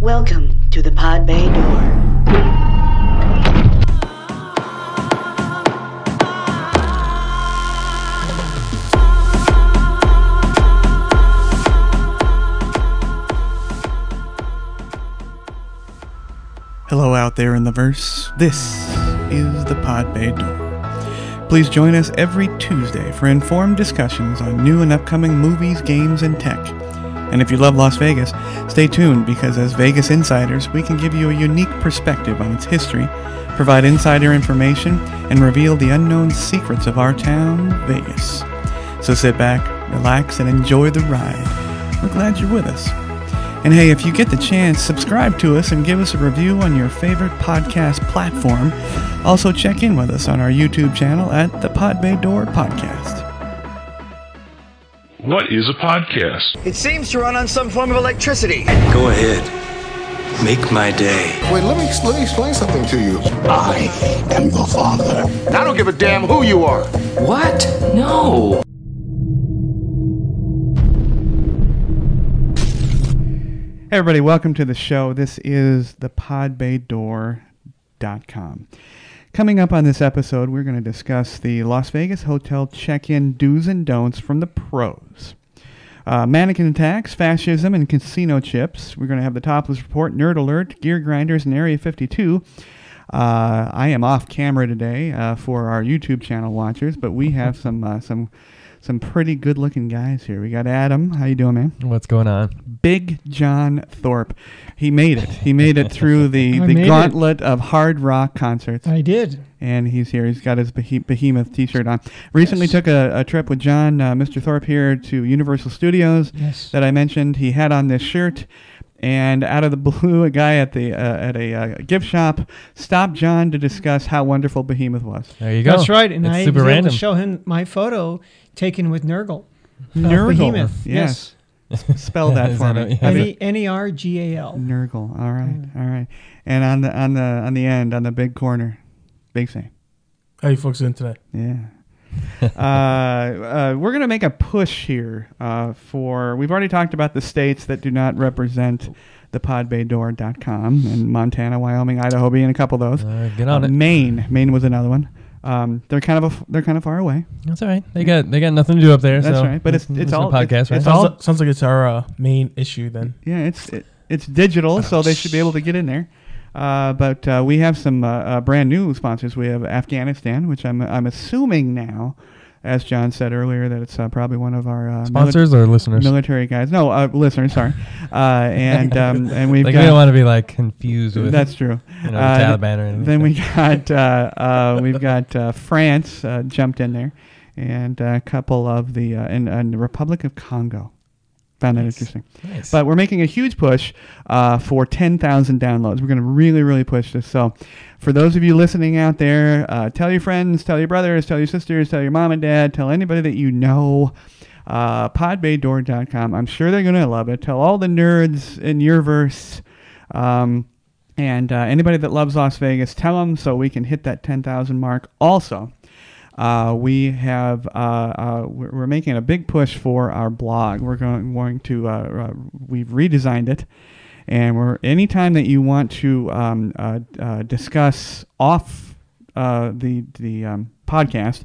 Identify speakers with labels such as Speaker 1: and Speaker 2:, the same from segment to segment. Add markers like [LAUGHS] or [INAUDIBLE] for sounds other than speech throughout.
Speaker 1: Welcome to the pod bay door.
Speaker 2: Hello, out there in the verse. This is the Pod Bay Door. Please join us every Tuesday for informed discussions on new and upcoming movies, games, and tech. And if you love Las Vegas, stay tuned because as Vegas insiders, we can give you a unique perspective on its history, provide insider information, and reveal the unknown secrets of our town, Vegas. So sit back, relax, and enjoy the ride. We're glad you're with us. And hey, if you get the chance, subscribe to us and give us a review on your favorite podcast platform. Also, check in with us on our YouTube channel at the Pod Bay Door Podcast.
Speaker 3: What is a podcast?
Speaker 4: It seems to run on some form of electricity.
Speaker 5: Go ahead. Make my day.
Speaker 6: Wait, let me let me explain something to you.
Speaker 7: I am the father.
Speaker 6: I don't give a damn who you are.
Speaker 5: What? No.
Speaker 2: Hey everybody, welcome to the show. This is the podbaydoor.com. Coming up on this episode, we're going to discuss the Las Vegas hotel check-in do's and don'ts from the pros. Uh, mannequin attacks, fascism, and casino chips. We're going to have the topless report, nerd alert, gear grinders, and Area 52. Uh, I am off camera today uh, for our YouTube channel watchers, but we have some uh, some some pretty good-looking guys here. We got Adam. How you doing, man?
Speaker 8: What's going on?
Speaker 2: Big John Thorpe. He made it. He made it through the,
Speaker 9: [LAUGHS] I
Speaker 2: the
Speaker 9: made it.
Speaker 2: gauntlet of hard rock concerts.
Speaker 9: I did.
Speaker 2: and he's here. He's got his behe- behemoth t shirt on. Recently took a, a trip with John, uh, Mr. Thorpe, here to Universal Studios
Speaker 9: Yes.
Speaker 2: that I mentioned. He had on this shirt. And out of the [LAUGHS] blue, a guy at the uh, at a uh, gift shop stopped John to discuss how wonderful Behemoth was.
Speaker 8: There you go.
Speaker 10: oh,
Speaker 9: That's right. And
Speaker 8: it's
Speaker 9: I
Speaker 8: super
Speaker 9: was
Speaker 8: random.
Speaker 9: able to show him my photo taken with Nurgle. of
Speaker 2: Nurgle.
Speaker 9: Behemoth.
Speaker 2: Yes.
Speaker 9: [LAUGHS]
Speaker 2: Spell that
Speaker 8: Is
Speaker 2: for me.
Speaker 8: that a- yeah.
Speaker 2: How do you-
Speaker 9: N E- N-E-R-G-A-L.
Speaker 2: Nurgle. All right, all right. And on the on the on the end, on the big corner, big thing.
Speaker 10: How you folks doing today?
Speaker 2: Yeah. [LAUGHS] uh, uh, we're gonna make a push here uh, for. We've already talked about the states that do not represent the podbaydoor.com and Montana, Wyoming, Idaho being a couple of those.
Speaker 8: Uh, get on
Speaker 2: Uh,
Speaker 8: it.
Speaker 2: Maine, Maine was another one. Um, they're kind of a, f- they're kind of far away.
Speaker 8: That's all right. They got they got nothing to do up there.
Speaker 2: That's
Speaker 8: so
Speaker 2: right, but it's- it's
Speaker 8: a
Speaker 2: all-
Speaker 8: podcast,
Speaker 2: it's-
Speaker 8: right?
Speaker 2: it's
Speaker 10: Sounds,
Speaker 2: all-
Speaker 10: like, sounds like it's our uh, main issue then.
Speaker 2: Yeah, it's it, it's digital, so they should be able to get in there. Uh, but uh, we have some uh, uh, brand new sponsors. We have Afghanistan, which I'm I'm assuming now, as John said earlier, that it's uh, probably one of our uh, mili-
Speaker 8: sponsors or listeners.
Speaker 2: military guys. No, uh, listeners, sorry. Uh, and
Speaker 8: [LAUGHS]
Speaker 2: um, and we've
Speaker 8: like we
Speaker 2: got
Speaker 8: don't want to be like confused with.
Speaker 2: that's true.
Speaker 8: you know, the
Speaker 2: Uh,
Speaker 8: Taliban or anything.
Speaker 2: Then we got uh, uh, we've got uh, France uh, jumped in there, and a couple of the uh, and, and the Republic of Congo. Found that interesting.
Speaker 8: Nice.
Speaker 2: But we're making a huge push uh, for 10,000 downloads. We're going to really, really push this. So, for those of you listening out there, uh, tell your friends, tell your brothers, tell your sisters, tell your mom and dad, tell anybody that you know. Uh, podbaydoor.com. I'm sure they're going to love it. Tell all the nerds in your verse. Um, and uh, anybody that loves Las Vegas, tell them so we can hit that 10,000 mark. Also, uh, we have uh, uh, we're we're making a big push for our blog. We're going, going to uh, uh, we've redesigned it, and we're anytime that you want to um, uh, uh, discuss off uh, the the um, podcast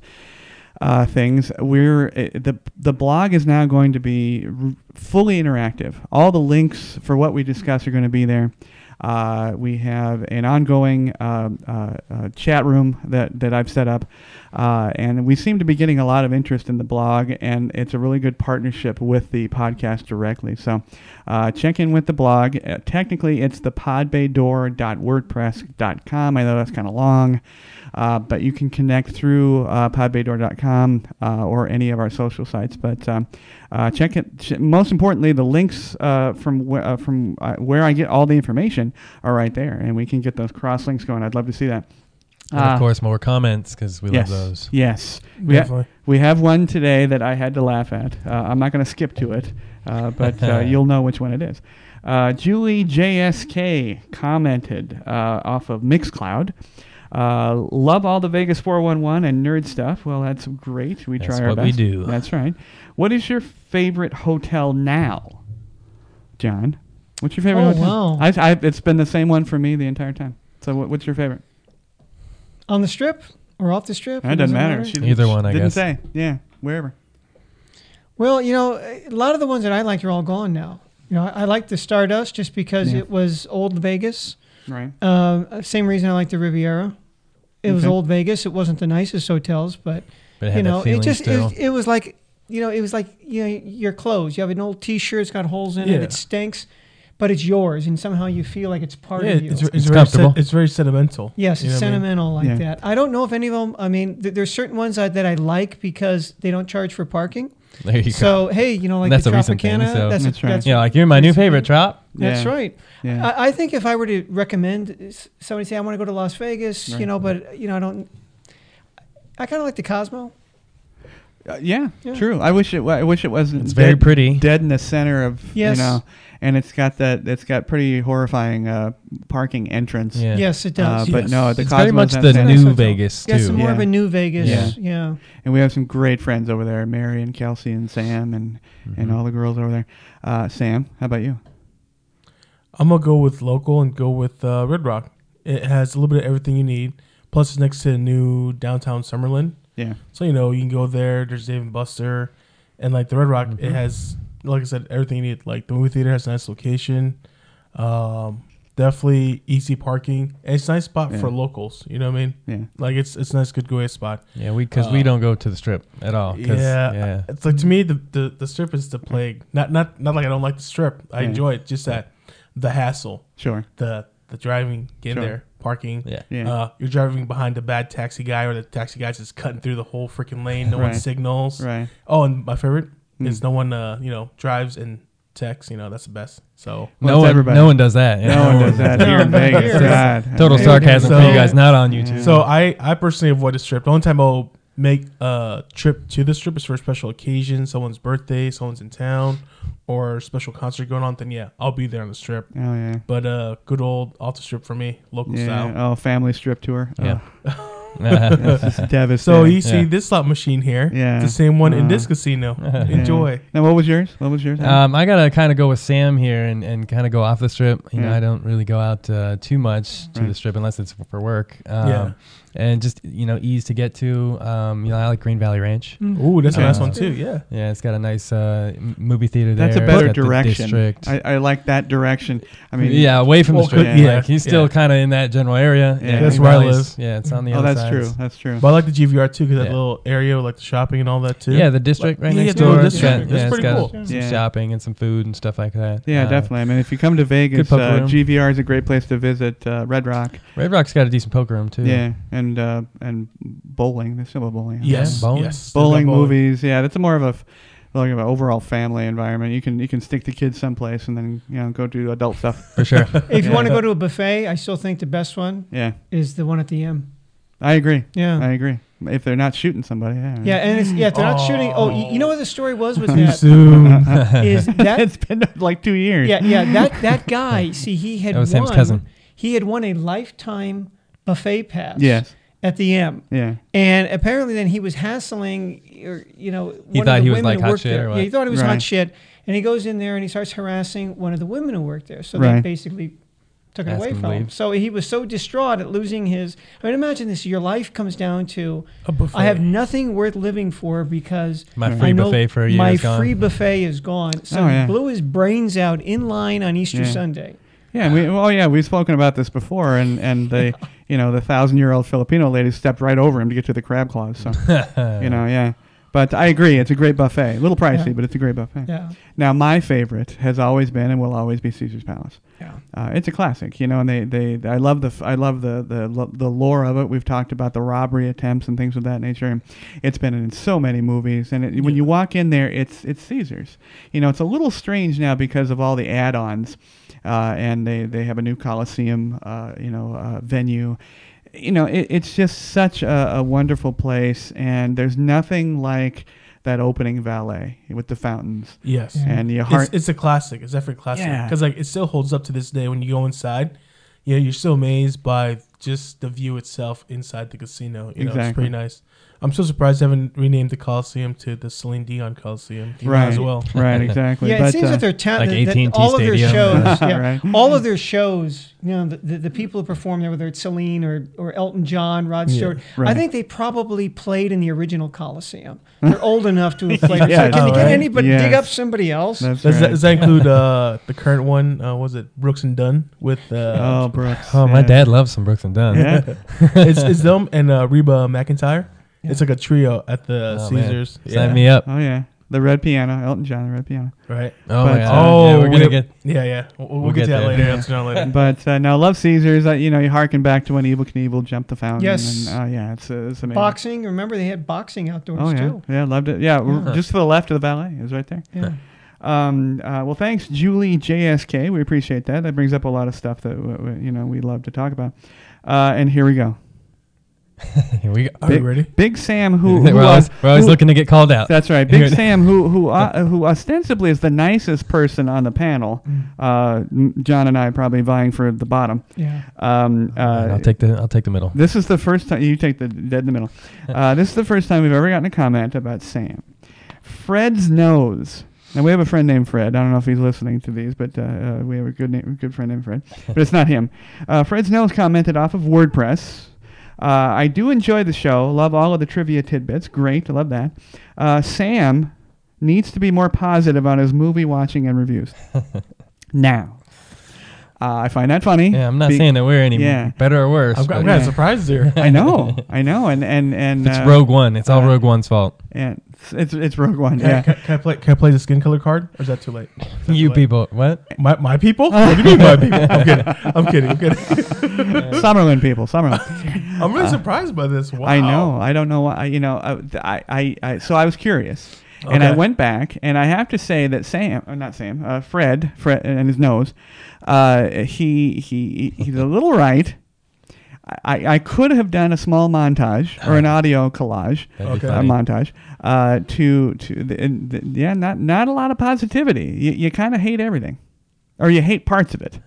Speaker 2: uh, things. We're uh, the the blog is now going to be r- fully interactive. All the links for what we discuss are going to be there. Uh, we have an ongoing uh, uh, uh, chat room that, that I've set up, uh, and we seem to be getting a lot of interest in the blog, and it's a really good partnership with the podcast directly. So uh, check in with the blog. Uh, technically, it's the podbaydoor.wordpress.com. I know that's kind of long, uh, but you can connect through uh, podbaydoor.com uh, or any of our social sites. But um, uh, check it. ch- Most importantly, the links uh, from where uh, from uh, where I get all the information are right there, and we can get those cross links going. I'd love to see that.
Speaker 8: and
Speaker 2: Uh,
Speaker 8: of course, more comments because we
Speaker 2: yes,
Speaker 8: love those.
Speaker 2: Yes, we, ha-
Speaker 10: Definitely.
Speaker 2: we have one today that I had to laugh at. Uh, I'm not going to skip to it, uh, but
Speaker 8: [LAUGHS]
Speaker 2: uh, you'll know which one it is. Uh, Julie JSK commented uh, off of Mixcloud. Uh, love all the Vegas 411 and nerd stuff. Well, that's great. We
Speaker 8: That's
Speaker 2: try our
Speaker 8: what
Speaker 2: best.
Speaker 8: we do.
Speaker 2: That's right. What is your favorite hotel now, John? What's your favorite
Speaker 9: Oh,
Speaker 2: hotel?
Speaker 9: wow.
Speaker 2: I, I, it's been the same one for me the entire time. So what, what's your favorite?
Speaker 9: On the strip or off the strip?
Speaker 2: That doesn't matter. She
Speaker 8: Either one, I
Speaker 2: didn't
Speaker 8: guess.
Speaker 2: say. Yeah, wherever.
Speaker 9: Well, you know, a lot of the ones that I liked are all gone now. You know, I, I like the Stardust just because
Speaker 2: Yeah.
Speaker 9: it was old Vegas.
Speaker 2: Right.
Speaker 9: Uh, same reason I like the Riviera. It was
Speaker 2: Okay.
Speaker 9: old Vegas. It wasn't the nicest hotels, but
Speaker 8: But it had
Speaker 9: you
Speaker 8: that
Speaker 9: know, it
Speaker 8: feeling
Speaker 9: just it
Speaker 8: still.
Speaker 9: was, it was like you know, it was like you know, your clothes. You have an old T-shirt. It's got holes in it.
Speaker 10: Yeah.
Speaker 9: It stinks, but it's yours, and somehow you feel like it's part
Speaker 10: Yeah,
Speaker 9: of you.
Speaker 10: it's, it's,
Speaker 8: It's
Speaker 10: very
Speaker 8: comfortable.
Speaker 10: se- it's very sentimental.
Speaker 9: Yes,
Speaker 10: You know
Speaker 9: it's
Speaker 10: what I mean?
Speaker 9: sentimental like
Speaker 2: Yeah.
Speaker 9: that. I don't know if any of them. I mean, th- there's certain ones I, that I like because they don't charge for parking.
Speaker 8: There you go.
Speaker 9: So hey, you know, like
Speaker 8: And that's
Speaker 9: the
Speaker 8: a recent thing,
Speaker 9: Tropicana,
Speaker 8: so-
Speaker 9: that's,
Speaker 2: That's right.
Speaker 9: that's,
Speaker 8: Yeah, like you're my new favorite, Trop.
Speaker 9: that's
Speaker 2: Yeah.
Speaker 9: right.
Speaker 2: Yeah.
Speaker 9: I, I think if I were to recommend s- somebody say I want to go to Las Vegas,
Speaker 2: Right.
Speaker 9: you know, but you know, I don't. I kind of like the Cosmo.
Speaker 2: Uh, yeah,
Speaker 9: Yeah.
Speaker 2: true. I wish it. wa- I wish it wasn't.
Speaker 8: It's very
Speaker 2: dead-
Speaker 8: pretty.
Speaker 2: Dead in the center of
Speaker 9: Yes.
Speaker 2: you know, and it's got that. It's got pretty horrifying uh, parking entrance.
Speaker 8: Yeah.
Speaker 9: Yes, it
Speaker 2: Uh,
Speaker 9: does.
Speaker 2: but
Speaker 10: Yes.
Speaker 2: no, the
Speaker 8: It's
Speaker 2: Cosmo's
Speaker 8: very much
Speaker 2: not
Speaker 8: the
Speaker 2: that.
Speaker 9: Nice
Speaker 8: new
Speaker 9: hotel.
Speaker 8: Vegas,
Speaker 9: yeah, some
Speaker 8: too.
Speaker 9: more of
Speaker 2: Yeah.
Speaker 9: a new Vegas.
Speaker 2: Yeah.
Speaker 9: Yeah.
Speaker 2: and we have some great friends over there, Mary and Kelsey and Sam and
Speaker 8: Mm-hmm.
Speaker 2: and all the girls over there. Uh, Sam, how about you?
Speaker 10: I'm gonna go with local and go with uh, Red Rock. It has a little bit of everything you need. Plus, it's next to the new downtown Summerlin,
Speaker 2: Yeah,
Speaker 10: so you know you can go there. There's Dave and Buster, and like the Red Rock,
Speaker 2: Mm-hmm.
Speaker 10: it has like I said everything you need. Like the movie theater has a nice location, um, definitely easy parking, and it's a nice spot for
Speaker 2: Yeah.
Speaker 10: locals. You know what I mean?
Speaker 2: yeah.
Speaker 10: Like it's it's a nice good getaway spot.
Speaker 8: Yeah, we because we
Speaker 10: Uh,
Speaker 8: don't go to the strip at all. 'cause-
Speaker 10: Yeah,
Speaker 8: yeah.
Speaker 10: it's like to me the, the the strip is the plague. Not not not like I don't like the strip. I
Speaker 2: Yeah.
Speaker 10: enjoy it. Just that the hassle,
Speaker 2: Sure.
Speaker 10: the the driving, getting
Speaker 2: Sure.
Speaker 10: there, parking.
Speaker 8: Yeah.
Speaker 2: Yeah.
Speaker 10: Uh, you're driving behind the bad taxi guy, or the taxi guy's just cutting through the whole freaking lane. No one
Speaker 2: Right.
Speaker 10: signals.
Speaker 2: Right. Hmm.
Speaker 10: Oh, and my favorite is no one uh you know drives and texts. You know that's the best. So
Speaker 2: Well,
Speaker 8: no
Speaker 2: it's
Speaker 8: one,
Speaker 2: everybody.
Speaker 8: no one does that. Yeah,
Speaker 2: No one
Speaker 8: [LAUGHS]
Speaker 2: does that here in
Speaker 9: No.
Speaker 2: Vegas.
Speaker 9: [LAUGHS] Here.
Speaker 2: God.
Speaker 8: Total
Speaker 2: Yeah.
Speaker 8: sarcasm for you
Speaker 10: So-
Speaker 8: guys, not on YouTube.
Speaker 10: So I, I personally avoid the strip. The only time I'll make a trip to the strip is for a special occasion, someone's birthday, someone's in town, or a special concert going on. Then yeah, I'll be there on the strip.
Speaker 2: Oh yeah.
Speaker 10: But uh, good old off the strip for me, local
Speaker 2: Yeah.
Speaker 10: style.
Speaker 2: Oh, family strip tour.
Speaker 8: Yeah.
Speaker 2: Oh,
Speaker 8: [LAUGHS]
Speaker 2: [LAUGHS] it's just devastating.
Speaker 10: So you see
Speaker 8: Yeah. Uh-huh.
Speaker 10: this slot machine here,
Speaker 2: Yeah.
Speaker 10: it's the same one in this
Speaker 2: Uh,
Speaker 8: [LAUGHS]
Speaker 10: casino.
Speaker 2: Yeah.
Speaker 10: Enjoy.
Speaker 2: Now, what was yours? What was yours?
Speaker 8: um, I gotta kind of go with Sam here and, and kind of go off the strip. You know,
Speaker 2: Yeah.
Speaker 8: I don't really go out uh, too much to
Speaker 2: Right.
Speaker 8: the strip unless it's for work. Um,
Speaker 10: Yeah.
Speaker 8: And just you know, ease to get to. Um, you know, I like Green Valley Ranch.
Speaker 2: Mm.
Speaker 9: Mm-hmm.
Speaker 10: Ooh, that's a nice
Speaker 8: Uh,
Speaker 10: one too. Yeah.
Speaker 8: Yeah, it's got a nice uh, m- movie theater there.
Speaker 2: That's a
Speaker 8: It's
Speaker 2: better
Speaker 8: got the
Speaker 2: direction.
Speaker 8: district.
Speaker 2: I, I like that direction. I mean,
Speaker 8: yeah, away from
Speaker 10: Well,
Speaker 8: the strip.
Speaker 10: good- yeah,
Speaker 8: like, he's
Speaker 10: yeah.
Speaker 8: still kind of in that general area.
Speaker 2: Yeah.
Speaker 8: And
Speaker 2: That's
Speaker 8: Green
Speaker 10: where I
Speaker 8: Valley's-
Speaker 10: live.
Speaker 8: Yeah, it's on the
Speaker 2: Oh,
Speaker 8: other
Speaker 2: that's
Speaker 8: side.
Speaker 2: true.
Speaker 8: It's-
Speaker 2: That's true.
Speaker 10: But I like the GVR too because that
Speaker 8: Yeah.
Speaker 10: little area with like the shopping and all that too.
Speaker 8: Yeah, the district right
Speaker 10: Yeah,
Speaker 8: next
Speaker 10: the little
Speaker 8: door.
Speaker 10: district.
Speaker 8: Yeah,
Speaker 10: That's
Speaker 8: yeah, it's
Speaker 10: pretty
Speaker 8: got
Speaker 10: cool.
Speaker 8: some
Speaker 2: Yeah.
Speaker 8: shopping and some food and stuff like that.
Speaker 2: yeah,
Speaker 8: Uh,
Speaker 2: definitely. I mean, if you come to Vegas,
Speaker 8: good poker
Speaker 2: uh,
Speaker 8: room.
Speaker 2: GVR is a great place to visit. Uh, Red Rock,
Speaker 8: Red Rock's got a decent poker room too.
Speaker 2: yeah, and uh, and bowling. There's still a bowling. out
Speaker 10: Yes.
Speaker 2: there.
Speaker 8: Bowling.
Speaker 10: Yes.
Speaker 2: bowling,
Speaker 10: They've got
Speaker 2: movies. Yeah, that's more of a f- like of an overall family environment. You can you can stick the kids someplace and then you know go do adult stuff.
Speaker 8: for
Speaker 2: [LAUGHS]
Speaker 8: sure.
Speaker 9: If
Speaker 2: Yeah.
Speaker 9: you want to go to a buffet, I still think the best one
Speaker 2: Yeah,
Speaker 9: is the one at the M.
Speaker 2: I agree.
Speaker 9: Yeah.
Speaker 2: I agree. If they're not shooting somebody, yeah,
Speaker 9: Mm-hmm. Yeah, and it's, yeah, if they're not shooting. Oh, you, you know what the story was
Speaker 2: [LAUGHS]
Speaker 9: with
Speaker 10: Too
Speaker 9: that?
Speaker 8: [LAUGHS]
Speaker 10: soon.
Speaker 9: is that
Speaker 2: it's been like two years.
Speaker 9: yeah, yeah, that that guy. See, he had
Speaker 8: [LAUGHS] That was
Speaker 9: won.
Speaker 8: Sam's cousin.
Speaker 9: He had won a lifetime buffet pass.
Speaker 2: Yes.
Speaker 9: At the M.
Speaker 2: yeah.
Speaker 9: And apparently, then he was hassling, or you know,
Speaker 8: He
Speaker 9: one
Speaker 8: thought
Speaker 9: of the
Speaker 8: he was,
Speaker 9: women
Speaker 8: like,
Speaker 9: who
Speaker 8: hot
Speaker 9: worked
Speaker 8: shit
Speaker 9: there.
Speaker 8: or
Speaker 9: Yeah, he
Speaker 8: what?
Speaker 9: thought he was
Speaker 2: Right.
Speaker 9: hot shit, and he goes in there and he starts harassing one of the women who worked there. So they
Speaker 2: Right.
Speaker 9: basically took it
Speaker 8: Asked
Speaker 9: away
Speaker 8: him to
Speaker 9: from him.
Speaker 8: leave.
Speaker 9: So he was so distraught at losing his. I mean, imagine this: your life comes down to
Speaker 10: A buffet.
Speaker 9: I have nothing worth living for because
Speaker 8: My
Speaker 9: I
Speaker 8: free
Speaker 9: know
Speaker 8: buffet for a year
Speaker 9: My
Speaker 8: is gone.
Speaker 9: free buffet is gone. So
Speaker 2: Oh, yeah.
Speaker 9: he blew his brains out in line on Easter
Speaker 2: Yeah.
Speaker 9: Sunday.
Speaker 2: Yeah, we, oh yeah, we've spoken about this before, and and
Speaker 9: [LAUGHS]
Speaker 2: the you know the thousand year old Filipino lady stepped right over him to get to the crab claws. So you know, yeah. But I agree, it's a great buffet. A little pricey,
Speaker 9: Yeah.
Speaker 2: but it's a great buffet.
Speaker 9: Yeah.
Speaker 2: Now my favorite has always been and will always be Caesar's Palace.
Speaker 9: Yeah.
Speaker 2: Uh, it's a classic, you know, and they, they I love the f- I love the, the lo- the lore of it. We've talked about the robbery attempts and things of that nature. And It's been in so many movies, and it, when you walk in there, it's it's Caesar's. You know, it's a little strange now because of all the add-ons, uh, and they they have a new Coliseum, uh, you know, uh, venue. You know, it, it's just such a, a wonderful place, and there's nothing like that opening ballet with the fountains
Speaker 10: Yes.
Speaker 9: Mm-hmm.
Speaker 2: and your heart.
Speaker 10: It's, it's a classic. It's definitely a classic
Speaker 2: Yeah.
Speaker 10: because like it still holds up to this day. When you go inside, yeah, you're still amazed by just the view itself inside the casino. You know, it's
Speaker 2: Exactly.
Speaker 10: pretty nice. I'm so surprised they haven't renamed the Coliseum to the Celine Dion Coliseum you know,
Speaker 2: right
Speaker 10: as well.
Speaker 2: Right, exactly.
Speaker 9: Yeah, it
Speaker 2: but,
Speaker 9: seems
Speaker 2: uh,
Speaker 9: that their town,
Speaker 8: Like
Speaker 9: that- that
Speaker 8: AT&T
Speaker 9: all of their
Speaker 2: [LAUGHS]
Speaker 8: Stadium.
Speaker 9: shows, yeah,
Speaker 2: Right.
Speaker 9: all of their shows, you know, the, the, the people who perform there, whether it's Celine or, or Elton John, Rod Stewart, I
Speaker 2: right.
Speaker 9: think they probably played in the original Coliseum. They're old
Speaker 2: [LAUGHS]
Speaker 9: enough to have played.
Speaker 2: Yeah,
Speaker 9: so can, you
Speaker 10: oh,
Speaker 9: can
Speaker 10: right.
Speaker 9: anybody dig
Speaker 2: Yes.
Speaker 9: up somebody else?
Speaker 2: that's
Speaker 10: Does,
Speaker 2: right.
Speaker 10: that, does that
Speaker 2: [LAUGHS]
Speaker 10: include uh, the current one? Uh, was it Brooks and Dunn with uh,
Speaker 2: oh, Brooks.
Speaker 8: Oh, my
Speaker 2: yeah.
Speaker 8: dad loves some Brooks and Dunn.
Speaker 2: Yeah.
Speaker 10: [LAUGHS] it's, it's them and uh, Reba McIntyre. It's like a trio at the
Speaker 8: Oh, man.
Speaker 10: Uh, Caesars.
Speaker 8: Sign me up.
Speaker 2: Oh yeah, the red piano, Elton John, the red piano.
Speaker 10: Right.
Speaker 8: Oh
Speaker 2: But-
Speaker 8: my god. Oh, yeah, we're gonna
Speaker 10: we-
Speaker 8: get.
Speaker 10: Yeah, yeah. We'll, we'll get, to that
Speaker 8: there.
Speaker 10: later. That's not
Speaker 2: [LAUGHS]
Speaker 10: later.
Speaker 2: But uh, now, Love Caesars. Uh, you know, you harken back to when Evil Knievel jumped the fountain.
Speaker 9: Yes.
Speaker 2: And, oh yeah, it's, uh, it's amazing.
Speaker 9: Boxing. Remember they had boxing outdoors
Speaker 2: Oh yeah,
Speaker 9: too.
Speaker 2: yeah, loved it. Yeah, we're
Speaker 8: Yeah.
Speaker 2: just to the left of the ballet. It was right there.
Speaker 9: Yeah.
Speaker 2: Um, uh, well, thanks, Julie JSK. We appreciate that. That brings up a lot of stuff that w- w- you know we love to talk about. Uh, and here we go.
Speaker 8: [LAUGHS] Here we go.
Speaker 10: Are you ready?
Speaker 2: Big Sam, who, who
Speaker 8: [LAUGHS] we're
Speaker 2: was-
Speaker 8: always, we're always
Speaker 2: who-
Speaker 8: looking to get called out.
Speaker 2: That's right. Big
Speaker 8: Here- [LAUGHS]
Speaker 2: Sam, who who uh, who ostensibly is the nicest person on the panel,
Speaker 8: Mm.
Speaker 2: uh, m- John and I probably vying for the bottom.
Speaker 9: Yeah.
Speaker 2: Um, uh,
Speaker 8: I'll take the I'll take the middle.
Speaker 2: this is the first time you take the dead in the
Speaker 8: [LAUGHS]
Speaker 2: middle. Uh, this is the first time we've ever gotten a comment about Sam. Fred's nose. Now we have a friend named Fred. I don't know if he's listening to these, but uh, uh, we have a good name, good friend named Fred. But it's not him. Uh, Fred's nose commented off of WordPress. Uh, I do enjoy the show. Love all of the trivia tidbits. Great, I love that. Uh, Sam needs to be more positive on his movie watching and
Speaker 8: [LAUGHS]
Speaker 2: reviews. now, uh, I find that funny.
Speaker 8: Yeah, I'm not
Speaker 2: Be-
Speaker 8: saying that we're any
Speaker 2: Yeah.
Speaker 8: better or worse.
Speaker 10: I'm, I'm
Speaker 8: but
Speaker 10: kind of surprised there.
Speaker 2: I know, I know, and and and
Speaker 8: It's
Speaker 2: uh,
Speaker 8: Rogue One. It's all
Speaker 2: uh,
Speaker 8: Rogue One's fault.
Speaker 2: And it's it's, it's Rogue One.
Speaker 10: Can, I,
Speaker 2: Yeah.
Speaker 10: [LAUGHS] can, I- can I play? Can I play the skin color card? Or is that too late? Is that too
Speaker 8: You
Speaker 10: late?
Speaker 8: people, what?
Speaker 10: My, my people? What do you mean my people? I'm kidding. I'm kidding. I'm kidding. [LAUGHS]
Speaker 2: Summerlin people, Summerlin.
Speaker 10: I'm really surprised by this. Wow.
Speaker 2: I know. I don't know why. I- You know, I, I, I, so I was curious, and I
Speaker 10: Okay.
Speaker 2: went back, and I have to say that Sam, uh, not Sam, uh, Fred, Fred, and his nose, uh, he, he, he's a little right. I, I could have done a small montage
Speaker 8: [LAUGHS]
Speaker 2: or an audio collage,
Speaker 8: That'd be
Speaker 10: Okay.
Speaker 2: a
Speaker 8: funny.
Speaker 2: montage, uh, to to the, and the, yeah, not not a lot of positivity. You, you kind of hate everything, or you hate parts of it.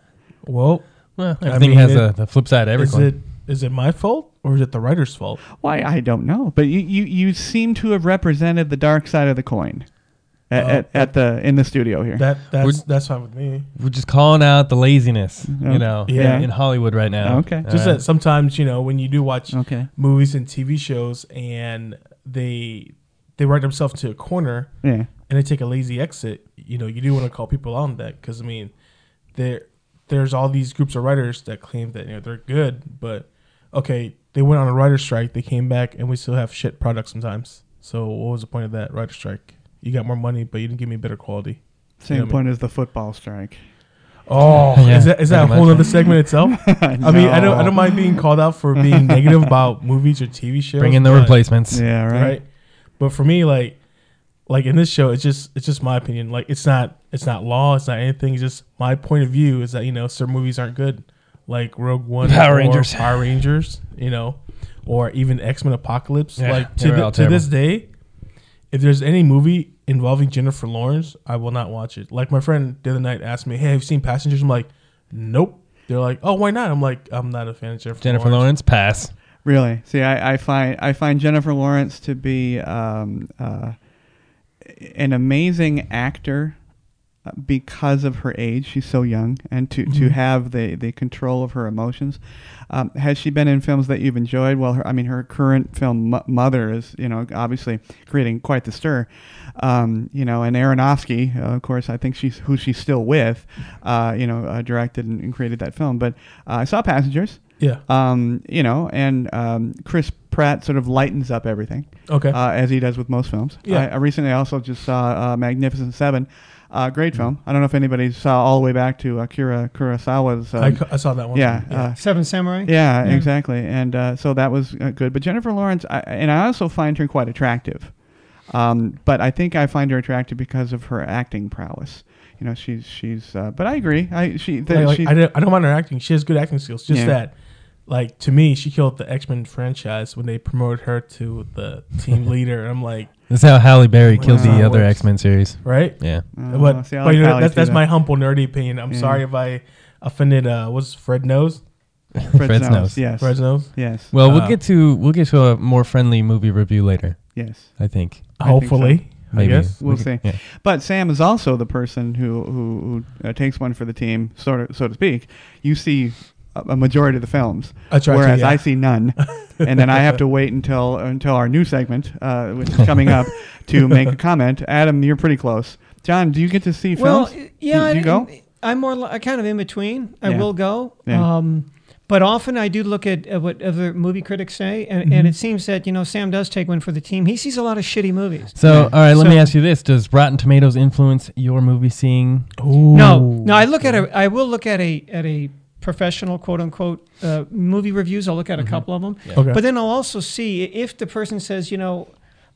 Speaker 10: Well,
Speaker 8: Well,
Speaker 10: I
Speaker 8: everything
Speaker 10: mean,
Speaker 8: has
Speaker 10: it-
Speaker 8: a, the flip side. of
Speaker 10: is
Speaker 8: Everything.
Speaker 10: it is it my fault or is it the writer's fault?
Speaker 2: Why I don't know, but you, you, you seem to have represented the dark side of the coin at,
Speaker 10: Oh.
Speaker 2: at, at the in the studio here.
Speaker 10: That that's
Speaker 8: Would-
Speaker 10: that's fine with me.
Speaker 8: We're just calling out the laziness,
Speaker 2: Oh,
Speaker 8: you know,
Speaker 10: yeah.
Speaker 8: in Hollywood right now. Uh,
Speaker 2: Okay.
Speaker 8: All
Speaker 10: Just
Speaker 8: right.
Speaker 10: that sometimes you know when you do watch
Speaker 2: Okay.
Speaker 10: movies and TV shows and they they write themselves to a corner
Speaker 2: yeah,
Speaker 10: and they take a lazy exit. You know you do want to call people out on that because I mean there there's all these groups of writers that claim that you know they're good, but okay they went on a writer strike, they came back, and we still have shit products sometimes. So what was the point of that writer strike? You got more money, but you didn't give me better quality.
Speaker 2: same
Speaker 10: Yeah, I mean-
Speaker 2: point as the football strike.
Speaker 10: Oh,
Speaker 8: [LAUGHS] Yeah,
Speaker 10: is that is that a
Speaker 8: pretty
Speaker 10: whole
Speaker 8: much.
Speaker 10: other
Speaker 8: [LAUGHS]
Speaker 10: segment itself? I mean, I don't I don't mind being called out for being negative about movies or TV shows.
Speaker 8: Bring in the
Speaker 10: but-
Speaker 8: replacements.
Speaker 2: Yeah, right.
Speaker 10: right? But for me, like like in this show, it's just it's just my opinion. Like it's not it's not law, it's not anything. It's just my point of view is that you know certain movies aren't good, like Rogue One,
Speaker 8: Power
Speaker 10: or
Speaker 8: Rangers.
Speaker 10: Power Rangers, you know, or even X Men Apocalypse.
Speaker 8: Yeah,
Speaker 10: like
Speaker 8: they
Speaker 10: to
Speaker 8: were
Speaker 10: the,
Speaker 8: all
Speaker 10: to this day, if there's any movie involving Jennifer Lawrence, I will not watch it. Like my friend the other night asked me, "Hey, have you seen Passengers?" I'm like, "Nope." They're like, "Oh, why not?" I'm like, "I'm not a fan of Jennifer,
Speaker 8: Jennifer Lawrence, pass.
Speaker 2: Really, see, I, I find I find Jennifer Lawrence to be um, uh, an amazing actor uh, because of her age. She's so young, and to, to have the, the control of her emotions. Um, has she been in films that you've enjoyed? Well, her, I mean, her current film Mo- Mother is you know obviously creating quite the stir. Um, you know, and Aronofsky, uh, of course, I think she's who she's still with. Uh, you know, uh, directed and, and created that film. But uh, I saw Passengers
Speaker 10: Yeah.
Speaker 2: um, you know, and um, Chris Pratt sort of lightens up everything,
Speaker 10: Okay.
Speaker 2: uh, as he does with most films.
Speaker 10: Yeah.
Speaker 2: I, I recently also just saw uh, Magnificent Seven, uh, great film. I don't know if anybody saw all the way back to Akira Kurosawa's.
Speaker 10: I,
Speaker 2: Um,
Speaker 10: ca- I saw that one.
Speaker 2: yeah, uh,
Speaker 9: Seven Samurai.
Speaker 2: yeah, exactly. And uh, so that was uh, good. But Jennifer Lawrence, I, and I also find her quite attractive. Um, but I think I find her attractive because of her acting prowess. You know, she's she's. Uh, but I agree. I she. The,
Speaker 10: Like, like,
Speaker 2: she
Speaker 10: I, don't, I don't mind her acting. She has good acting skills. Just
Speaker 2: Yeah.
Speaker 10: that, like to me, she killed the X Men franchise when they promoted her to the
Speaker 2: [LAUGHS]
Speaker 10: team leader. And I'm like,
Speaker 8: This is how Halle Berry killed
Speaker 10: Wow.
Speaker 8: the other
Speaker 10: Works.
Speaker 8: X Men series.
Speaker 10: right?
Speaker 8: Yeah.
Speaker 2: Uh,
Speaker 10: But,
Speaker 2: see, I
Speaker 10: but
Speaker 2: like
Speaker 10: you know,
Speaker 2: Halle
Speaker 10: that's
Speaker 2: too,
Speaker 10: that's
Speaker 2: though.
Speaker 10: my humble nerdy opinion. I'm sorry if I offended. Uh, was Fred Nose?
Speaker 2: Fred's,
Speaker 8: Fred's
Speaker 2: nose.
Speaker 8: nose.
Speaker 2: Yes.
Speaker 10: Fresno's.
Speaker 2: Yes.
Speaker 8: Well,
Speaker 10: Uh,
Speaker 8: we'll get to we'll get to a more friendly movie review later.
Speaker 2: yes.
Speaker 8: I think.
Speaker 2: I think so.
Speaker 10: Hopefully, I
Speaker 8: Maybe.
Speaker 10: guess.
Speaker 2: We'll
Speaker 8: We
Speaker 2: see.
Speaker 8: can- yeah.
Speaker 2: But Sam is also the person who who, who uh, takes one for the team, sort of, so to speak. You see a, a majority of the films,
Speaker 10: I try to,
Speaker 2: whereas
Speaker 10: yeah.
Speaker 2: I see none,
Speaker 10: [LAUGHS]
Speaker 2: and then I have to wait until until our new segment, uh, which is coming
Speaker 10: [LAUGHS]
Speaker 2: up, to make a comment. Adam, you're pretty close. John, do you get to see
Speaker 9: Well,
Speaker 2: films?
Speaker 9: y- yeah,
Speaker 2: Do you go?
Speaker 9: I, I'm more li- kind of in between. I
Speaker 2: Yeah.
Speaker 9: will go,
Speaker 2: Yeah.
Speaker 9: um, but often I do look at, at what other movie critics say, and,
Speaker 2: Mm-hmm.
Speaker 9: and it seems that you know Sam does take one for the team. He sees a lot of shitty movies.
Speaker 8: So, all right, let me
Speaker 9: So-
Speaker 8: ask you this: Does Rotten Tomatoes influence your movie seeing?
Speaker 9: No, no, I look at a, I will look at a at a professional quote unquote uh, movie reviews. I'll look at a couple of them,
Speaker 10: Okay.
Speaker 9: but then I'll also see if the person says, you know,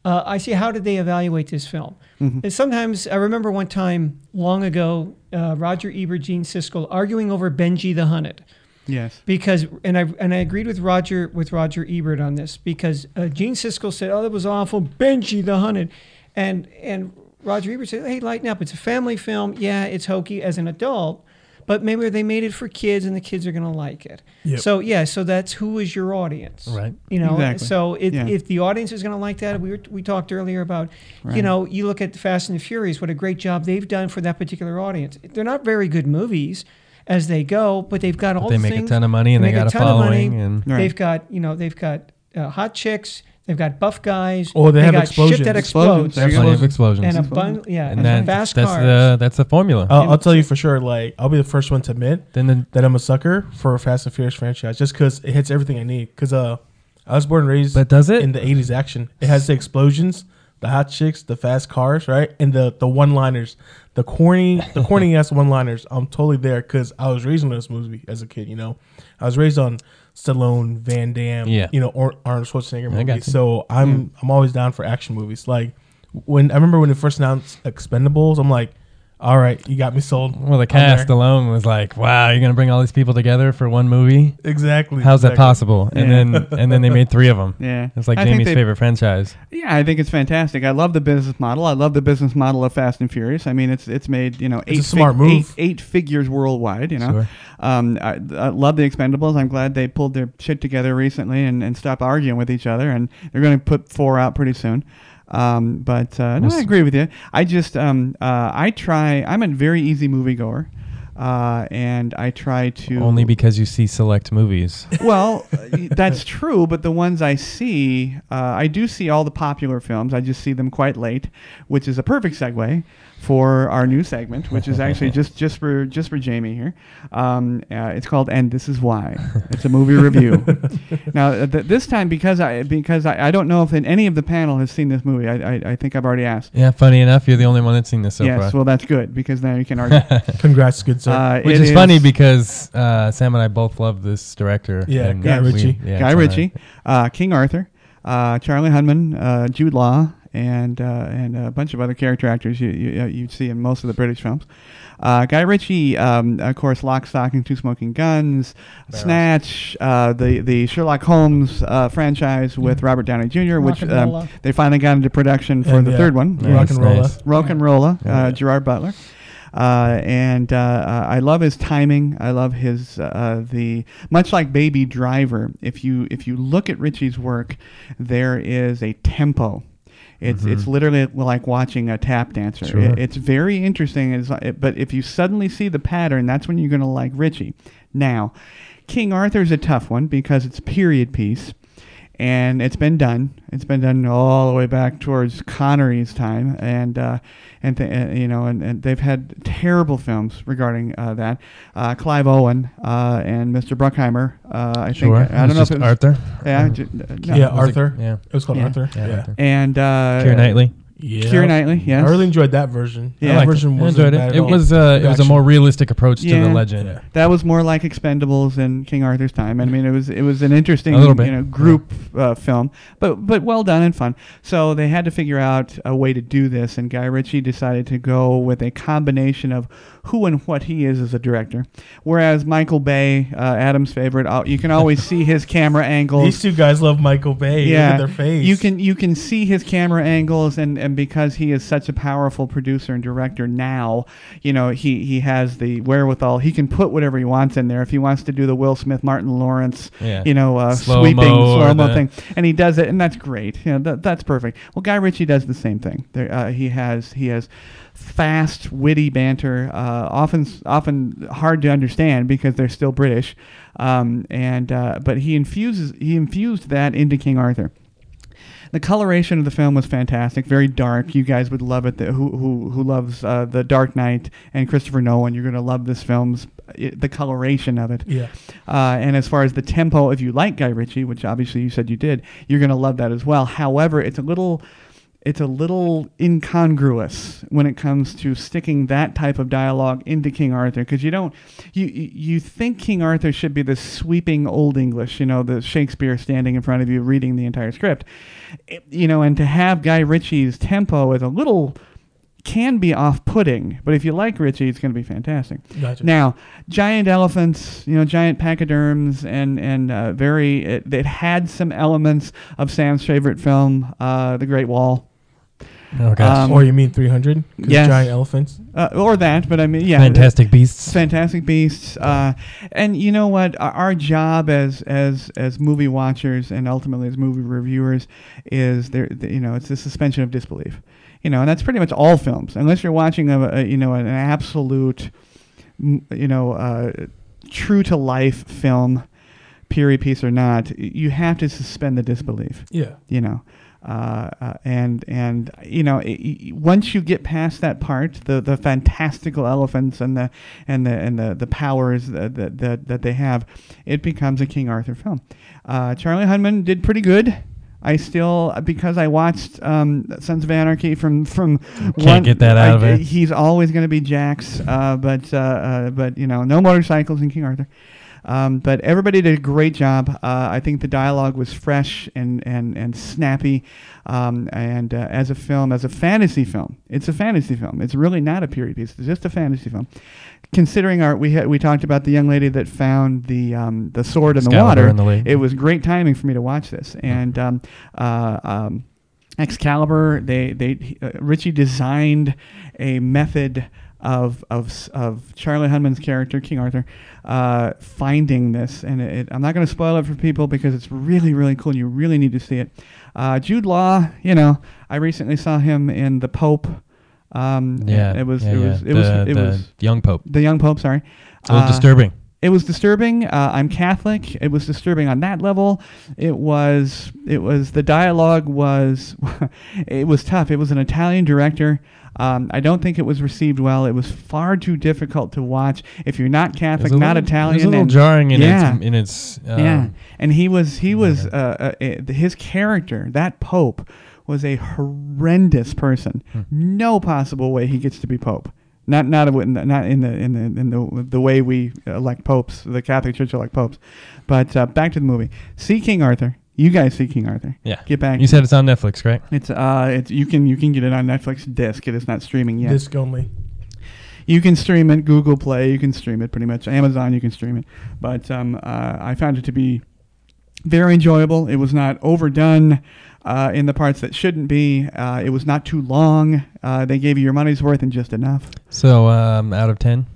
Speaker 9: uh, I see how did they evaluate this film. And sometimes I remember one time long ago, uh, Roger Ebert, Gene Siskel arguing over Benji the Hunted
Speaker 2: yes.
Speaker 9: because and I and I agreed with Roger with Roger Ebert on this because uh, Gene Siskel said, "Oh, that was awful." Benji the Hunted, and and Roger Ebert said, "Hey, lighten up. It's a family film. Yeah, it's hokey as an adult, but maybe they made it for kids, and the kids are gonna like it."
Speaker 10: Yep.
Speaker 9: So yeah, so that's who is your audience,
Speaker 8: Right.
Speaker 9: You know,
Speaker 2: Exactly.
Speaker 9: so it,
Speaker 2: Yeah.
Speaker 9: if the audience is gonna like that, we were, we talked earlier about, you know, you look at Fast and the Furious, what a great job they've done for that particular audience. They're not very good movies. As they go, but they've got all
Speaker 8: They
Speaker 9: the
Speaker 8: make a
Speaker 9: things-
Speaker 8: ton of money and they
Speaker 9: make
Speaker 8: got a
Speaker 9: ton of
Speaker 8: following
Speaker 9: money.
Speaker 8: and-
Speaker 2: Right.
Speaker 9: they've got you know they've got uh, hot chicks they've got buff guys
Speaker 10: Oh, they have
Speaker 9: got shit
Speaker 10: explosions.
Speaker 9: that
Speaker 2: Explosions,
Speaker 9: explodes
Speaker 2: there you
Speaker 8: Plenty of
Speaker 2: Explosions.
Speaker 8: explosions.
Speaker 9: and a
Speaker 2: Explosions.
Speaker 9: bun yeah
Speaker 8: And
Speaker 9: and
Speaker 8: that,
Speaker 9: fast
Speaker 8: that's
Speaker 9: cars
Speaker 8: the that's the formula.
Speaker 10: I'll, I'll tell you for sure. Like, I'll be the first one to admit
Speaker 8: Then the
Speaker 10: that I'm a sucker for a Fast and Furious franchise, just because it hits everything I need. Because uh, I was born and raised.
Speaker 8: But does it?
Speaker 10: in the '80s action? It has the explosions, the hot chicks, the fast cars, right, and the the one-liners, the corny, the
Speaker 8: [LAUGHS]
Speaker 10: corny ass one-liners. I'm totally there because I was raised on this movie as a kid. You know, I was raised on Stallone, Van Damme,
Speaker 8: Yeah.
Speaker 10: you know, or Arnold Schwarzenegger
Speaker 8: I got
Speaker 10: movies.
Speaker 8: you. Hmm.
Speaker 10: So I'm I'm always down for action movies. Like when I remember when they first announced Expendables, I'm like. All right, you got me sold.
Speaker 8: well, the
Speaker 10: I'm
Speaker 8: cast
Speaker 10: there.
Speaker 8: alone was like, wow, you're gonna bring all these people together for one movie?
Speaker 10: Exactly.
Speaker 8: How's that
Speaker 10: exactly.
Speaker 8: possible? And then and then they made three of them.
Speaker 2: Yeah.
Speaker 8: it's like
Speaker 2: I think
Speaker 8: Jamie's
Speaker 2: they-
Speaker 8: favorite franchise.
Speaker 2: Yeah, I think it's fantastic. I love the business model. I love the business model of Fast and Furious. I mean, it's it's made you know eight
Speaker 10: a smart
Speaker 2: fig-
Speaker 10: move.
Speaker 2: eight, eight figures worldwide. You know,
Speaker 8: Sure.
Speaker 2: um, I, I love the Expendables. I'm glad they pulled their shit together recently and and stop arguing with each other. And they're going to put four out pretty soon. Um, but uh, no, I agree with you. I just um, uh, I try. I'm a very easy moviegoer. Uh, and I try to
Speaker 8: Only because you see select movies. [LAUGHS]
Speaker 2: well, that's true, but the ones I see, uh, I do see all the popular films. I just see them quite late, which is a perfect segue for our new segment, which is actually just just for just for Jamie here. Um, uh, it's called "And This Is Why." It's a movie
Speaker 8: [LAUGHS]
Speaker 2: review. now, uh, th- this time because I because I, I don't know if any of the panel has seen this movie. I I, I think I've already asked.
Speaker 8: yeah, funny enough, you're the only one that's seen this so
Speaker 2: yes,
Speaker 8: far.
Speaker 2: well, that's good because now you can argue.
Speaker 8: [LAUGHS]
Speaker 10: Congrats, good sir.
Speaker 2: Uh,
Speaker 8: Which
Speaker 2: it
Speaker 8: is funny because uh, Sam and I both love this director.
Speaker 10: Yeah,
Speaker 8: and
Speaker 10: Guy
Speaker 8: we-
Speaker 10: Ritchie.
Speaker 8: yeah,
Speaker 2: Guy
Speaker 8: it's
Speaker 2: Ritchie, uh, King Arthur, uh, Charlie Hunman, uh, Jude Law, and uh, and a bunch of other character actors you you you see in most of the British films. Uh, Guy Ritchie, um, of course, Lock, Stock, and Two Smoking Guns, Snatch, uh, the the Sherlock Holmes uh, franchise with Robert Downey Jr., which um,
Speaker 9: Rock'n'Rolla.
Speaker 2: they finally got into production for
Speaker 10: And,
Speaker 2: the
Speaker 10: uh,
Speaker 2: third one.
Speaker 8: Nice,
Speaker 10: rock and roll.
Speaker 8: nice.
Speaker 2: Rock and Rolla, uh, Gerard Butler. Uh, and uh, uh, I love his timing. I love his uh, the much like Baby Driver. If you if you look at Richie's work, there is a tempo. It's it's literally like watching a tap dancer. It-
Speaker 8: Sure.
Speaker 2: it's very interesting. It's, like- it, but if you suddenly see the pattern, that's when you're gonna like Richie. Now, King Arthur's a tough one because it's a period piece and it's been done. It's been done all the way back towards Connery's time, and uh, and th- uh, you know, and, and they've had terrible films regarding uh, that. Uh, Clive Owen uh, and Mr. Bruckheimer. Uh, I
Speaker 8: Sure.
Speaker 2: think I, I don't
Speaker 8: It's
Speaker 2: know if
Speaker 8: just
Speaker 2: it was
Speaker 8: Arthur.
Speaker 2: Yeah, ju- uh, no.
Speaker 10: yeah,
Speaker 8: was it-
Speaker 10: Arthur.
Speaker 8: yeah.
Speaker 10: it was called
Speaker 2: Yeah.
Speaker 10: Arthur.
Speaker 8: Yeah,
Speaker 10: Yeah,
Speaker 8: Arthur.
Speaker 2: And uh,
Speaker 8: Keira Knightley.
Speaker 10: yeah.
Speaker 2: Keira Knightley. Yes.
Speaker 10: I really enjoyed that version.
Speaker 2: Yeah. I
Speaker 10: that
Speaker 2: liked
Speaker 10: version
Speaker 8: I
Speaker 10: wasn't
Speaker 8: enjoyed
Speaker 10: bad
Speaker 8: it.
Speaker 10: at
Speaker 8: It
Speaker 10: all.
Speaker 8: was uh, it was a
Speaker 10: Action.
Speaker 8: more realistic approach to
Speaker 2: Yeah.
Speaker 8: the legend.
Speaker 10: Yeah.
Speaker 2: that was more like Expendables in King Arthur's time. I mean, it was it was an interesting
Speaker 8: A little bit.
Speaker 2: you know group uh, film, but but well done and fun. So they had to figure out a way to do this, and Guy Ritchie decided to go with a combination of who and what he is as a director. Whereas Michael Bay, uh, Adam's favorite, uh, you can always see his
Speaker 8: [LAUGHS]
Speaker 2: camera angles
Speaker 10: These two guys love Michael Bay. Look at their face.
Speaker 2: you can you can see his camera angles and uh, and because he is such a powerful producer and director now, you know, he he has the wherewithal. He can put whatever he wants in there. If he wants to do the Will Smith, Martin Lawrence,
Speaker 8: Yeah.
Speaker 2: you know, uh,
Speaker 8: Slow-mo
Speaker 2: sweeping
Speaker 8: or
Speaker 2: slow mo
Speaker 8: the-
Speaker 2: thing, and he does it, and that's great. You know, that, that's perfect. Well, Guy Ritchie does the same thing. There, uh, he has he has fast, witty banter, uh, often often hard to understand because they're still British, um, and uh, but he infuses he infused that into King Arthur. The coloration of the film was fantastic, very dark. You guys would love it. The, who who who loves uh, the Dark Knight and Christopher Nolan, you're gonna love this film's uh, it, the coloration of it.
Speaker 10: Yeah.
Speaker 2: Uh, and as far as the tempo, if you like Guy Ritchie, which obviously you said you did, you're gonna love that as well. However, it's a little it's a little incongruous when it comes to sticking that type of dialogue into King Arthur because you don't you you you think King Arthur should be this sweeping old English, you know, the Shakespeare standing in front of you reading the entire script, It- you know, and to have Guy Ritchie's tempo is a little can be off-putting, but if you like Ritchie, it's going to be fantastic.
Speaker 10: Gotcha.
Speaker 2: Now, giant elephants, you know, giant pachyderms, and and uh, very it, it had some elements of Sam's favorite film, uh, The Great Wall.
Speaker 8: Oh gosh.
Speaker 2: Um,
Speaker 10: or you mean 300? 'Cause
Speaker 2: yes.
Speaker 10: Giant elephants.
Speaker 2: uh, or that, but I mean, yeah,
Speaker 8: Fantastic
Speaker 2: it's
Speaker 8: Beasts.
Speaker 2: Fantastic Beasts, uh, and you know what? Our, our job as as as movie watchers and ultimately as movie reviewers is there. the- You know, it's the suspension of disbelief. You know, and that's pretty much all films, unless you're watching a, a you know an absolute, m- you know, uh, true to life film, period piece or not. You have to suspend the disbelief
Speaker 10: Yeah.
Speaker 2: you know uh, uh, and and you know it, y- once you get past that part the the fantastical elephants and the and the and the, the powers that, that that that they have it becomes a king arthur film uh, charlie hunman did pretty good I still because I watched um, Sons of Anarchy from from can't
Speaker 8: get that out of it.
Speaker 2: He's always going to be Jax, uh, but uh, uh, but you know no motorcycles in King Arthur. Um, but everybody did a great job. Uh, I think the dialogue was fresh and and and snappy. Um, and uh, as a film, as a fantasy film, it's a fantasy film. It's really not a period piece. It's just a fantasy film. Considering our, we had, we talked about the young lady that found the um, the sword in the
Speaker 8: Excalibur
Speaker 2: water.
Speaker 8: in the lake.
Speaker 2: it was great timing for me to watch this. And um, uh, um, Excalibur, they they he- uh, Richie designed a method of of s- of Charlie Hunman's character King Arthur uh, finding this, and it, it- I'm not going to spoil it for people because it's really really cool. and You really need to see it. Uh, Jude Law, you know, I recently saw him in The Pope. Um,
Speaker 8: yeah.
Speaker 2: it was
Speaker 8: yeah,
Speaker 2: it
Speaker 8: yeah.
Speaker 2: was it
Speaker 8: the,
Speaker 2: was it
Speaker 8: the
Speaker 2: was
Speaker 8: young pope.
Speaker 2: the young Pope. Sorry,
Speaker 8: A little
Speaker 2: Uh,
Speaker 8: disturbing.
Speaker 2: it was disturbing. Uh, I'm Catholic. It was disturbing on that level. It was. It was. The dialogue was. [LAUGHS] it was tough. It was an Italian director. Um, I don't think it was received well. It was far too difficult to watch if you're not
Speaker 8: It was
Speaker 2: Catholic,
Speaker 8: a
Speaker 2: not
Speaker 8: little-
Speaker 2: Italian.
Speaker 8: It was a little
Speaker 2: and-
Speaker 8: jarring in
Speaker 2: yeah,
Speaker 8: its in its um,
Speaker 2: yeah. And he was. He was. Uh, uh, uh, his character, that Pope, was a horrendous person.
Speaker 8: Hmm.
Speaker 2: No possible way he gets to be Pope. Not not a, not in the in the in the the way we elect popes, the Catholic Church elect popes. But uh, back to the movie. See King Arthur. You guys see King Arthur.
Speaker 8: Yeah.
Speaker 2: Get back.
Speaker 8: You said it's on Netflix, right?
Speaker 2: it's uh it's you can you can get it on Netflix disc. It is not streaming yet.
Speaker 10: Disc only.
Speaker 2: You can stream it Google Play. You can stream it pretty much Amazon. You can stream it. But um, uh, I found it to be very enjoyable. It was not overdone uh, in the parts that shouldn't be. Uh, it was not too long. Uh, they gave you your money's worth and just enough.
Speaker 8: So um, out of ten,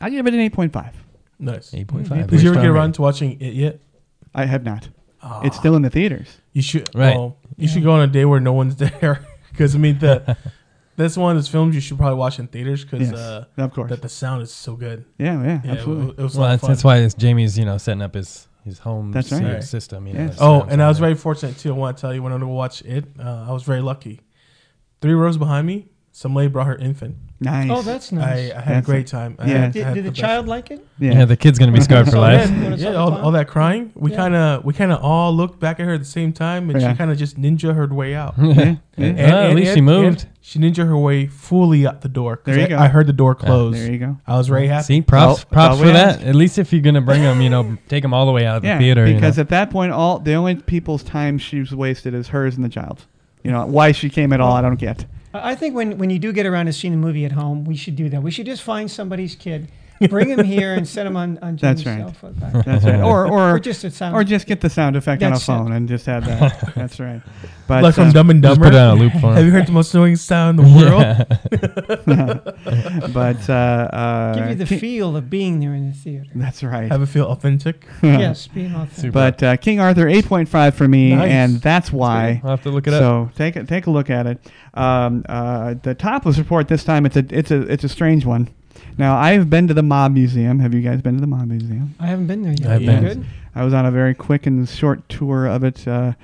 Speaker 2: I give it an eight point five.
Speaker 10: Nice.
Speaker 8: eight point five.
Speaker 10: Did you ever get around to watching it yet?
Speaker 2: I have not.
Speaker 10: Ah.
Speaker 2: It's still in the theaters.
Speaker 10: You should.
Speaker 8: Right.
Speaker 10: Well, you should go on a day where no one's [LAUGHS] there, because I mean
Speaker 8: [LAUGHS]
Speaker 10: the that's one of those films you should probably watch in theaters because
Speaker 2: Yes,
Speaker 10: uh,
Speaker 2: of course.
Speaker 10: that the sound is so good.
Speaker 2: Yeah, yeah,
Speaker 10: Yeah,
Speaker 2: absolutely.
Speaker 10: It, it was a
Speaker 8: Well,
Speaker 10: lot
Speaker 8: that's,
Speaker 10: of fun.
Speaker 8: that's why it's Jamie's, you know, setting up his his home
Speaker 2: That's right.
Speaker 8: sy-
Speaker 10: Right.
Speaker 8: system. You
Speaker 2: Yeah.
Speaker 8: know, the
Speaker 10: Oh,
Speaker 8: sounds
Speaker 10: and
Speaker 8: on
Speaker 10: I was
Speaker 8: there.
Speaker 10: very fortunate too. I want to tell you when I went to watch it, uh, I was very lucky. Three rows behind me, some lady brought her infant.
Speaker 2: Nice.
Speaker 9: Oh, that's nice.
Speaker 10: I, I had
Speaker 2: That's
Speaker 10: a great time. I
Speaker 2: yeah.
Speaker 10: had- I
Speaker 9: did
Speaker 10: had
Speaker 9: did the
Speaker 10: best-
Speaker 9: child like it?
Speaker 2: yeah.
Speaker 8: Yeah. the kid's gonna be scarred
Speaker 10: [LAUGHS]
Speaker 8: for
Speaker 9: So
Speaker 8: life.
Speaker 9: good. Wanna
Speaker 10: Oh, Yeah,
Speaker 9: stop
Speaker 10: all,
Speaker 9: the
Speaker 10: all that crying. We
Speaker 9: Yeah.
Speaker 10: kind of we kind of all looked back at her at the same time, and
Speaker 2: Yeah.
Speaker 10: she kind of just ninja her way out.
Speaker 8: Yeah.
Speaker 10: And-
Speaker 8: Well, at
Speaker 10: and-
Speaker 8: least she
Speaker 10: and-
Speaker 8: moved.
Speaker 10: and She ninja her way fully out the door. 'cause
Speaker 2: There you
Speaker 10: I,
Speaker 2: go.
Speaker 10: I heard the door close.
Speaker 2: There you go.
Speaker 10: I was very happy.
Speaker 8: See, props,
Speaker 2: Well,
Speaker 8: props
Speaker 2: well,
Speaker 8: for
Speaker 2: we
Speaker 8: that.
Speaker 2: asked.
Speaker 8: At least if you're gonna bring him,
Speaker 2: [LAUGHS]
Speaker 8: you know, take him all the way out of the
Speaker 2: Yeah,
Speaker 8: theater. you
Speaker 2: because
Speaker 8: know.
Speaker 2: at that point, all the only people's time she's wasted is hers and the child's. You know why she came at all? I don't get.
Speaker 9: I I think when, when you do get around to seeing a movie at home, we should do that. We should just find somebody's kid Bring him here and set him on on
Speaker 2: That's
Speaker 9: James'
Speaker 2: right.
Speaker 9: cell phone. back.
Speaker 2: That's right. Or or
Speaker 9: Or just a sound.
Speaker 2: or just get the sound effect on a
Speaker 9: That's it.
Speaker 2: phone and just have
Speaker 9: [LAUGHS]
Speaker 2: that. That's right. But
Speaker 10: like
Speaker 2: uh,
Speaker 10: from Dumb and
Speaker 8: Just
Speaker 10: Dumber.
Speaker 8: put it on a loop for
Speaker 10: Have you
Speaker 8: him.
Speaker 10: heard the most annoying sound in the
Speaker 8: [LAUGHS]
Speaker 10: world?
Speaker 2: but uh, uh,
Speaker 9: Give you the
Speaker 2: Ki-
Speaker 9: feel of being there in the theater.
Speaker 2: That's right.
Speaker 10: Have it
Speaker 2: [LAUGHS]
Speaker 10: feel authentic.
Speaker 9: yes, being authentic.
Speaker 2: But uh, King Arthur 8.5 for me,
Speaker 10: Nice.
Speaker 2: and that's why.
Speaker 8: I'll have to look it up.
Speaker 2: so take a, take a look at it. Um, uh, the topless report this time it's a it's a it's a strange one. Now I've been to the Mob Museum. Have you guys been to the Mob Museum?
Speaker 9: I haven't been there yet.
Speaker 8: I've
Speaker 9: You
Speaker 8: been.
Speaker 9: Good?
Speaker 2: I was on a very quick and short tour of it uh,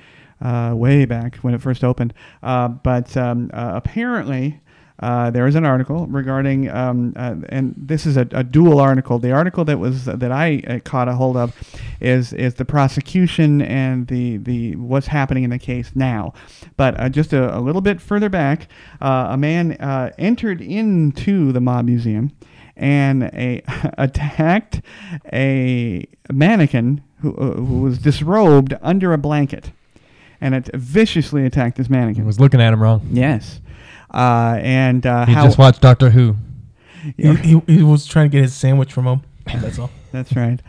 Speaker 2: uh, way back when it first opened. Uh, but um, uh, apparently, uh, there was an article regarding, um, uh, and this is a, a dual article. The article that was that I uh, caught a hold of is is the prosecution and the the what's happening in the case now. But uh, just a, a little bit further back, uh, a man uh, entered into the mob museum and a, [LAUGHS] attacked a mannequin who, uh, who was disrobed under a blanket, and it viciously attacked this
Speaker 8: I
Speaker 2: mannequin.
Speaker 8: was looking at him wrong.
Speaker 2: yes, uh, and uh,
Speaker 8: He
Speaker 2: how? [LAUGHS]
Speaker 8: just watched Doctor Who.
Speaker 10: He, he, he was trying to get his sandwich from him. That's all.
Speaker 2: That's right.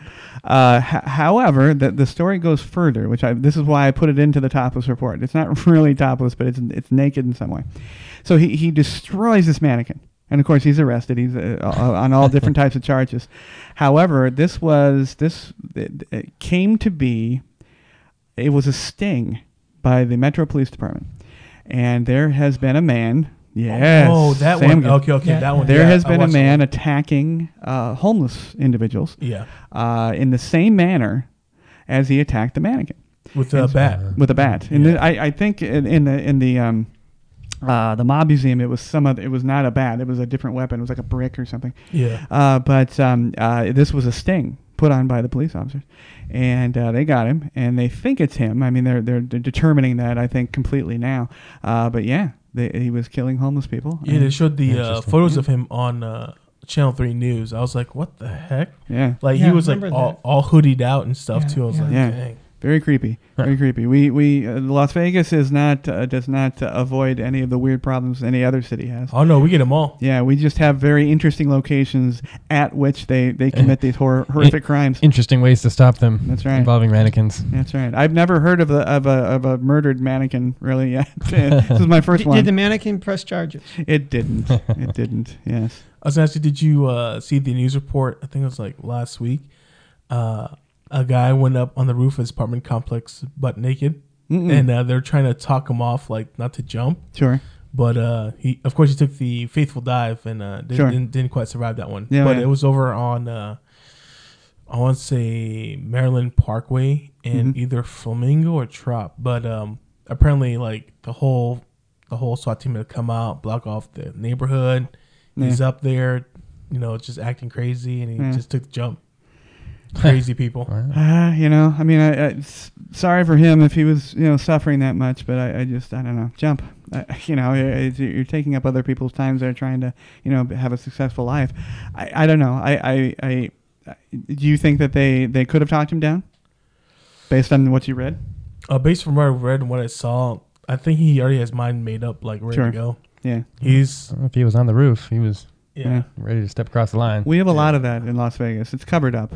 Speaker 2: Uh, h- however, the, the story goes further, which I, this is why I put it into the topless report. It's not [LAUGHS] really topless, but it's it's naked in some way. So he, he destroys this mannequin, and of course he's arrested. He's uh, o- on all
Speaker 10: [LAUGHS]
Speaker 2: different types of charges. However, this was this it, it came to be. It was a sting by the Metro Police Department, and there has been a man. [LAUGHS] Yes.
Speaker 10: Oh, that
Speaker 2: Sam
Speaker 10: one.
Speaker 2: Gibb.
Speaker 10: Okay, okay,
Speaker 9: Yeah.
Speaker 10: that one.
Speaker 2: There
Speaker 10: Yeah,
Speaker 2: has
Speaker 10: I
Speaker 2: been a
Speaker 10: watched
Speaker 2: man
Speaker 10: it.
Speaker 2: attacking uh, homeless individuals
Speaker 10: Yeah,
Speaker 2: uh, in the same manner as he attacked the mannequin
Speaker 10: with a bat.
Speaker 2: with a bat. And then I, I think in, in the in the um, uh, the mob museum, it was some other. It was not a bat. It was a different weapon. It was like a brick or something.
Speaker 10: Yeah.
Speaker 2: Uh, but um, uh, this was a sting put on by the police officers, and uh, they got him. And they think it's him. I mean, they're they're, they're determining that I think completely now. Uh, but yeah, they, he was killing homeless people.
Speaker 10: Yeah, they showed the uh,
Speaker 8: Interesting.
Speaker 10: photos of him on uh, Channel Three News. I was like, what the heck?
Speaker 2: yeah.
Speaker 10: Like
Speaker 9: Yeah,
Speaker 10: he
Speaker 9: I
Speaker 10: was like
Speaker 9: remember
Speaker 10: all,
Speaker 9: that.
Speaker 10: all hoodied out and stuff
Speaker 9: Yeah,
Speaker 10: too. I was
Speaker 9: yeah.
Speaker 10: like,
Speaker 2: Yeah.
Speaker 10: dang.
Speaker 2: Very creepy. Very creepy. We we uh, Las Vegas is not uh, does not uh, avoid any of the weird problems any other city has.
Speaker 10: Oh no, we get them all.
Speaker 2: Yeah, we just have very interesting locations at which they they commit these
Speaker 9: [LAUGHS]
Speaker 2: hor- horrific crimes.
Speaker 8: Interesting ways to stop them.
Speaker 2: That's right.
Speaker 8: Involving mannequins.
Speaker 2: That's right. I've never heard of a of a of a murdered mannequin really yet. [LAUGHS] this is my
Speaker 9: [LAUGHS]
Speaker 2: first
Speaker 9: Did, did the
Speaker 2: one.
Speaker 9: mannequin press charges?
Speaker 2: It didn't. It
Speaker 9: [LAUGHS]
Speaker 2: didn't. Yes.
Speaker 10: I was gonna ask you, did you uh, see the news report? I think it was like last week. Uh, a guy went up on the roof of his apartment complex butt naked, and uh, they're trying to talk him off, like not to jump.
Speaker 2: Sure.
Speaker 10: But uh, he, of course, he took the faithful dive and uh, didn't,
Speaker 2: Sure.
Speaker 10: didn't didn't quite survive that one.
Speaker 2: Yeah,
Speaker 10: but
Speaker 2: yeah.
Speaker 10: it was over on uh, I want to say Maryland Parkway
Speaker 2: Mm-hmm.
Speaker 10: and either Flamingo or Trop. But um, apparently, like the whole the whole SWAT team had come out, block off the neighborhood. He's up there, you know, just acting crazy, and he
Speaker 2: Yeah.
Speaker 10: just took the jump.
Speaker 2: [LAUGHS]
Speaker 10: Crazy people.
Speaker 2: Uh, you know, I mean, I, I s- sorry for him if he was, you know, suffering that much, but I, I just, I don't know, jump. I, [LAUGHS] you know, it- it- you're taking up other people's times. They're trying to, you know, have a successful life. I, I don't know. I, I, I, I- do you think that they, they could have talked him down based on what you read?
Speaker 10: Uh, based from what I read and what I saw, I think he already has mind made up, like ready
Speaker 2: Sure.
Speaker 10: to go.
Speaker 2: Yeah.
Speaker 10: He's
Speaker 8: I don't know if he was on the roof. He was
Speaker 10: yeah.
Speaker 8: ready to step across the line.
Speaker 2: We have a lot of that in Las Vegas. It's covered up.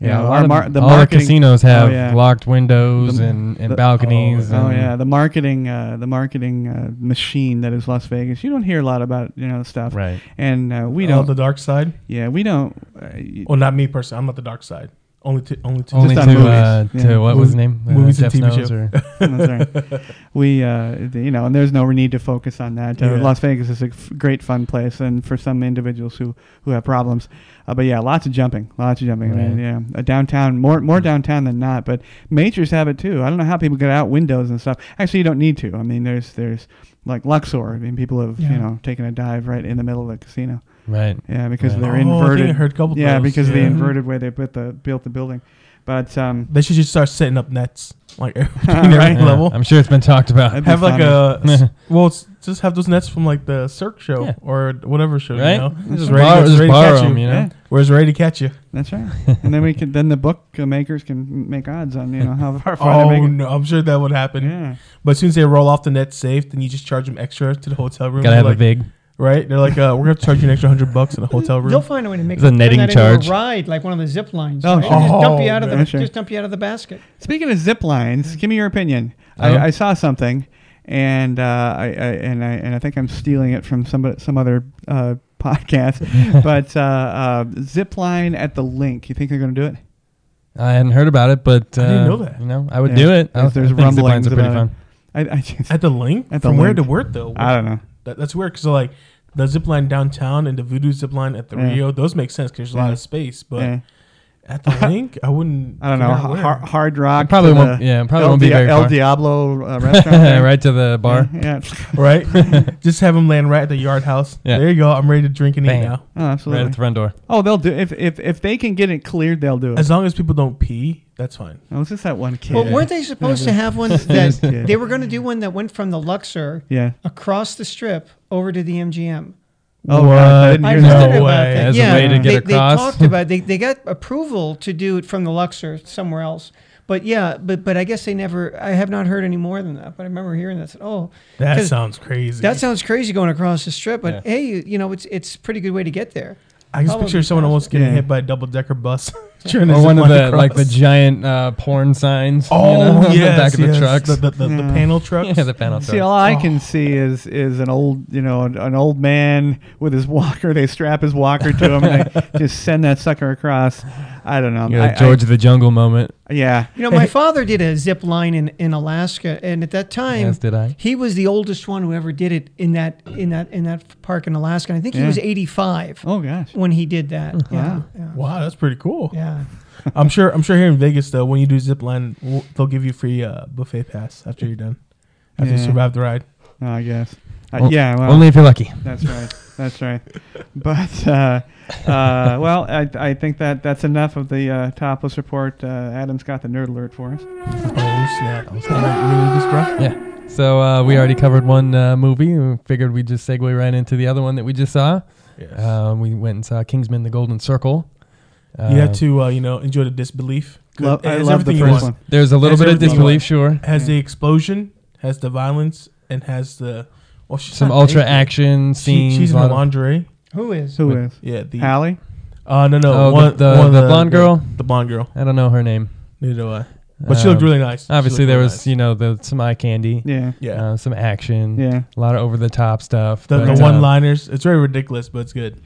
Speaker 2: You
Speaker 8: yeah,
Speaker 2: know,
Speaker 8: a lot
Speaker 2: our
Speaker 8: of
Speaker 2: mar-
Speaker 8: the all the
Speaker 2: marketing-
Speaker 8: casinos have
Speaker 2: Oh, yeah.
Speaker 8: locked windows
Speaker 2: The-
Speaker 8: and, and
Speaker 2: the-
Speaker 8: balconies.
Speaker 2: Oh
Speaker 8: and-
Speaker 2: yeah, the marketing, uh, the marketing uh, machine that is Las Vegas. You don't hear a lot about you know stuff,
Speaker 8: Right.
Speaker 2: And uh, we
Speaker 10: We
Speaker 2: don't.
Speaker 10: the dark side.
Speaker 2: yeah, we don't. Uh, y-
Speaker 10: Well, not me personally. I'm not the dark side. Only to only to
Speaker 8: Only to,
Speaker 2: Just on movies.
Speaker 8: uh, to
Speaker 2: Yeah.
Speaker 8: what was his name? Uh,
Speaker 10: Movies and
Speaker 8: Jeff
Speaker 10: TV
Speaker 8: Snows
Speaker 10: show. [LAUGHS]
Speaker 8: or-
Speaker 2: That's right. We, uh, the- you know, and there's no need to focus on that. Uh,
Speaker 10: Yeah.
Speaker 2: Las Vegas is a f- great fun place, and for some individuals who, who have problems, uh, but yeah, lots of jumping, lots of jumping. I mean, yeah, uh, downtown, more more downtown than not, but majors have it too. I don't know how people get out windows and stuff. Actually, you don't need to. I mean, there's there's like Luxor. I mean, people have
Speaker 9: Yeah.
Speaker 2: you know taken a dive right in the middle of the casino.
Speaker 8: right.
Speaker 10: [LAUGHS]
Speaker 2: Yeah, because
Speaker 8: Right.
Speaker 2: they're
Speaker 10: Oh, I think I
Speaker 2: inverted.
Speaker 10: heard a couple of
Speaker 2: yeah,
Speaker 10: those.
Speaker 2: because of the
Speaker 10: Yeah.
Speaker 2: inverted way they put the built the building, but um,
Speaker 10: They should just start setting up nets
Speaker 2: [LAUGHS]
Speaker 10: like [LAUGHS] between
Speaker 2: Right.
Speaker 10: every
Speaker 8: Yeah,
Speaker 10: level.
Speaker 8: I'm sure it's been talked about.
Speaker 2: That'd be
Speaker 10: have like
Speaker 2: funny.
Speaker 8: [LAUGHS]
Speaker 10: a well, s- just have those nets from like the Cirque show
Speaker 8: Yeah.
Speaker 10: or whatever show.
Speaker 8: Right?
Speaker 10: You know?
Speaker 8: Just borrow-
Speaker 10: it's
Speaker 8: just borrow
Speaker 10: catch
Speaker 8: 'em, you know?
Speaker 2: yeah.
Speaker 10: Where it's ready to catch you.
Speaker 2: That's
Speaker 8: [LAUGHS]
Speaker 2: right. and then we could then the book makers can make odds on you know how far far
Speaker 10: [LAUGHS] Oh
Speaker 2: they make it.
Speaker 10: no, I'm sure that would happen.
Speaker 2: Yeah.
Speaker 10: But as soon as they roll off the net safe, then you just charge them extra to the hotel room.
Speaker 8: Gotta have a
Speaker 10: You're like,
Speaker 8: big.
Speaker 10: right? They're like, uh, we're gonna charge you an extra hundred bucks in a hotel room.
Speaker 9: They'll find a way to make
Speaker 3: It's a
Speaker 9: turn
Speaker 3: netting
Speaker 9: that into
Speaker 3: charge.
Speaker 9: a ride, like one of the zip lines.
Speaker 2: Oh,
Speaker 9: right?
Speaker 2: sure.
Speaker 9: just dump you out of
Speaker 2: Oh,
Speaker 9: the
Speaker 2: sure.
Speaker 9: just dump you out of the basket.
Speaker 2: Speaking of zip lines,
Speaker 8: Mm-hmm.
Speaker 2: give me your opinion.
Speaker 8: Oh.
Speaker 2: I, I saw something, and uh, I, I and I and I think I'm stealing it from some some other uh, [LAUGHS]
Speaker 8: [LAUGHS]
Speaker 2: podcast. but uh, uh, zip line at the link. You think they're going to do it?
Speaker 8: I hadn't heard about it, but uh,
Speaker 10: didn't know that.
Speaker 8: You know, I would
Speaker 2: Yeah.
Speaker 8: do it. I,
Speaker 2: There's- there's
Speaker 8: I think [LAUGHS] zip
Speaker 2: rumblings
Speaker 8: lines are pretty
Speaker 2: about it.
Speaker 8: fun. [LAUGHS]
Speaker 2: I I, just,
Speaker 10: At the link?
Speaker 2: At the
Speaker 10: From where
Speaker 2: link.
Speaker 10: to where though?
Speaker 2: I don't know.
Speaker 10: That, that's weird because like the zip line downtown and the Voodoo zip line at the
Speaker 2: Yeah.
Speaker 10: Rio, those make sense because there's a lot
Speaker 2: Yeah.
Speaker 10: of space. But
Speaker 2: Yeah.
Speaker 10: at
Speaker 2: [LAUGHS]
Speaker 10: the link, I wouldn't.
Speaker 2: I don't know.
Speaker 10: figure out
Speaker 2: Har-
Speaker 10: where.
Speaker 2: har- hard rock.
Speaker 8: It probably
Speaker 2: to
Speaker 8: won't-
Speaker 2: the
Speaker 8: yeah, it probably
Speaker 2: El
Speaker 8: won't be
Speaker 2: Dia-
Speaker 8: very
Speaker 2: El
Speaker 8: far.
Speaker 2: Diablo
Speaker 8: [LAUGHS]
Speaker 2: uh, restaurant. there.
Speaker 8: right to the bar.
Speaker 2: Yeah. [LAUGHS]
Speaker 8: [LAUGHS]
Speaker 10: right? Just have them land right at the yard house.
Speaker 8: Yeah.
Speaker 10: There you go. I'm ready to drink and
Speaker 8: Bam.
Speaker 10: eat now.
Speaker 2: Oh,
Speaker 8: Right
Speaker 2: absolutely.
Speaker 8: at the front door.
Speaker 2: Oh, they'll do if if if they can get it cleared, they'll do it.
Speaker 10: As long as people don't pee, that's fine.
Speaker 2: Oh, it's just that one kid.
Speaker 9: Well, weren't they supposed to have
Speaker 10: [LAUGHS]
Speaker 9: one
Speaker 2: Yeah.
Speaker 9: that they were going to do one that went from the Luxor
Speaker 2: yeah.
Speaker 9: across the strip over to the MGM?
Speaker 2: Oh, God, I didn't
Speaker 10: What?
Speaker 9: I
Speaker 2: hear
Speaker 9: just
Speaker 2: that.
Speaker 9: heard about
Speaker 10: way.
Speaker 9: that.
Speaker 8: As a
Speaker 9: yeah,
Speaker 8: way to get
Speaker 9: they,
Speaker 8: across.
Speaker 9: They talked about they, they got approval to do it from the Luxor somewhere else. But yeah, but but I guess they never. I have not heard any more than that. But I remember hearing that. I said, oh,
Speaker 10: That
Speaker 9: 'cause
Speaker 10: sounds crazy.
Speaker 9: that sounds crazy going across the strip. But
Speaker 8: Yeah.
Speaker 9: hey, you, you know it's it's a pretty good way to get there.
Speaker 10: I just
Speaker 9: probably
Speaker 10: picture someone almost getting
Speaker 2: Yeah.
Speaker 10: hit by a double
Speaker 9: [LAUGHS]
Speaker 10: decker bus. [LAUGHS] during
Speaker 8: Or
Speaker 10: a
Speaker 8: one
Speaker 10: zip
Speaker 8: of
Speaker 10: line
Speaker 8: the like the
Speaker 10: across.
Speaker 8: giant uh, porn signs.
Speaker 10: [LAUGHS] oh
Speaker 8: you know, [LAUGHS]
Speaker 10: yes,
Speaker 8: the back of
Speaker 10: yes.
Speaker 8: the trucks.
Speaker 10: the, the, the, the
Speaker 2: Yeah.
Speaker 10: panel
Speaker 8: [LAUGHS]
Speaker 10: trucks.
Speaker 8: yeah, the panel
Speaker 2: See,
Speaker 8: trucks.
Speaker 2: all I can see is is an old, you know, an, an old man with his walker. They strap his walker to him and they just send that sucker across. I don't know.
Speaker 8: You know,
Speaker 2: I- I-
Speaker 8: the George of the Jungle moment.
Speaker 2: yeah.
Speaker 9: You know,
Speaker 2: [LAUGHS]
Speaker 9: my father did a zip line in, in Alaska, and at that time,
Speaker 8: Yes, did I.
Speaker 9: he was the oldest one who ever did it in that in that in that park in Alaska. I think he
Speaker 2: Yeah.
Speaker 9: was 85
Speaker 2: Oh gosh.
Speaker 9: when he did that.
Speaker 8: Hmm.
Speaker 9: Yeah, yeah,
Speaker 10: Wow, that's pretty cool.
Speaker 9: yeah.
Speaker 10: I'm sure. I'm sure here in Vegas though, when you do zip line, w- they'll give you free uh, buffet pass after you're done, after you
Speaker 2: Yeah.
Speaker 10: survive
Speaker 9: [LAUGHS]
Speaker 10: the ride.
Speaker 2: Oh, I guess. Uh, yeah. Well,
Speaker 8: Only if you're lucky.
Speaker 2: that's right. That's right. But uh, uh, well, I, I think that that's enough of the uh, topless report. Uh, Adam's got the nerd alert for us.
Speaker 10: Oh snap! Is that really this, bro?
Speaker 8: Yeah. So uh, we already covered one uh, movie. We figured we'd just segue right into the other one that we just saw.
Speaker 10: Yes.
Speaker 8: Um, we went and saw Kingsman: The Golden Circle. Uh,
Speaker 10: you have to, uh, you know, enjoy the disbelief.
Speaker 2: Love, I
Speaker 10: It's
Speaker 2: love the
Speaker 10: everything you
Speaker 2: first
Speaker 10: want.
Speaker 2: one.
Speaker 8: There's a little
Speaker 10: That's
Speaker 8: bit of
Speaker 10: everything you
Speaker 8: disbelief,
Speaker 10: want.
Speaker 8: sure.
Speaker 10: Has the explosion, has the violence, and has the well, she's
Speaker 8: Some
Speaker 10: not
Speaker 8: ultra
Speaker 10: naked.
Speaker 8: action
Speaker 10: She-
Speaker 8: scenes.
Speaker 10: she's in
Speaker 8: a
Speaker 10: her
Speaker 8: lot of-
Speaker 10: lingerie.
Speaker 9: Who is?
Speaker 2: Who is
Speaker 10: Yeah. The
Speaker 2: Hallie?
Speaker 10: Uh, no, no.
Speaker 8: Oh, the-
Speaker 10: one-
Speaker 8: the-
Speaker 10: one of
Speaker 8: the blonde girl?
Speaker 10: The, blonde girl.
Speaker 8: I don't know her name.
Speaker 10: Neither do I. But she looked
Speaker 8: Um,
Speaker 10: really nice. She
Speaker 8: Obviously,
Speaker 10: looked
Speaker 8: there
Speaker 10: really
Speaker 8: was
Speaker 10: nice.
Speaker 8: you know the, some eye candy,
Speaker 2: Yeah.
Speaker 10: yeah.
Speaker 8: uh, some action,
Speaker 2: Yeah.
Speaker 8: a lot of over the top stuff.
Speaker 10: the,
Speaker 8: but,
Speaker 10: the
Speaker 8: uh,
Speaker 10: one liners. It's very ridiculous, but it's good.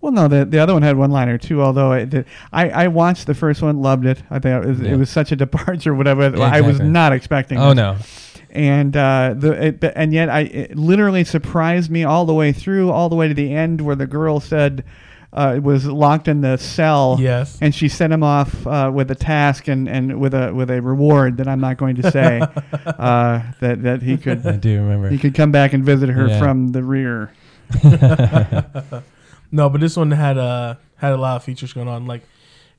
Speaker 2: Well, no, the the other one had one liner too. Although it, the, I I watched the first one, loved it. I think it was,
Speaker 8: Yeah.
Speaker 2: it was such a departure. Whatever I was
Speaker 8: Exactly.
Speaker 2: not expecting.
Speaker 8: Oh
Speaker 2: this.
Speaker 8: no,
Speaker 2: And uh, the it, the- and yet I it literally surprised me all the way through, all the way to the end where the girl said. Uh, was locked in the cell.
Speaker 10: Yes.
Speaker 2: [LAUGHS]
Speaker 10: [LAUGHS]
Speaker 2: and she sent him off uh, with a task and, and with a with a reward that I'm not going to
Speaker 8: [LAUGHS]
Speaker 2: say uh, that that he
Speaker 8: I
Speaker 2: could
Speaker 8: do remember.
Speaker 2: he could come back and visit her
Speaker 8: Yeah.
Speaker 2: from the rear.
Speaker 10: No, but this one had uh had a lot of features going on, like,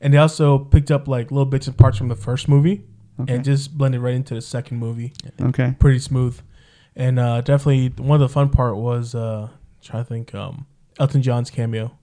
Speaker 10: and they also picked up like little bits and parts from the first movie, and just blended right into the second movie,
Speaker 2: Okay,
Speaker 10: pretty smooth, and uh, definitely one of the fun part was uh, trying to think um Elton John's cameo,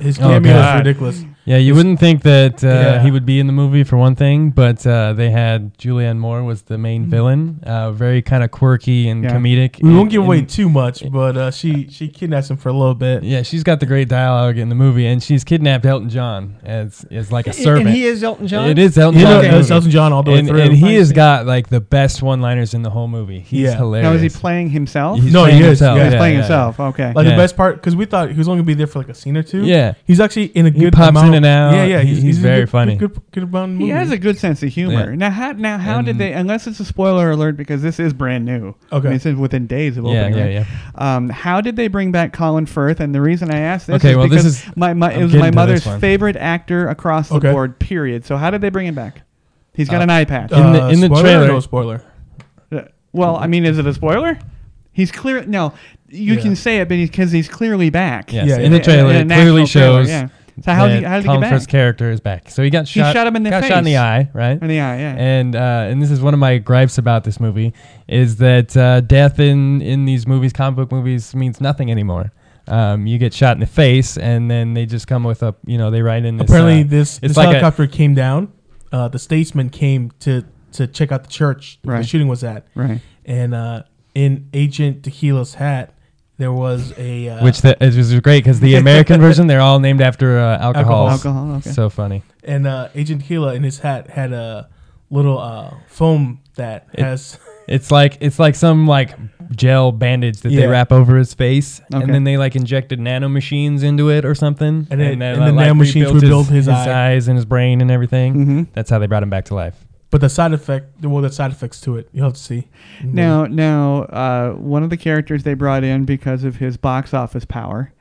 Speaker 10: his
Speaker 8: Oh,
Speaker 10: cameo is
Speaker 8: God.
Speaker 10: ridiculous.
Speaker 8: Yeah, you wouldn't think that uh,
Speaker 10: Yeah.
Speaker 8: he would be in the movie for one thing, but uh, they had Julianne Moore was the main villain, uh, very kind of quirky and
Speaker 2: Mm-hmm. Yeah.
Speaker 8: comedic.
Speaker 10: We won't give
Speaker 8: And-
Speaker 10: away
Speaker 8: and-
Speaker 10: too much, but uh, she she kidnaps him for a little bit.
Speaker 8: Yeah, she's got the great dialogue in the movie, and she's kidnapped Elton John as is like a
Speaker 9: And-
Speaker 8: servant.
Speaker 9: And he is Elton John.
Speaker 8: It is Elton
Speaker 10: You know,
Speaker 8: John.
Speaker 10: it's Elton John all the way
Speaker 8: and,
Speaker 10: through.
Speaker 8: and he has
Speaker 10: Nice.
Speaker 8: got like the best one-liners in the whole movie. He's
Speaker 10: Yeah.
Speaker 8: hilarious.
Speaker 2: now is he playing himself?
Speaker 8: He's
Speaker 10: No, he
Speaker 8: playing
Speaker 10: is.
Speaker 8: himself.
Speaker 10: Yeah,
Speaker 2: He's
Speaker 10: yeah,
Speaker 2: playing himself. Okay.
Speaker 10: Like
Speaker 8: Yeah.
Speaker 10: the best part, because we thought he was only gonna be there for like a scene or two.
Speaker 8: Yeah.
Speaker 10: he's actually in a good.
Speaker 8: pops in
Speaker 10: amount-
Speaker 8: and out.
Speaker 10: Yeah, yeah,
Speaker 8: He- he's
Speaker 10: in a
Speaker 8: very
Speaker 10: good-
Speaker 8: funny.
Speaker 10: Good, good, good amount of
Speaker 2: He
Speaker 10: movie.
Speaker 2: has a good sense of humor.
Speaker 8: mm. Yeah.
Speaker 2: Now, how now how did
Speaker 8: And-
Speaker 2: they? Unless it's a spoiler alert because this is brand new.
Speaker 10: Okay.
Speaker 2: I mean, it's in- within days of
Speaker 8: Yeah,
Speaker 2: opening.
Speaker 8: yeah,
Speaker 2: right? Um, how did they bring back Colin Firth? And the reason I asked this
Speaker 8: Okay,
Speaker 2: is
Speaker 8: well, this
Speaker 2: because
Speaker 8: is-
Speaker 2: my, my
Speaker 8: I'm
Speaker 2: it was
Speaker 8: getting
Speaker 2: my
Speaker 8: to this
Speaker 2: mother's
Speaker 8: one.
Speaker 2: favorite actor across the
Speaker 10: Okay.
Speaker 2: board. Period. So how did they bring him back? He's got
Speaker 8: Uh,
Speaker 2: an eye patch.
Speaker 8: in the- in the
Speaker 10: spoiler or
Speaker 8: trailer-
Speaker 10: No spoiler.
Speaker 2: Uh, well, I mean, is it a spoiler? He's clear. No, you
Speaker 10: Yeah.
Speaker 2: can say it because he's clearly back.
Speaker 8: Yes,
Speaker 10: Yeah,
Speaker 8: in the
Speaker 2: a-
Speaker 8: trailer,
Speaker 2: in a
Speaker 8: it clearly
Speaker 2: national trailer,
Speaker 8: shows.
Speaker 2: yeah. So how did he, how did he
Speaker 8: Colin
Speaker 2: get back?
Speaker 8: Firth's character is back. So he got
Speaker 2: He
Speaker 8: shot.
Speaker 2: shot him in the
Speaker 8: got shot in the
Speaker 2: face.
Speaker 8: eye, right?
Speaker 2: In the eye, yeah.
Speaker 8: And uh, and this is one of my gripes about this movie is that uh, death in in these movies, comic book movies, means nothing anymore. Um, you get shot in the face, and then they just come with a you know they write in this.
Speaker 10: Apparently,
Speaker 8: uh,
Speaker 10: this
Speaker 8: it's
Speaker 10: this
Speaker 8: like a-
Speaker 10: helicopter came down. Uh, the statesman came to to check out the church where
Speaker 2: Right.
Speaker 10: the shooting was at,
Speaker 2: Right.
Speaker 10: and uh, in Agent Tequila's hat, There was a uh,
Speaker 8: which that is, is great because the
Speaker 10: [LAUGHS]
Speaker 8: American version they're all named after uh, alcohols.
Speaker 2: Alcohol, okay.
Speaker 8: So funny.
Speaker 10: and uh, Agent Keela in his hat had a little uh, foam that has
Speaker 8: It's like it's like some like gel bandage that they
Speaker 10: Yeah.
Speaker 8: wrap over his face,
Speaker 2: Okay.
Speaker 8: and then they like injected nano machines into it or something,
Speaker 10: And it-
Speaker 8: then,
Speaker 10: and the nano machines
Speaker 8: rebuilt
Speaker 10: rebuilt his eye. Mm-hmm.
Speaker 8: eyes and his brain and everything.
Speaker 2: Mhm.
Speaker 8: That's how they brought him back to life.
Speaker 10: but the side effect well the side effects to it you'll have to see
Speaker 2: Now, now, uh, one of the characters they brought in because of his box office power,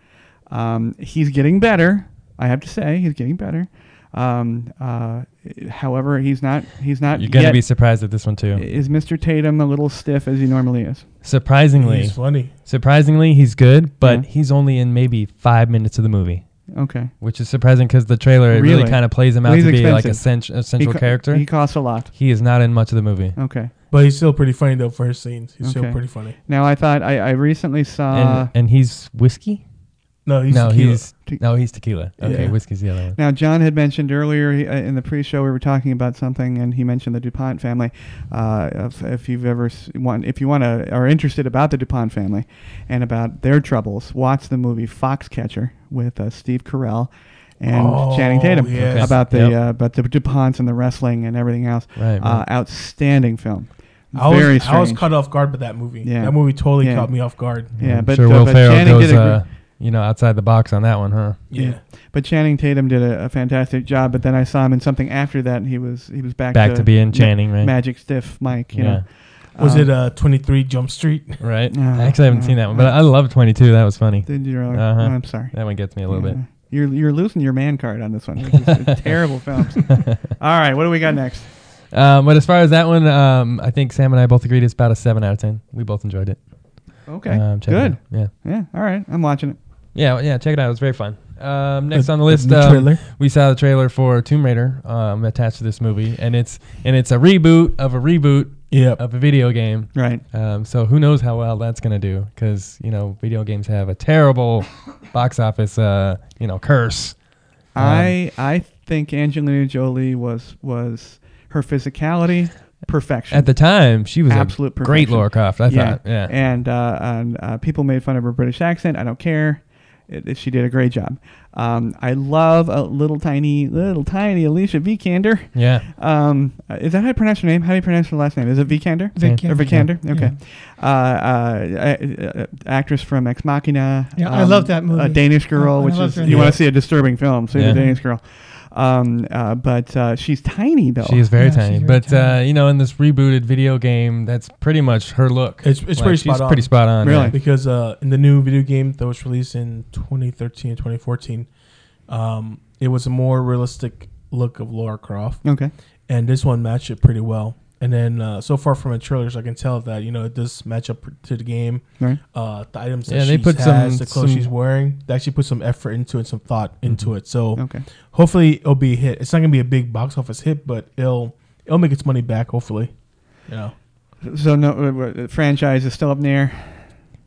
Speaker 2: um, he's getting better. I have to say, he's getting better. Um, uh, however, he's not. He's not.
Speaker 8: You're gonna
Speaker 2: yet-
Speaker 8: be surprised at this one too.
Speaker 2: Is Mr. Tatum a little stiff as he normally is?
Speaker 8: Surprisingly,
Speaker 10: he's funny
Speaker 8: surprisingly, he's good, but
Speaker 2: Yeah.
Speaker 8: he's only in maybe five minutes of the movie.
Speaker 2: Okay.
Speaker 8: Which is surprising because the trailer it
Speaker 2: Really?
Speaker 8: really kind of plays him
Speaker 2: Well,
Speaker 8: out
Speaker 2: he's
Speaker 8: to be like a,
Speaker 2: expensive.
Speaker 8: cent- a
Speaker 2: He
Speaker 8: central
Speaker 2: co-
Speaker 8: character.
Speaker 2: He costs a lot.
Speaker 8: he is not in much of the movie.
Speaker 2: Okay.
Speaker 10: but he's still pretty funny though for his scenes he's
Speaker 2: Okay.
Speaker 10: still pretty funny
Speaker 2: Now I thought I, I recently saw.
Speaker 8: and, and he's whiskey?
Speaker 10: no Uh, he's
Speaker 8: no,
Speaker 10: Keela.
Speaker 8: he's
Speaker 2: Te-
Speaker 8: no, he's tequila. Okay,
Speaker 10: Yeah.
Speaker 8: whiskey's the other one.
Speaker 2: Now, John had mentioned earlier he- uh, in the pre-show we were talking about something, and he mentioned the Dupont family. Uh, if, if you've ever s- want, if you want to are interested about the Dupont family and about their troubles, watch the movie Foxcatcher with uh, Steve Carell and
Speaker 10: Oh,
Speaker 2: Channing Tatum
Speaker 10: yes.
Speaker 2: about the
Speaker 8: Yep.
Speaker 2: uh, about the Duponts and the wrestling and everything else.
Speaker 8: Right,
Speaker 2: Uh,
Speaker 8: right.
Speaker 2: outstanding film.
Speaker 10: I
Speaker 2: Very
Speaker 10: was, I was
Speaker 2: strange.
Speaker 10: caught off guard by that movie
Speaker 2: Yeah.
Speaker 10: that movie totally
Speaker 2: Yeah.
Speaker 10: caught me off guard
Speaker 2: yeah,
Speaker 8: I'm
Speaker 2: but,
Speaker 8: sure
Speaker 2: uh,
Speaker 8: Will
Speaker 2: but
Speaker 8: Ferrell
Speaker 2: Channing
Speaker 8: goes,
Speaker 2: did a gr-
Speaker 8: uh, you know, outside the box on that one, huh?
Speaker 10: yeah,
Speaker 2: But Channing Tatum did a, a fantastic job. But then I saw him in something after that, and he was he was back
Speaker 8: Back
Speaker 2: to,
Speaker 8: to being
Speaker 2: ma-
Speaker 8: Channing, right?
Speaker 2: Magic Stiff Mike. You know.
Speaker 10: was
Speaker 2: Um,
Speaker 10: it uh 23 Jump Street
Speaker 8: [LAUGHS] Right.
Speaker 2: Yeah.
Speaker 8: I actually haven't seen that one, but
Speaker 2: Yeah.
Speaker 8: I love 22. That was
Speaker 10: uh,
Speaker 8: funny.
Speaker 2: Did you? really?
Speaker 8: Uh-huh.
Speaker 2: Oh, I'm sorry.
Speaker 8: That one gets me a little
Speaker 2: Yeah.
Speaker 8: bit.
Speaker 2: You're you're losing your man card on this one. This
Speaker 8: [LAUGHS]
Speaker 2: is terrible films. All right, what do we got next?
Speaker 8: Um, but as far as that one, um, I think Sam and I both agreed it's about a seven out of ten. We both enjoyed it.
Speaker 2: Okay,
Speaker 8: Um, check it
Speaker 2: good.
Speaker 8: out. Yeah.
Speaker 2: Yeah. All right, I'm watching it.
Speaker 8: Yeah, well, yeah, check it out. It was very fun. Um, next
Speaker 10: The-
Speaker 8: on the list,
Speaker 10: the
Speaker 8: um,
Speaker 10: trailer?
Speaker 8: we saw the trailer for Tomb Raider um, attached to this movie, and it's and it's a reboot of a reboot
Speaker 10: yeah
Speaker 8: of a video game.
Speaker 2: Right.
Speaker 8: Um, so who knows how well that's gonna do? Because you know, video games have a terrible box office, uh, you know, curse.
Speaker 2: I
Speaker 8: Um,
Speaker 2: I think Angelina Jolie was was her physicality perfection
Speaker 8: At the time, she was
Speaker 2: Absolute
Speaker 8: a great
Speaker 2: perfection.
Speaker 8: Laura Croft. I thought, yeah,
Speaker 2: And, uh, and uh, people made fun of her British accent. I don't care. It, it- she did a great job. Um, I love a little tiny, little tiny Alicia Vikander.
Speaker 8: yeah.
Speaker 2: Um, uh, is that how you pronounce her name? How do you pronounce her last name? Is it Vikander?
Speaker 9: Vikander.
Speaker 2: Or Vikander? Okay. Uh, uh, uh, actress from Ex Machina. Um,
Speaker 9: Yeah, I love that movie.
Speaker 2: A Danish Girl,
Speaker 9: Oh, and I
Speaker 2: which
Speaker 9: love
Speaker 2: is,
Speaker 9: her
Speaker 2: you
Speaker 9: in
Speaker 2: want
Speaker 9: that.
Speaker 2: to see a disturbing film, see
Speaker 8: Yeah.
Speaker 2: The Danish Girl. Um, uh, but uh, she's tiny, though.
Speaker 8: She is very
Speaker 9: Yeah, she's
Speaker 8: tiny,
Speaker 9: very
Speaker 8: but
Speaker 9: tiny.
Speaker 8: Uh, you know, in this rebooted video game, that's pretty much her look.
Speaker 10: It's- it's pretty
Speaker 8: she's
Speaker 10: spot on.
Speaker 8: Pretty spot on.
Speaker 2: Really?
Speaker 8: yeah.
Speaker 10: because uh, in the new video game that was released in 2013 and 2014, um, it was a more realistic look of Laura Croft,
Speaker 2: Okay.
Speaker 10: and this one matched it pretty well. And then uh, so far from the trailers, I can tell that you know it does match up to the game.
Speaker 2: Right.
Speaker 10: Uh, the items
Speaker 8: Yeah,
Speaker 10: that
Speaker 8: they
Speaker 10: she
Speaker 8: put some-
Speaker 10: has, the clothes
Speaker 8: some- Mm-hmm.
Speaker 10: she's wearing, they actually put some effort into it, some thought into it. So
Speaker 2: Okay.
Speaker 10: hopefully it'll be a hit. It's not gonna be a big box office hit, but it'll it'll make its money back. Hopefully, you know.
Speaker 2: So, no, uh, uh, franchise is still up in the air.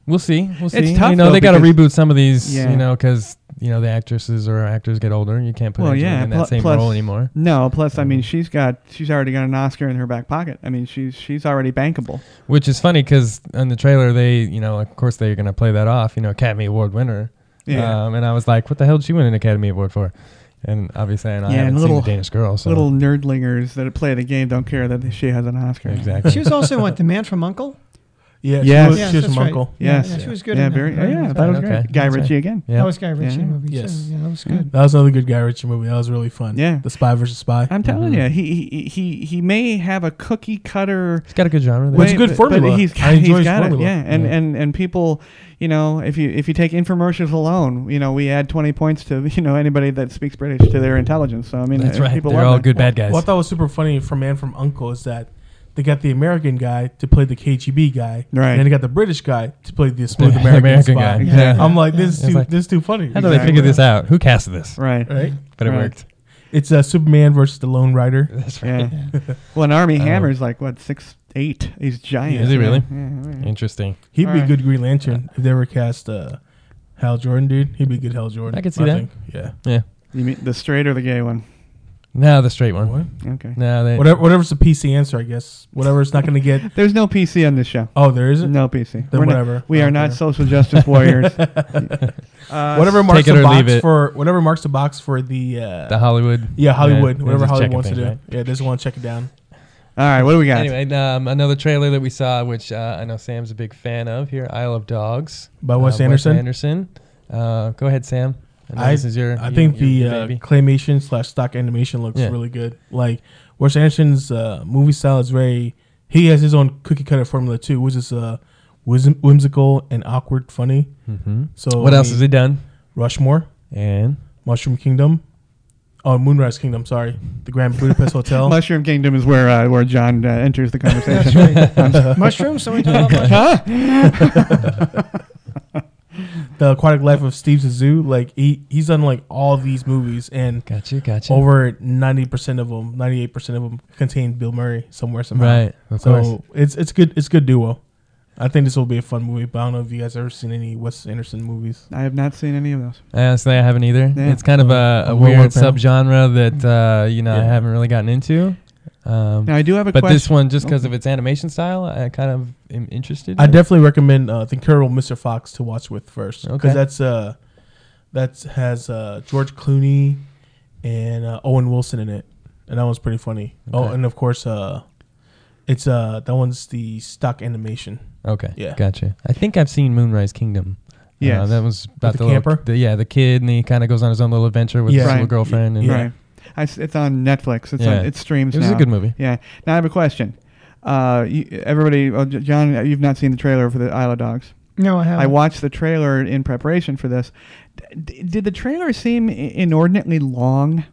Speaker 8: We'll see. We'll see.
Speaker 2: tough,
Speaker 8: you know,
Speaker 2: though,
Speaker 8: they got to
Speaker 2: because-
Speaker 8: reboot some of these,
Speaker 2: Yeah.
Speaker 8: you know, because, you know, the actresses or actors get older. You can't put
Speaker 2: Well,
Speaker 8: Angelina
Speaker 2: yeah,
Speaker 8: in that
Speaker 2: pl-
Speaker 8: same
Speaker 2: plus-
Speaker 8: role anymore. Um,
Speaker 2: No, plus I mean she's got she's already got an Oscar in her back pocket. I mean she's she's already bankable.
Speaker 8: Which is funny because in the trailer, they, you know, of course they're going to play that off, you know, Academy Award winner.
Speaker 2: Yeah.
Speaker 8: Um, and I was like, what the hell did she win an Academy Award for? And obviously, and I
Speaker 2: Yeah, and
Speaker 8: haven't
Speaker 2: little-
Speaker 8: seen the Danish girl. So
Speaker 2: Little nerdlingers that play the game don't care that she has an Oscar.
Speaker 8: Exactly.
Speaker 9: She was also what the man from Uncle.
Speaker 10: Yeah,
Speaker 2: Yes.
Speaker 10: she was,
Speaker 2: Yeah,
Speaker 10: she was
Speaker 9: that's
Speaker 10: from
Speaker 9: right.
Speaker 10: Uncle.
Speaker 2: Yes.
Speaker 9: Yeah, yeah, she was good
Speaker 2: Yeah,
Speaker 9: in that.
Speaker 2: very.
Speaker 9: Very
Speaker 2: yeah,
Speaker 9: good.
Speaker 2: that was
Speaker 8: Okay.
Speaker 2: great. Guy
Speaker 8: That's
Speaker 2: Ritchie again.
Speaker 8: yeah.
Speaker 9: That was Guy Ritchie
Speaker 2: Yeah.
Speaker 9: movie.
Speaker 10: Yes.
Speaker 9: So, yeah, that was good.
Speaker 10: That was another good Guy Ritchie movie. That was really fun.
Speaker 2: Yeah.
Speaker 10: The Spy versus Spy. Mm-hmm.
Speaker 2: I'm telling
Speaker 8: Uh-huh.
Speaker 2: you, he, he he he may have a cookie cutter.
Speaker 8: She's got a good genre. there.
Speaker 10: Which- It's a
Speaker 2: but-
Speaker 10: good
Speaker 2: but
Speaker 10: formula.
Speaker 2: he's
Speaker 10: I
Speaker 2: got,
Speaker 10: enjoy
Speaker 2: he's
Speaker 10: his
Speaker 2: got it.
Speaker 10: formula.
Speaker 2: Yeah, and,
Speaker 8: Yeah.
Speaker 2: and and people, you know, if you if you take infomercials alone, you know, we add 20 points to [LAUGHS] you know anybody that speaks British to their intelligence. So I mean,
Speaker 8: That's
Speaker 2: uh,
Speaker 8: right.
Speaker 2: People
Speaker 8: They're
Speaker 2: love
Speaker 8: all
Speaker 2: that.
Speaker 8: good bad guys.
Speaker 10: What I thought was super funny from Man from Uncle is that they got the American guy to play the KGB guy,
Speaker 2: Right.
Speaker 10: And then they got the British guy to play the smooth American,
Speaker 8: American
Speaker 10: spy.
Speaker 8: guy.
Speaker 2: Exactly.
Speaker 10: I'm like, this
Speaker 8: Yeah.
Speaker 10: is too,
Speaker 8: It's like-
Speaker 10: this is too funny.
Speaker 8: How do they figure this out? Who casted this?
Speaker 2: Right.
Speaker 10: Right?
Speaker 8: But it
Speaker 2: Right.
Speaker 8: worked. [LAUGHS]
Speaker 10: It's uh, Superman versus the Lone Rider.
Speaker 8: That's right.
Speaker 2: Yeah. well, an army hammer's like what six eight. He's giant.
Speaker 8: Oh. Is he
Speaker 2: you know?
Speaker 8: really?
Speaker 2: Yeah, yeah.
Speaker 8: [LAUGHS] Interesting.
Speaker 10: He'd be
Speaker 2: Alright.
Speaker 10: a good Green Lantern if they ever cast uh, Hal Jordan, dude. He'd be a good Hal Jordan.
Speaker 8: I could see that.
Speaker 10: Yeah.
Speaker 8: Yeah.
Speaker 2: You mean the straight or the gay one?
Speaker 8: No, the straight one.
Speaker 10: What?
Speaker 2: Okay.
Speaker 8: No, they,
Speaker 10: Whatever, whatever's the PC answer, I guess. Whatever it's not going to get.
Speaker 2: There's no PC on this show.
Speaker 10: Oh, there isn't.
Speaker 2: No PC. We're
Speaker 10: Then
Speaker 2: not-
Speaker 10: whatever.
Speaker 2: we
Speaker 10: I
Speaker 2: are
Speaker 10: don't
Speaker 2: not
Speaker 10: care.
Speaker 2: social justice
Speaker 8: [LAUGHS]
Speaker 2: warriors.
Speaker 10: [LAUGHS]
Speaker 2: Uh,
Speaker 10: Whatever
Speaker 8: Take
Speaker 10: marks
Speaker 8: it
Speaker 10: the
Speaker 8: or
Speaker 10: box
Speaker 8: leave it.
Speaker 10: for whatever marks the box for the. Uh,
Speaker 8: the Hollywood.
Speaker 10: yeah, Hollywood.
Speaker 8: they're
Speaker 10: whatever
Speaker 8: just
Speaker 10: Hollywood
Speaker 8: checking
Speaker 10: wants to
Speaker 8: things,
Speaker 10: do.
Speaker 8: right?
Speaker 10: Yeah, they just want to check it down.
Speaker 2: All right, what do we got?
Speaker 8: Anyway, um, another trailer that we saw, which uh, I know Sam's a big fan of here, Isle of Dogs
Speaker 10: By
Speaker 8: uh,
Speaker 10: Wes Anderson?
Speaker 8: Anderson. Uh, go ahead, Sam. I, know this is your.
Speaker 10: I
Speaker 8: your-
Speaker 10: think
Speaker 8: your- your
Speaker 10: the uh,
Speaker 8: baby.
Speaker 10: claymation slash stock animation looks
Speaker 8: Yeah.
Speaker 10: really good. Like Wes Anderson's uh, movie style is very. He has his own cookie cutter formula too, which is uh, whim- whimsical and awkward funny. Mm-hmm. So
Speaker 8: Hmm. what
Speaker 10: I
Speaker 8: else
Speaker 10: mean,
Speaker 8: has he done?
Speaker 10: Rushmore,
Speaker 8: And
Speaker 10: Mushroom Kingdom, oh Moonrise Kingdom. Sorry, the Grand
Speaker 8: [LAUGHS]
Speaker 10: Budapest Hotel.
Speaker 2: Mushroom Kingdom is where uh, where John uh, enters the conversation.
Speaker 9: Mushrooms? Someone talk
Speaker 8: [LAUGHS]
Speaker 9: about mushrooms?
Speaker 10: the Aquatic Life of Steve Zissou. Like he, he's done like all these movies, and
Speaker 8: gotcha, gotcha.
Speaker 10: over ninety percent of them, ninety eight percent of them contain Bill Murray somewhere somehow.
Speaker 8: Right, of
Speaker 10: so
Speaker 8: course.
Speaker 10: it's it's good it's good duo. I think this will be a fun movie, but I don't know if you guys ever seen any Wes Anderson movies.
Speaker 2: I have not seen any of those.
Speaker 8: Honestly, I haven't either.
Speaker 2: Yeah.
Speaker 8: It's kind of a, a
Speaker 10: World War
Speaker 8: weird
Speaker 10: Panel.
Speaker 8: subgenre that uh, you know I
Speaker 10: Yeah.
Speaker 8: haven't really gotten into. Um,
Speaker 2: Now I do have a
Speaker 8: but
Speaker 2: question.
Speaker 8: this one, just because of its animation style, I kind of am interested.
Speaker 10: Oh. I
Speaker 8: in it.
Speaker 10: definitely recommend uh, the Incredible Mr. Fox to watch with first because
Speaker 8: Okay.
Speaker 10: that's uh that has uh, George Clooney and uh, Owen Wilson in it, and that one's pretty funny. Oh,
Speaker 8: Okay.
Speaker 10: and of course, uh, it's uh that one's the stock animation.
Speaker 8: Okay.
Speaker 10: Yeah.
Speaker 8: Gotcha. I think I've seen Moonrise Kingdom. Yeah.
Speaker 2: Yes.
Speaker 8: Oh, Uh, that was about
Speaker 10: the
Speaker 8: the, little-
Speaker 10: camper?
Speaker 8: the- yeah, the kid, and he kind of goes on his own little adventure with
Speaker 10: Yeah.
Speaker 8: his little
Speaker 2: Right.
Speaker 8: girlfriend. And
Speaker 10: Yeah.
Speaker 2: Right. I s it's on Netflix. It's
Speaker 8: Yeah.
Speaker 2: on, it streams.
Speaker 8: It was a
Speaker 2: now.
Speaker 8: good movie.
Speaker 2: Yeah. Now I have a question. Uh, you, everybody, oh, J- John, you've not seen the trailer for the Isle of Dogs.
Speaker 9: No, I haven't.
Speaker 2: I watched the trailer in preparation for this. D- did the trailer seem i- inordinately long?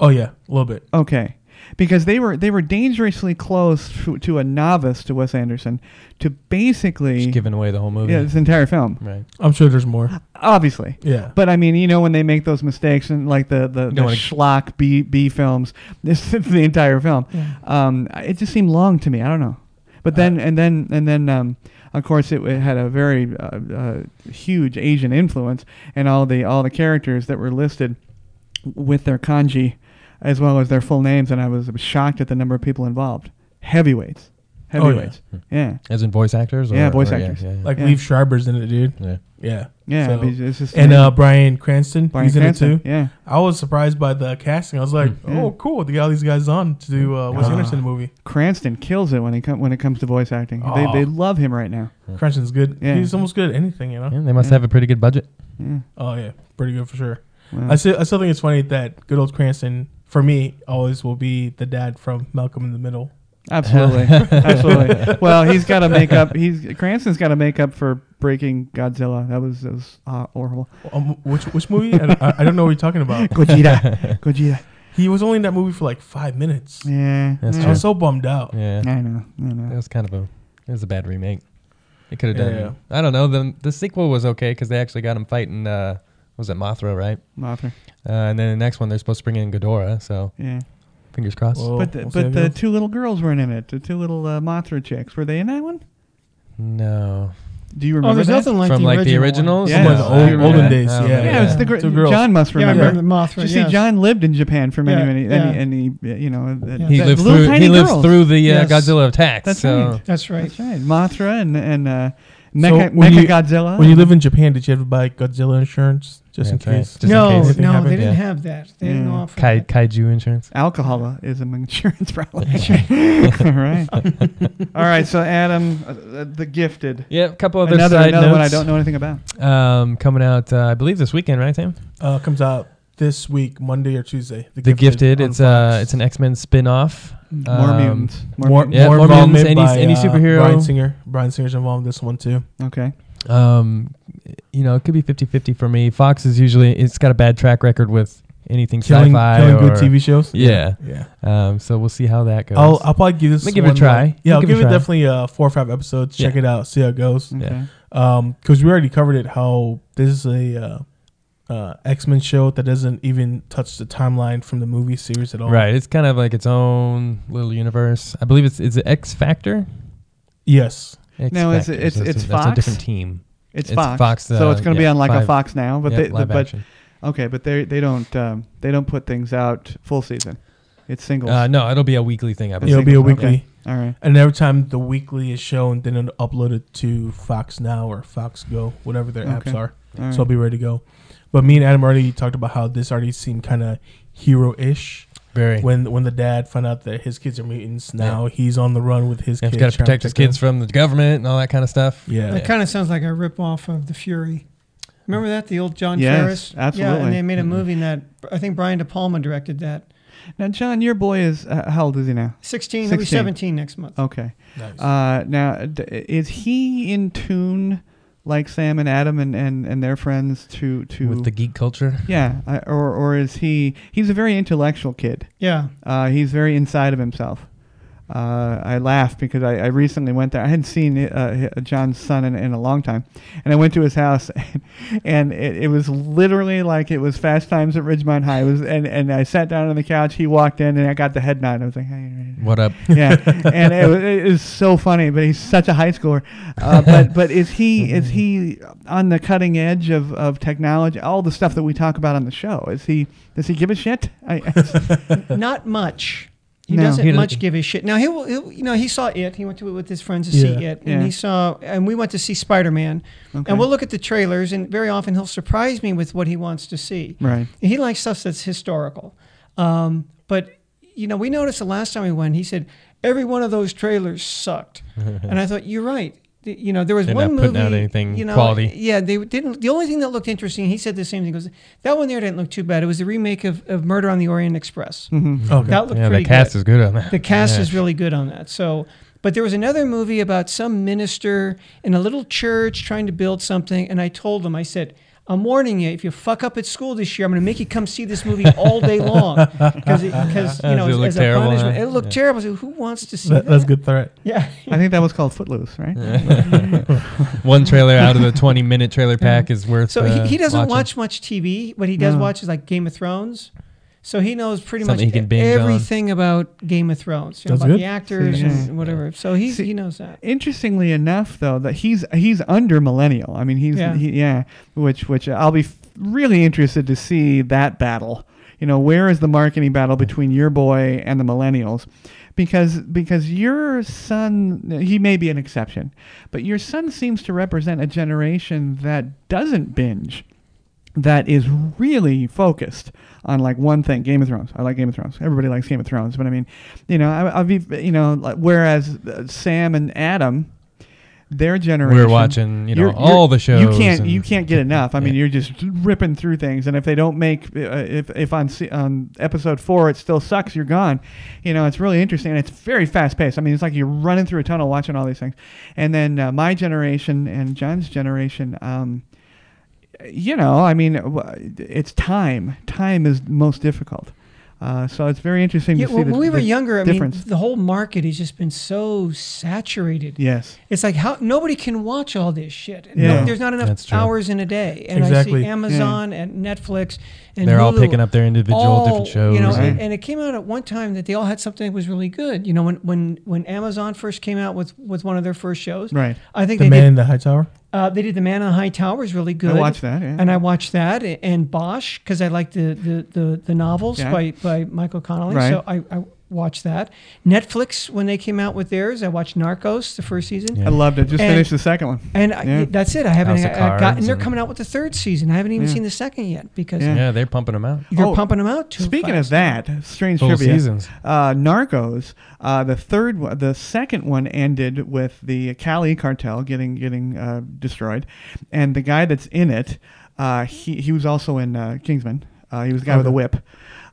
Speaker 10: Oh yeah, a little bit.
Speaker 2: Okay, because they were they were dangerously close to, to a novice to Wes Anderson to basically
Speaker 8: Just giving away the whole movie.
Speaker 2: yeah this entire film
Speaker 8: Right.
Speaker 10: I'm sure there's more.
Speaker 2: obviously
Speaker 10: Yeah.
Speaker 2: But I mean, you know, when they make those mistakes and like the the, the
Speaker 8: wanna-
Speaker 2: schlock B B films, [LAUGHS] this is the entire film. Um, I- it just seemed long to me. I don't know. But then
Speaker 10: Uh,
Speaker 2: and then and then um, of course it, it had a very uh, uh, huge Asian influence, and all the all the characters that were listed with their kanji, as well as their full names, and I was shocked at the number of people involved. Heavyweights,
Speaker 10: Oh, yeah.
Speaker 2: heavyweights. yeah.
Speaker 8: As in voice actors? Or,
Speaker 2: Yeah, voice
Speaker 8: or-
Speaker 2: actors.
Speaker 8: Yeah, yeah, yeah.
Speaker 10: Like
Speaker 2: Yeah.
Speaker 10: Leave Schreiber's in it, dude.
Speaker 8: Yeah.
Speaker 10: Yeah.
Speaker 2: Yeah,
Speaker 10: So-
Speaker 2: it'd be- it's just-
Speaker 10: and uh, Brian Cranston,
Speaker 2: Bryan
Speaker 10: he's in
Speaker 2: Cranston,
Speaker 10: it too.
Speaker 2: yeah. Mm.
Speaker 10: I was surprised by the casting. I was like, oh, cool. They got all these guys on to do uh,
Speaker 2: Uh-huh.
Speaker 10: Wes Anderson movie.
Speaker 2: Cranston kills it when he com- when it comes to voice acting. They, they love him right now.
Speaker 10: Cranston's good.
Speaker 2: Yeah.
Speaker 10: He's almost good at anything, you know.
Speaker 8: Yeah, they must have a pretty good budget.
Speaker 10: Oh yeah, pretty good for sure. I still, I still think it's funny that good old Cranston for me always will be the dad from Malcolm in the Middle.
Speaker 2: Absolutely, absolutely. Well, he's got to make up. He's Cranston's got to make up for breaking Godzilla. That was that was uh, horrible.
Speaker 10: Um, which which movie? I, I, I don't know what you're
Speaker 8: [LAUGHS]
Speaker 10: talking about.
Speaker 2: Gojira, Gojira.
Speaker 10: He was only in that movie for like five minutes.
Speaker 2: Yeah,
Speaker 8: That's
Speaker 2: yeah.
Speaker 10: I was so bummed out.
Speaker 8: Yeah.
Speaker 2: I know, I
Speaker 8: That
Speaker 2: know.
Speaker 8: was kind of a, it was a bad remake. They could have done,
Speaker 10: Yeah.
Speaker 8: I don't know. The, the sequel was okay because they actually got him fighting, uh, was it Mothra, right?
Speaker 2: Mothra.
Speaker 8: Uh, and then the next one, they're supposed to bring in Ghidorah. So
Speaker 2: Yeah,
Speaker 8: fingers crossed.
Speaker 10: Well,
Speaker 2: but the,
Speaker 10: we'll see
Speaker 2: but
Speaker 10: if
Speaker 2: the
Speaker 10: he'll-
Speaker 2: two little girls weren't in it. The two little uh, Mothra chicks were they in that one?
Speaker 8: no.
Speaker 2: Do you
Speaker 9: oh,
Speaker 2: remember
Speaker 9: there's
Speaker 2: that?
Speaker 9: nothing like
Speaker 8: From
Speaker 9: the
Speaker 8: like the
Speaker 9: original
Speaker 8: originals?
Speaker 2: Yeah. One of the old-
Speaker 8: I remember
Speaker 2: olden
Speaker 8: that.
Speaker 10: days,
Speaker 8: Oh,
Speaker 10: yeah.
Speaker 2: Yeah, it was the gr-
Speaker 10: Two girls.
Speaker 2: John must
Speaker 9: One. Yeah, I
Speaker 2: remember.
Speaker 9: remember the Mothra.
Speaker 2: Did you
Speaker 9: yes.
Speaker 2: see, John lived in Japan for many,
Speaker 9: Yeah,
Speaker 2: many,
Speaker 9: yeah.
Speaker 2: and, he, and he, you know, uh,
Speaker 9: He
Speaker 8: He
Speaker 2: that
Speaker 8: lived
Speaker 2: little
Speaker 8: through.
Speaker 2: tiny
Speaker 8: He lived
Speaker 2: girls.
Speaker 8: through the uh,
Speaker 9: Yes.
Speaker 8: Godzilla attacks.
Speaker 2: That's
Speaker 8: so
Speaker 2: right.
Speaker 9: That's right.
Speaker 2: That's right. Uh, Mothra and and uh,
Speaker 10: So
Speaker 2: Mecha,
Speaker 10: when you-
Speaker 2: Godzilla.
Speaker 10: When you live in Japan, did you ever buy Godzilla insurance just in
Speaker 8: That's right.
Speaker 10: case?
Speaker 8: Just in
Speaker 9: no,
Speaker 8: case.
Speaker 10: Anything
Speaker 9: no,
Speaker 10: happened?
Speaker 9: they didn't
Speaker 8: Yeah.
Speaker 9: have that. They didn't
Speaker 2: Yeah.
Speaker 9: offer.
Speaker 8: Kai,
Speaker 9: that.
Speaker 8: kaiju insurance.
Speaker 2: Alcohol is an insurance [LAUGHS] problem.
Speaker 8: [LAUGHS]
Speaker 2: All right. All right. So Adam, uh, uh, the gifted.
Speaker 8: Yeah, a couple other
Speaker 2: Another,
Speaker 8: side
Speaker 2: another one I
Speaker 8: notes.
Speaker 2: don't know anything about.
Speaker 8: Um, coming out, uh, I believe this weekend, right, Sam?
Speaker 10: Uh, comes out this week, Monday or Tuesday.
Speaker 8: The Gifted.
Speaker 10: on
Speaker 8: It's uh,
Speaker 10: Fox.
Speaker 8: it's an X Men spin off.
Speaker 2: More mutants. More,
Speaker 10: more,
Speaker 8: Yeah,
Speaker 10: more
Speaker 8: Um, more
Speaker 10: involvement
Speaker 8: mutants, any-
Speaker 10: by,
Speaker 8: any
Speaker 10: uh,
Speaker 8: superhero.
Speaker 10: Brian Singer. Brian Singer's involved in this one too.
Speaker 2: Okay.
Speaker 8: Um, you know, it could be 50-50 for me. Fox is usually it's got a bad track record with anything
Speaker 10: Killing,
Speaker 8: sci-fi
Speaker 10: killing
Speaker 8: or
Speaker 10: good TV shows.
Speaker 8: Yeah.
Speaker 10: yeah.
Speaker 8: Um, so we'll see how that goes.
Speaker 2: Oh,
Speaker 10: I'll I'll probably give this.
Speaker 8: Let me give it a
Speaker 10: one,
Speaker 8: try.
Speaker 10: uh, yeah,
Speaker 8: I'll
Speaker 10: I'll
Speaker 8: give it
Speaker 10: give,
Speaker 8: a
Speaker 10: it
Speaker 8: try.
Speaker 10: definitely uh, four or five episodes. Check
Speaker 8: Yeah.
Speaker 10: it out. See how it goes.
Speaker 8: Yeah.
Speaker 2: Okay.
Speaker 10: Um, because we already covered it. How this is a uh, uh, X Men show that doesn't even touch the timeline from the movie series at all.
Speaker 8: Right, it's kind of like its own little universe. I believe it's it's X Factor.
Speaker 10: Yes.
Speaker 8: X
Speaker 2: No, it's-
Speaker 8: Factor,
Speaker 2: it's-
Speaker 8: so
Speaker 2: it's
Speaker 8: that's a
Speaker 2: Fox?
Speaker 8: different team.
Speaker 2: It's,
Speaker 8: It's
Speaker 2: Fox.
Speaker 8: Fox,
Speaker 2: so
Speaker 8: uh,
Speaker 2: it's going to be
Speaker 8: yeah,
Speaker 2: on like a
Speaker 8: five-
Speaker 2: Fox now, but
Speaker 8: Yeah,
Speaker 2: they, the,
Speaker 8: live
Speaker 2: but
Speaker 8: action.
Speaker 2: Okay, but they they don't um, they don't put things out full season. It's singles.
Speaker 8: Uh, no, it'll be a weekly thing. I
Speaker 2: It's
Speaker 8: believe.
Speaker 10: It'll be a
Speaker 2: singles, okay.
Speaker 10: weekly.
Speaker 2: All right.
Speaker 10: And every time the weekly is shown, then it'll upload it to Fox Now or Fox Go, whatever their
Speaker 2: Okay.
Speaker 10: apps are.
Speaker 2: All right.
Speaker 10: So I'll be ready to go. But me and Adam already talked about how this already seemed kind of hero-ish.
Speaker 8: Very.
Speaker 10: When when the dad found out that his kids are mutants, now he's on the run with his
Speaker 8: You
Speaker 10: kids.
Speaker 8: got to
Speaker 10: trying
Speaker 8: protect his kids from the government and all that kind of stuff.
Speaker 10: them. Yeah.
Speaker 9: That kind of sounds like a ripoff of The Fury. Remember that the old John
Speaker 2: Yes,
Speaker 9: Ferris? Yeah,
Speaker 2: absolutely.
Speaker 9: and they made a movie in that I think Brian De Palma directed that.
Speaker 2: Now, John, your boy is uh, how old is he now?
Speaker 9: 16, he'll be
Speaker 2: 16.
Speaker 9: 17 next month.
Speaker 8: Oh.
Speaker 2: Okay.
Speaker 10: Nice.
Speaker 2: Uh, now, d- is he in tune like Sam and Adam and, and, and their friends to to
Speaker 8: With the geek culture.
Speaker 2: yeah, I- or or is he? He's a very intellectual kid.
Speaker 9: Yeah.
Speaker 2: Uh, he's very inside of himself. Uh, I laugh because I, I recently went there. I hadn't seen uh, hi- John's son in, in a long time, and I went to his house, and, it, it was literally like it was Fast Times at Ridgemont High. It was, and, and I sat down on the couch. He walked in, and I got the head nod. I was like, hey,
Speaker 9: [LAUGHS]
Speaker 8: What up?
Speaker 2: yeah, and it, wa- it is so funny. But he's such a high schooler. Uh,
Speaker 9: [LAUGHS]
Speaker 2: but but is he is he
Speaker 9: Mm-hmm.
Speaker 2: on the cutting edge of, of technology? All the stuff that we talk about on the show. Is he does he give a shit? I,
Speaker 9: Not much. [LAUGHS] He
Speaker 2: No,
Speaker 9: doesn't
Speaker 8: he doesn't-
Speaker 9: much give a shit. Now he will, he'll, you know, he saw it. He went to it with his friends to
Speaker 10: Yeah.
Speaker 9: see uh, it, and
Speaker 2: Yeah.
Speaker 9: he saw, and we went to see Spider Man,
Speaker 2: Okay.
Speaker 9: and we'll look at the trailers, and very often he'll surprise me with what he wants to see.
Speaker 2: Right.
Speaker 9: And he likes stuff that's historical, um, but you know, we noticed the last time we went, he said every one of those trailers
Speaker 8: [LAUGHS]
Speaker 9: sucked, and I thought you're right. The- You know, there was
Speaker 8: They're
Speaker 9: one
Speaker 8: not
Speaker 9: movie.
Speaker 8: putting out anything
Speaker 9: you know,
Speaker 8: quality.
Speaker 9: Yeah, they didn't. The only thing that looked interesting, he said the same thing. Goes that one there didn't look too bad. It was a remake of, of Murder on the Orient Express.
Speaker 10: Mm-hmm. Okay.
Speaker 9: That looked
Speaker 8: Mm-hmm. Yeah, the
Speaker 9: pretty
Speaker 8: cast
Speaker 9: good.
Speaker 8: is good on that.
Speaker 9: The cast
Speaker 8: Yeah.
Speaker 9: is really good on that. So, but there was another movie about some minister in a little church trying to build something, and I told him, I said, "I'm warning you. If you fuck up at school this year, I'm going to make you come see this movie all day
Speaker 10: [LAUGHS]
Speaker 9: long because because you know
Speaker 8: Does
Speaker 9: as,
Speaker 8: it look
Speaker 9: as a
Speaker 8: terrible,
Speaker 9: punishment,
Speaker 8: huh?
Speaker 9: it looked terrible. I said, Who wants to see
Speaker 10: That-
Speaker 9: that?
Speaker 10: that's a good threat.
Speaker 9: Yeah,
Speaker 2: I think that was called Footloose, right?
Speaker 8: [LAUGHS] One trailer out of the 20
Speaker 9: [LAUGHS]
Speaker 8: minute trailer pack is worth.
Speaker 9: So
Speaker 8: uh,
Speaker 9: he, he doesn't
Speaker 8: watching.
Speaker 9: watch much TV. What he does
Speaker 2: No.
Speaker 9: watch is like Game of Thrones. So he knows pretty
Speaker 8: Something
Speaker 9: much
Speaker 8: he can binge on.
Speaker 9: everything about Game of Thrones, you know,
Speaker 10: That's
Speaker 9: about
Speaker 10: good.
Speaker 9: the actors
Speaker 2: See, yeah.
Speaker 9: and whatever. So he,
Speaker 2: See-
Speaker 9: he knows that.
Speaker 2: Interestingly enough, though, that he's he's under millennial. I mean, he's yeah,
Speaker 9: Yeah.
Speaker 2: he, yeah which which I'll be f- really interested to see that battle. You know, where is the marketing battle between your boy and the millennials? Because because your son, he may be an exception, but your son seems to represent a generation that doesn't binge that is really focused on like one thing game of thrones i like game of thrones everybody likes game of thrones but i mean you know I, i'll be you know like, whereas uh, sam and adam their generation
Speaker 8: watching, you know, all the
Speaker 2: you
Speaker 8: shows
Speaker 2: can't
Speaker 8: and-
Speaker 2: you can't get enough i mean
Speaker 8: Yeah.
Speaker 2: you're just ripping through things and if they don't make uh, if if on se- on episode 4 it still sucks you're gone you know it's really interesting and it's very fast paced i mean it's like you're running through a tunnel watching all these things and then uh, my generation and john's generation um you know, I mean, uh, w- it's time. Time is most difficult. Uh, so it's very interesting
Speaker 9: Yeah,
Speaker 2: to see
Speaker 9: when
Speaker 2: the,
Speaker 9: we were
Speaker 2: the
Speaker 9: younger, I
Speaker 2: difference.
Speaker 9: mean, the whole market has just been so saturated.
Speaker 2: yes.
Speaker 9: It's like how nobody can watch all this shit.
Speaker 2: Yeah.
Speaker 9: No, there's not
Speaker 8: That's
Speaker 9: enough
Speaker 8: true.
Speaker 9: hours in a day. And I
Speaker 10: Exactly.
Speaker 9: see Amazon and Netflix and
Speaker 8: They're all
Speaker 9: Hulu,
Speaker 8: picking up their individual
Speaker 9: all,
Speaker 8: different shows.
Speaker 9: You know,
Speaker 2: Right.
Speaker 9: and, and it came out at one time that they all had something that was really good. You know, when when when Amazon first came out with with one of their first shows,
Speaker 2: Right.
Speaker 9: I think
Speaker 10: The
Speaker 9: they
Speaker 10: man in
Speaker 9: did.
Speaker 10: the high tower.
Speaker 9: Uh, they did the Man in the High Tower is really good.
Speaker 2: watched that, yeah.
Speaker 9: and I watched that a- and Bosch because I like the the the, the novels
Speaker 2: Yeah.
Speaker 9: by by Michael Connolly.
Speaker 2: Right.
Speaker 9: So I. I watched that Netflix when they came out with theirs. I watched Narcos the first season.
Speaker 2: I loved it. Just
Speaker 9: And-
Speaker 2: finished the second one.
Speaker 9: And I,
Speaker 2: Yeah.
Speaker 9: that's it. I haven't
Speaker 8: House of
Speaker 9: I, I
Speaker 8: Cards
Speaker 9: got, and they're
Speaker 8: and-
Speaker 9: coming out with the third season. I haven't even
Speaker 2: Yeah.
Speaker 9: seen the second yet because
Speaker 2: Yeah.
Speaker 8: yeah, they're pumping them out.
Speaker 9: they're
Speaker 2: Oh,
Speaker 9: pumping them out too.
Speaker 2: Speaking
Speaker 9: fast.
Speaker 2: of that, strange
Speaker 8: Full
Speaker 2: trivia.
Speaker 8: seasons.
Speaker 2: Uh, Narcos. Uh, the third, one, the second one ended with the Cali cartel getting getting uh, destroyed, and the guy that's in it, uh, he he was also in uh, Kingsman. Uh, he was the guy with the
Speaker 10: Okay.
Speaker 2: whip.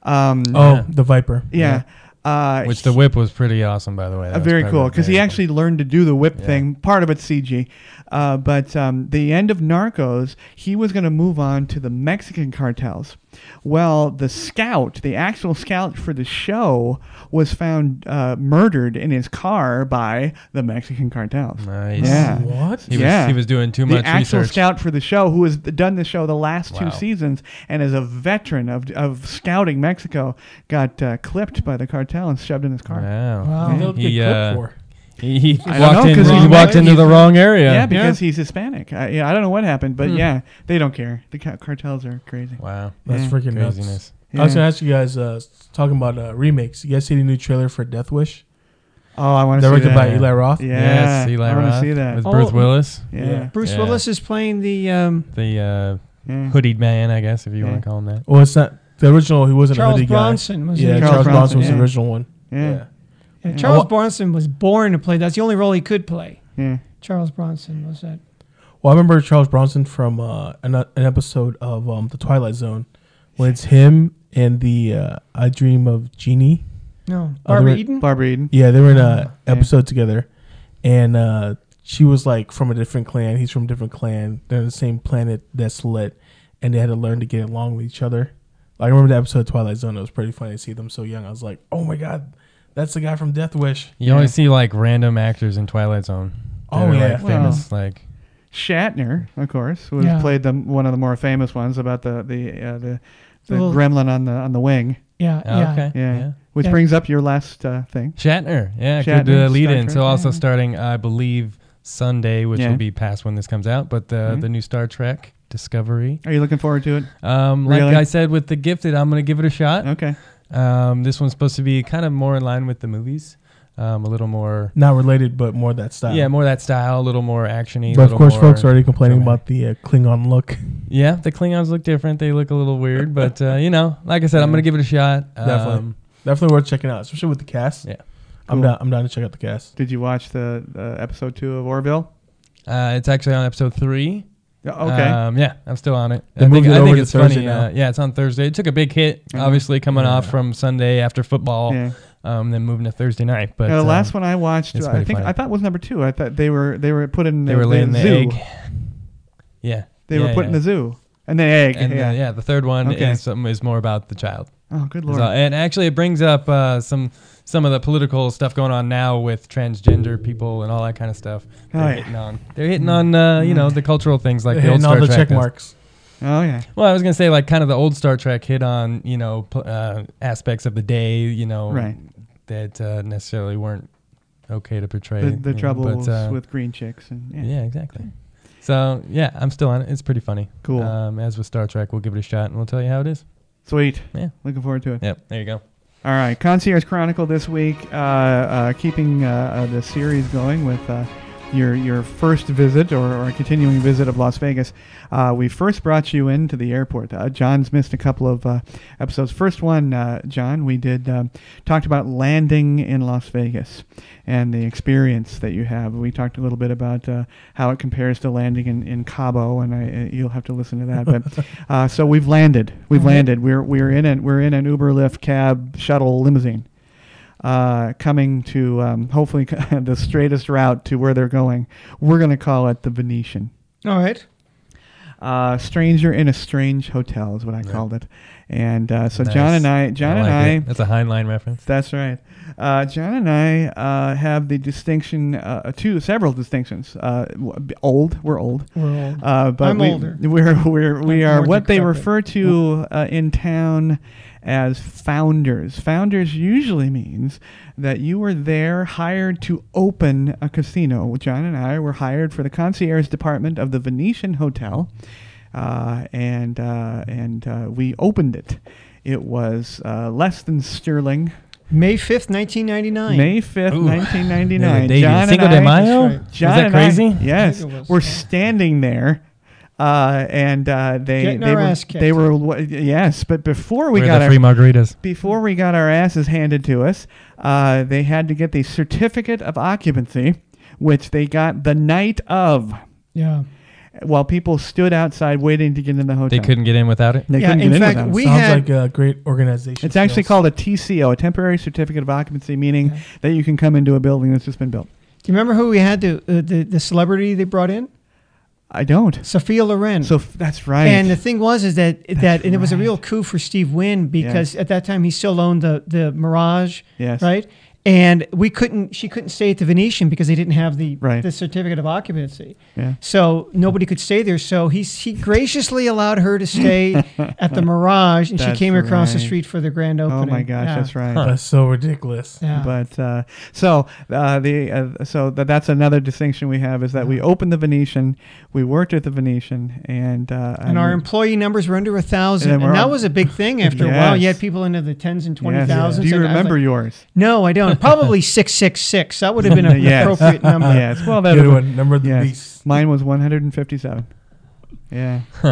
Speaker 2: Um,
Speaker 10: Oh, the Viper.
Speaker 2: yeah. Uh,
Speaker 8: Which the whip was pretty awesome, by the way. That
Speaker 2: Uh,
Speaker 8: was
Speaker 2: very
Speaker 8: probably
Speaker 2: cool
Speaker 8: my
Speaker 2: because he
Speaker 8: favorite.
Speaker 2: actually learned to do the whip thing. Part of it's CG, uh, but um, the end of Narcos, he was going to move on to the Mexican cartels. Well, the scout, the actual scout for the show, was found uh, murdered in his car by the Mexican cartels.
Speaker 8: Nice.
Speaker 2: Yeah.
Speaker 10: What?
Speaker 8: He was,
Speaker 2: Yeah.
Speaker 8: he was doing too
Speaker 2: the
Speaker 8: much
Speaker 2: actual
Speaker 8: research.
Speaker 2: scout for the show, who has done the show the last
Speaker 8: Wow.
Speaker 2: two seasons and is a veteran of, of scouting Mexico, got uh, clipped by the cartel and shoved in his car.
Speaker 8: Wow.
Speaker 10: What did they
Speaker 8: He,
Speaker 10: get clipped
Speaker 8: uh,
Speaker 10: for?
Speaker 8: He, he
Speaker 2: I don't
Speaker 8: walked,
Speaker 2: know,
Speaker 8: in,
Speaker 2: 'cause
Speaker 8: he
Speaker 2: he's
Speaker 8: walked
Speaker 2: white.
Speaker 8: into the
Speaker 2: He's-
Speaker 8: wrong area.
Speaker 2: Yeah, because he's Hispanic. I, yeah, I don't know what happened, but
Speaker 8: Hmm.
Speaker 2: yeah, they don't care. The ca- cartels are crazy.
Speaker 8: Wow.
Speaker 10: That's
Speaker 2: Yeah.
Speaker 10: freaking nuts.
Speaker 8: Craziness.
Speaker 10: Oh, I was
Speaker 2: Yeah.
Speaker 10: gonna ask you guys, uh, s- talking about uh, remakes. You guys see the new trailer for Death Wish?
Speaker 2: Oh, I want to see
Speaker 10: Directed
Speaker 2: that.
Speaker 10: by Eli Roth.
Speaker 2: Yeah,
Speaker 8: yes, Eli
Speaker 2: I want to
Speaker 8: Roth
Speaker 2: see that.
Speaker 8: With Bruce
Speaker 9: Oh.
Speaker 8: Willis,
Speaker 2: Yeah,
Speaker 9: Bruce
Speaker 8: Yeah.
Speaker 9: Willis is playing the um,
Speaker 8: the uh,
Speaker 2: yeah.
Speaker 8: hoodied man, I guess, if you
Speaker 2: Yeah.
Speaker 8: want to call him that.
Speaker 10: Well, it's not the original. He wasn't a
Speaker 9: Charles
Speaker 10: hoodie
Speaker 9: Bronson.
Speaker 10: guy.
Speaker 9: Was
Speaker 10: Yeah,
Speaker 9: it?
Speaker 10: Charles, Bronson, was the
Speaker 2: yeah.
Speaker 10: original one.
Speaker 2: yeah,
Speaker 9: Yeah,
Speaker 2: Yeah.
Speaker 9: Charles Bronson was born to play. That's the only role he could play.
Speaker 2: yeah.
Speaker 9: Charles Bronson was that.
Speaker 10: Well, I remember Charles Bronson from uh, an, an episode of um, The Twilight Zone when it's him and the uh, I Dream of Jeannie.
Speaker 9: No,
Speaker 10: Oh, they
Speaker 9: Barbara
Speaker 10: were-
Speaker 9: Eden.
Speaker 2: Barbara Eden.
Speaker 10: Yeah, they were in
Speaker 8: Ah,
Speaker 10: a
Speaker 2: Yeah.
Speaker 10: episode together, and uh, she was like from a different clan. He's from a different clan. They're on the same planet that's lit, and they had to learn to get along with each other. I remember the episode of Twilight Zone. It was pretty funny to see them so young. I was like, oh my god, that's the guy from Death Wish.
Speaker 8: You always see like random actors in Twilight Zone. that
Speaker 10: Oh,
Speaker 8: are,
Speaker 10: yeah.
Speaker 8: like, famous like
Speaker 2: Shatner, of course, was
Speaker 9: Yeah.
Speaker 2: played the one of the more famous ones about the the uh, the, the
Speaker 9: Little-
Speaker 2: gremlin on the on the wing.
Speaker 9: Yeah,
Speaker 8: Oh,
Speaker 9: yeah.
Speaker 8: okay.
Speaker 2: Yeah,
Speaker 8: Yeah.
Speaker 2: which
Speaker 9: Yeah.
Speaker 2: brings up your last uh, thing.
Speaker 8: Shatner. Yeah, good
Speaker 2: Shatner,
Speaker 8: uh, lead
Speaker 2: Star
Speaker 8: in. So
Speaker 2: Trek,
Speaker 8: also
Speaker 2: yeah.
Speaker 8: starting, I believe, Sunday, which
Speaker 2: Yeah.
Speaker 8: will be past when this comes out, but the
Speaker 2: Mhm.
Speaker 8: the new Star Trek Discovery.
Speaker 2: Are you looking forward to it?
Speaker 8: Um, like
Speaker 2: Really?
Speaker 8: I said with the Gifted, I'm gonna give it a shot.
Speaker 2: Okay.
Speaker 8: Um, this one's supposed to be kind of more in line with the movies, um, a little more.
Speaker 10: Not related, but more that style.
Speaker 8: Yeah, more that style, a little more actiony.
Speaker 10: But of
Speaker 8: little
Speaker 10: course,
Speaker 8: more
Speaker 10: folks are already complaining
Speaker 8: dramatic.
Speaker 10: about the uh, Klingon look. [LAUGHS]
Speaker 8: Yeah, the Klingons look different. They look a little weird, but uh, you know, like I said, I'm
Speaker 2: Yeah.
Speaker 8: gonna give it a shot.
Speaker 10: Definitely.
Speaker 8: Um,
Speaker 10: Definitely worth checking out, especially with the cast.
Speaker 8: Yeah.
Speaker 10: I'm
Speaker 2: Cool.
Speaker 10: down. I'm down to check out the cast.
Speaker 2: Did you watch the uh, episode two of Orville?
Speaker 8: uh, it's actually on episode three.
Speaker 2: Yeah, Okay.
Speaker 8: Um, yeah, I'm still on it.
Speaker 10: They
Speaker 8: I think,
Speaker 10: moved it
Speaker 8: I
Speaker 10: over
Speaker 8: think
Speaker 10: to
Speaker 8: it's
Speaker 10: Thursday
Speaker 8: funny.
Speaker 10: now.
Speaker 8: Uh, yeah, it's on Thursday. It took a big hit,
Speaker 2: Mhm.
Speaker 8: obviously coming off
Speaker 10: Yeah.
Speaker 8: from Sunday after football,
Speaker 2: yeah.
Speaker 8: um, then moving to Thursday night. But
Speaker 2: Now, the last
Speaker 8: um,
Speaker 2: one I watched, uh,
Speaker 8: it's
Speaker 2: I
Speaker 8: pretty
Speaker 2: think
Speaker 8: funny.
Speaker 2: I thought was number two. I thought they were they were put in
Speaker 8: they
Speaker 2: the,
Speaker 8: were laying the,
Speaker 2: zoo.
Speaker 8: egg. Yeah,
Speaker 2: They
Speaker 8: yeah,
Speaker 2: were put in
Speaker 8: yeah.
Speaker 2: the zoo and the egg.
Speaker 8: And uh,
Speaker 2: yeah.
Speaker 8: yeah. The, yeah, the third one
Speaker 2: Okay.
Speaker 8: is something is more about the child.
Speaker 2: Oh, good
Speaker 8: It's
Speaker 2: lord.
Speaker 8: all- and actually, it brings up uh, some some of the political stuff going on now with transgender people and all that kind of stuff. They're
Speaker 2: Oh, yeah.
Speaker 8: hitting on they're hitting
Speaker 2: Mm.
Speaker 8: on uh, you know the cultural things like the old
Speaker 10: and all
Speaker 8: Star
Speaker 10: the
Speaker 8: Trek
Speaker 10: check
Speaker 8: does.
Speaker 10: marks.
Speaker 2: Oh yeah.
Speaker 8: Well, I was gonna say like kind of the old Star Trek hit on you know pl- uh, aspects of the day you know
Speaker 2: Right.
Speaker 8: that uh, necessarily weren't okay to portray
Speaker 2: The,
Speaker 8: you know,
Speaker 2: the
Speaker 8: but,
Speaker 2: troubles
Speaker 8: uh,
Speaker 2: with green chicks and yeah.
Speaker 8: yeah exactly. So yeah, I'm still on it. It's pretty funny.
Speaker 2: Cool.
Speaker 8: Um, as with Star Trek, we'll give it a shot and we'll tell you how it is.
Speaker 2: Sweet.
Speaker 8: Yeah.
Speaker 2: Looking forward to it.
Speaker 8: Yep. There you go.
Speaker 2: All right, Concierge Chronicle this week, uh, uh, keeping uh, uh, the series going with uh, your your first visit or, or continuing visit of Las Vegas. Uh, we first brought you into the airport. Uh, John's missed a couple of uh, episodes. First one, uh, John, we did um, talked about landing in Las Vegas and the experience that you have. We talked a little bit about uh, how it compares to landing in, in Cabo, and I, uh, you'll have to listen to that.
Speaker 8: [LAUGHS]
Speaker 2: But uh, so we've landed. We've
Speaker 8: Mm-hmm.
Speaker 2: landed. We're we're in an we're in an Uber, Lyft, cab, shuttle, limousine, uh, coming to um, hopefully [LAUGHS] the straightest route to where they're going. We're gonna call it the Venetian.
Speaker 9: All right.
Speaker 2: Uh, stranger in a strange hotel is what I called it, and uh, so
Speaker 8: Nice.
Speaker 2: John and I, John
Speaker 8: like
Speaker 2: and I,
Speaker 8: it. That's a Heinlein reference.
Speaker 2: that's right. Uh, John and I uh, have the distinction, uh, two several distinctions. Uh, w- old, we're old.
Speaker 9: We're old.
Speaker 2: Uh, but
Speaker 9: I'm
Speaker 2: we,
Speaker 9: older.
Speaker 2: We're, we're, we
Speaker 9: I'm
Speaker 2: are
Speaker 9: more
Speaker 2: what they
Speaker 9: decrepit.
Speaker 2: refer to uh, in town as founders. Founders usually means that you were there hired to open a casino. John and I were hired for the concierge department of the Venetian Hotel, uh, and uh, and uh, we opened it. It was uh, less than sterling.
Speaker 9: May fifth, nineteen ninety nine.
Speaker 2: May 5th,
Speaker 8: Ooh. Yeah,
Speaker 2: 1999.
Speaker 8: the day-
Speaker 2: John
Speaker 8: Cinco
Speaker 2: and
Speaker 8: de
Speaker 2: I,
Speaker 8: Mayo?
Speaker 9: That's right.
Speaker 2: John
Speaker 8: Is that
Speaker 2: and
Speaker 8: crazy?
Speaker 2: I, yes.
Speaker 9: think it was,
Speaker 2: We're
Speaker 9: yeah.
Speaker 2: standing there. Uh, and uh, they
Speaker 9: Getting
Speaker 2: they
Speaker 9: our
Speaker 2: were
Speaker 9: ass kicked.
Speaker 2: they were wa- yes, but before we
Speaker 8: We're
Speaker 2: got
Speaker 8: the
Speaker 2: our
Speaker 8: free margaritas.
Speaker 2: before we got our asses handed to us, uh, they had to get the certificate of occupancy, which they got the night of,
Speaker 9: Yeah.
Speaker 2: while people stood outside waiting to get in the hotel.
Speaker 8: They couldn't get in without it.
Speaker 2: They
Speaker 9: Yeah,
Speaker 2: couldn't
Speaker 9: in
Speaker 2: get
Speaker 9: fact,
Speaker 2: without us.
Speaker 9: we
Speaker 10: Sounds
Speaker 9: had-
Speaker 10: like a great organization.
Speaker 2: It's actually
Speaker 10: skills.
Speaker 2: called a TCO, a temporary certificate of occupancy, meaning
Speaker 9: Okay.
Speaker 2: that you can come into a building that's just been built.
Speaker 9: Do you remember who we had to uh, the the celebrity they brought in?
Speaker 2: I don't.
Speaker 9: Sophia Loren.
Speaker 2: So f- that's right.
Speaker 9: And the thing was is that that and it was a
Speaker 2: right.
Speaker 9: real coup for Steve Wynn because at that time he still owned the the Mirage,
Speaker 2: Yes.
Speaker 9: right? and we couldn't. She couldn't stay at the Venetian because they didn't have the
Speaker 2: Right.
Speaker 9: the certificate of occupancy.
Speaker 2: Yeah.
Speaker 9: So nobody could stay there. So he he graciously allowed her
Speaker 2: [LAUGHS]
Speaker 9: to stay at the Mirage, and she
Speaker 2: That's
Speaker 9: came across the
Speaker 2: right.
Speaker 9: street for the grand
Speaker 2: Oh
Speaker 9: opening.
Speaker 2: my gosh,
Speaker 9: Yeah.
Speaker 2: that's right.
Speaker 10: That's so ridiculous.
Speaker 9: Yeah.
Speaker 2: But uh, so uh, the uh, so that that's another distinction we have is that we opened the Venetian, we worked at the Venetian, and uh,
Speaker 9: and our employee numbers were under a thousand,
Speaker 2: And
Speaker 9: and,
Speaker 2: we're
Speaker 9: that
Speaker 2: on-
Speaker 9: was a big
Speaker 2: [LAUGHS]
Speaker 9: thing. After a while, you
Speaker 2: Yes.
Speaker 9: had people into the tens and twenty
Speaker 2: yes.
Speaker 9: thousands.
Speaker 2: Do you
Speaker 9: and I was
Speaker 2: remember
Speaker 9: like,
Speaker 2: yours?
Speaker 9: No, I don't.
Speaker 2: [LAUGHS]
Speaker 9: Probably six six six. That would have been an
Speaker 2: Yes.
Speaker 9: appropriate number.
Speaker 2: yes. Well, that
Speaker 10: Good
Speaker 2: was-
Speaker 10: one. Number of the
Speaker 2: yes.
Speaker 10: beast.
Speaker 2: Mine was 157. Yeah. Yeah.
Speaker 8: The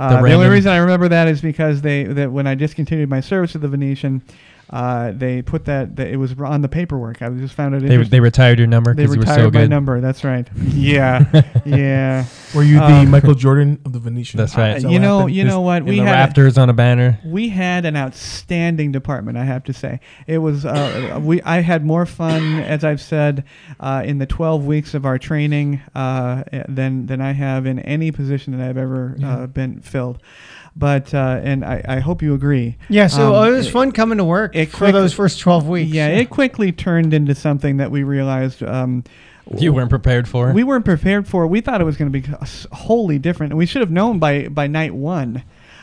Speaker 2: Uh, the, only
Speaker 8: random-
Speaker 2: reason I remember that is because they that when I discontinued my service at the Venetian, uh, they put that, that it was on the paperwork. I just found it.
Speaker 8: They,
Speaker 2: interesting.
Speaker 8: they retired your number
Speaker 2: They
Speaker 8: because you were so
Speaker 2: retired my
Speaker 8: good.
Speaker 2: number. That's
Speaker 8: [LAUGHS]
Speaker 2: right. Yeah. yeah.
Speaker 10: Were you the
Speaker 2: Um,
Speaker 10: Michael Jordan of the Venetian?
Speaker 8: That's right.
Speaker 9: Uh,
Speaker 10: Is that
Speaker 2: You
Speaker 10: what
Speaker 2: know-
Speaker 10: happened?
Speaker 2: you
Speaker 10: Is-
Speaker 2: know what?
Speaker 8: In
Speaker 2: We
Speaker 8: the
Speaker 2: had-
Speaker 8: rafters on a banner.
Speaker 2: We had an outstanding department, I have to say. It was uh, we. I had more fun, as I've said, uh, in the twelve weeks of our training uh, than than I have in any position that I've ever uh, been filled. But uh, and I, I hope you agree.
Speaker 9: Yeah, so oh, uh,
Speaker 2: Um,
Speaker 9: it was fun coming to work
Speaker 2: it
Speaker 9: for those
Speaker 2: quickly-
Speaker 9: first twelve weeks.
Speaker 2: Yeah, it quickly turned into something that we realized. Um,
Speaker 8: You weren't prepared for.
Speaker 2: we weren't prepared for. it. We thought it was going to be s- wholly different, and we should have known by by night one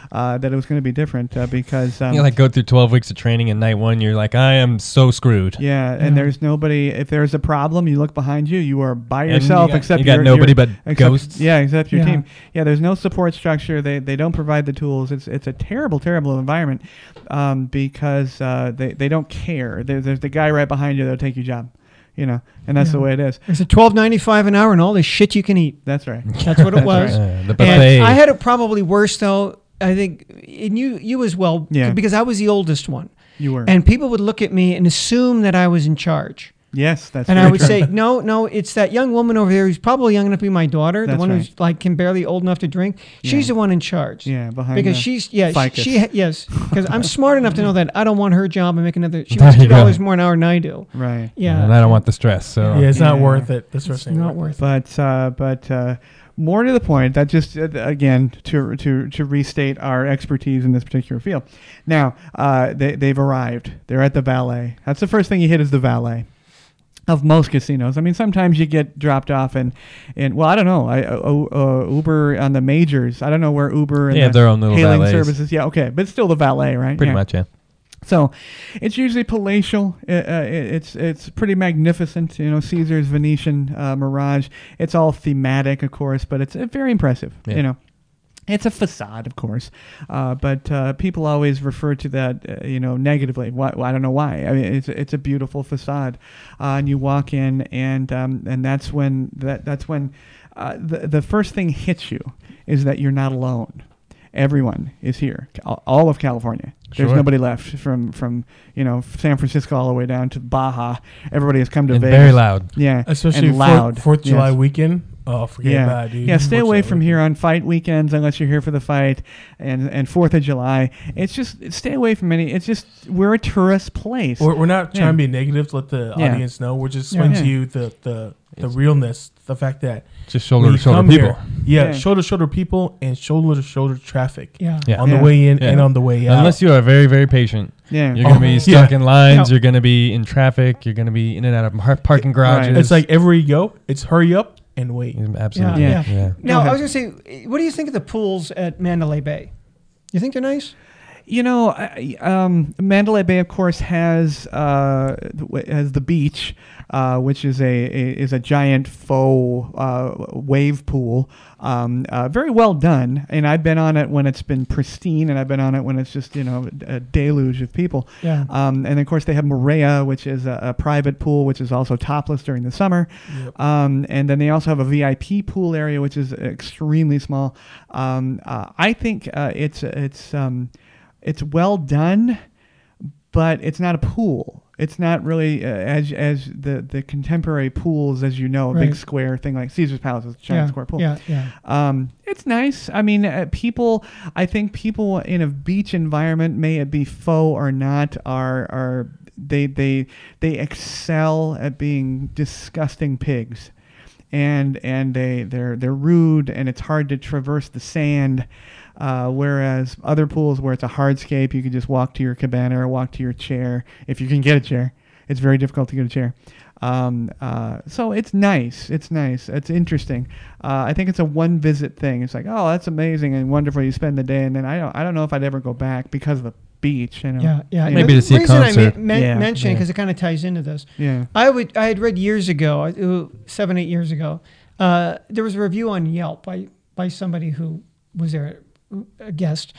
Speaker 2: uh, that it was going to be different uh, because um,
Speaker 8: you like go through 12 weeks of training and night one you're like I am so screwed.
Speaker 2: Yeah, and there's nobody. If there's a problem, you look behind you. You are by
Speaker 8: you
Speaker 2: yourself,
Speaker 8: got-
Speaker 2: except
Speaker 8: you got
Speaker 2: your-
Speaker 8: nobody
Speaker 2: your-
Speaker 8: but
Speaker 2: except-
Speaker 8: ghosts.
Speaker 2: Yeah, except your
Speaker 9: Yeah.
Speaker 2: team. Yeah, there's no support structure. They they don't provide the tools. It's it's a terrible, terrible environment um, because uh, they they don't care. There, there's the guy right behind you that'll take your job, you know, and that's the way it is.
Speaker 9: It's a twelve ninety five an hour and all the shit you can eat.
Speaker 2: That's right.
Speaker 9: That's what it was.
Speaker 8: Uh, the buffet.
Speaker 9: And I had it probably worse though. I think and you you as well.
Speaker 2: Yeah.
Speaker 9: Because I was the oldest one.
Speaker 2: You were.
Speaker 9: And people would look at me and assume that I was in charge.
Speaker 2: yes, that's.
Speaker 9: And
Speaker 2: very
Speaker 9: I would
Speaker 2: true.
Speaker 10: [LAUGHS]
Speaker 9: say, no, no, it's that young woman over there who's probably young enough to be my daughter,
Speaker 2: That's
Speaker 9: the one
Speaker 2: right.
Speaker 9: who's like can barely old enough to drink. She's
Speaker 2: Yeah.
Speaker 9: the one in charge.
Speaker 2: Yeah, behind
Speaker 9: because
Speaker 2: the
Speaker 9: she's yeah
Speaker 2: ficus.
Speaker 9: she, she yes because I'm smart enough to know that I don't want her job and make another. She
Speaker 8: [LAUGHS] There
Speaker 9: makes
Speaker 8: you
Speaker 9: two dollars
Speaker 8: go.
Speaker 9: more an hour than I do.
Speaker 2: right.
Speaker 8: and
Speaker 9: Yeah,
Speaker 8: I don't want the stress. So
Speaker 10: Yeah, it's not
Speaker 2: Yeah.
Speaker 10: worth it. That's what I'm
Speaker 9: it's
Speaker 10: saying.
Speaker 9: not worth. it.
Speaker 2: but uh, but uh, more to the point that just uh, again to to to restate our expertise in this particular field now uh, they, they've arrived they're at the valet that's the first thing you hit is the valet of most casinos. I mean, sometimes you get dropped off and, and well, I don't know. I uh, uh, Uber on the majors. I don't know where Uber and
Speaker 8: They have
Speaker 2: the
Speaker 8: their own little
Speaker 2: hailing
Speaker 8: valets.
Speaker 2: services. Yeah, okay, but still the valet, right?
Speaker 8: pretty
Speaker 2: Yeah.
Speaker 8: much yeah.
Speaker 2: So, it's usually palatial. Uh, uh, it's it's pretty magnificent. You know, Caesar's Venetian uh, Mirage. It's all thematic, of course, but it's uh, very impressive.
Speaker 8: Yeah.
Speaker 2: You know. It's a facade, of course, uh, but uh, people always refer to that, uh, you know, negatively. Why, I don't know why. I mean, it's it's a beautiful facade, uh, and you walk in, and um, and that's when that that's when uh, the the first thing hits you is that you're not alone. Everyone is here, Cal- all of California. There's
Speaker 8: Sure.
Speaker 2: nobody left from from you know San Francisco all the way down to Baja. Everybody has come to
Speaker 8: And
Speaker 2: Vegas.
Speaker 8: very loud.
Speaker 2: Yeah,
Speaker 10: Especially
Speaker 2: and
Speaker 10: Fourth-
Speaker 2: loud.
Speaker 10: Fourth
Speaker 2: Yes.
Speaker 10: July weekend. Oh, forget
Speaker 2: Yeah,
Speaker 10: about it, dude.
Speaker 2: yeah. Stay
Speaker 10: Fourth
Speaker 2: away
Speaker 10: July
Speaker 2: from
Speaker 10: weekend.
Speaker 2: here on fight weekends unless you're here for the fight and and Fourth of July. It's just stay away from any. It's just we're a tourist place.
Speaker 10: We're, we're not
Speaker 2: Yeah.
Speaker 10: trying to be negative. Let the
Speaker 2: Yeah.
Speaker 10: audience know. We're just
Speaker 9: Yeah.
Speaker 10: explaining to
Speaker 2: Yeah.
Speaker 10: you the the, the realness, the fact that
Speaker 8: Just
Speaker 10: when
Speaker 8: shoulder to
Speaker 10: you
Speaker 8: shoulder
Speaker 10: come
Speaker 8: people.
Speaker 10: here- yeah,
Speaker 2: Yeah.
Speaker 10: shoulder to shoulder people and shoulder to shoulder traffic.
Speaker 9: Yeah.
Speaker 8: Yeah.
Speaker 10: on
Speaker 2: Yeah.
Speaker 10: the way in
Speaker 8: Yeah.
Speaker 10: and on the way out.
Speaker 8: Unless you are very very patient.
Speaker 2: yeah,
Speaker 8: You're gonna be
Speaker 10: Oh,
Speaker 8: stuck
Speaker 10: yeah.
Speaker 8: in lines.
Speaker 9: Yeah.
Speaker 8: You're gonna be in traffic. You're gonna be in and out of har- parking
Speaker 2: Right.
Speaker 8: garages.
Speaker 10: it's like everywhere you go, it's hurry up and wait.
Speaker 8: absolutely
Speaker 9: Yeah.
Speaker 8: yeah.
Speaker 9: Yeah.
Speaker 8: yeah.
Speaker 9: Now
Speaker 2: ahead.
Speaker 9: I was gonna say, what do you think of the pools at Mandalay Bay? You think they're nice?
Speaker 2: You know, I- um, Mandalay Bay, of course, has uh, w- has the beach, uh, which is a, a is a giant faux uh, wave pool. Um, uh, very well done, and I've been on it when it's been pristine, and I've been on it when it's just you know a deluge of people.
Speaker 9: Yeah.
Speaker 2: Um, and of course, they have Morea, which is a, a private pool, which is also topless during the summer. Um, and then they also have a VIP pool area, which is extremely small. Um, uh, I think uh, it's it's um, it's well done, but it's not a pool. It's not really uh, as as the the contemporary pools, as you know, a big
Speaker 9: Right.
Speaker 2: square thing like Caesar's Palace is a giant
Speaker 9: yeah.
Speaker 2: square pool.
Speaker 9: Yeah. Yeah.
Speaker 2: Um, it's nice. I mean, uh, people. I think people in a beach environment, may it be faux or not, are are they they they excel at being disgusting pigs, and and they they're they're rude, and it's hard to traverse the sand. Uh, whereas other pools where it's a hardscape, you can just walk to your cabana or walk to your chair if you can get a chair. It's very difficult to get a chair. Um, uh, so it's nice. It's nice. It's interesting. Uh, I think it's a one visit thing. It's like, oh, that's amazing and wonderful. You spend the day, and then I don't, I don't know if I'd ever go back because of the beach. You know?
Speaker 9: Yeah, yeah.
Speaker 8: Maybe to
Speaker 9: the
Speaker 8: see a
Speaker 9: reason I
Speaker 8: concert.
Speaker 9: me- men-
Speaker 2: Yeah,
Speaker 9: mentioned
Speaker 2: yeah.
Speaker 9: because it kind of ties into this.
Speaker 2: Yeah.
Speaker 9: I would I had read years ago, I- ooh, seven eight years ago. Uh, there was a review on Yelp by by somebody who was there a guest,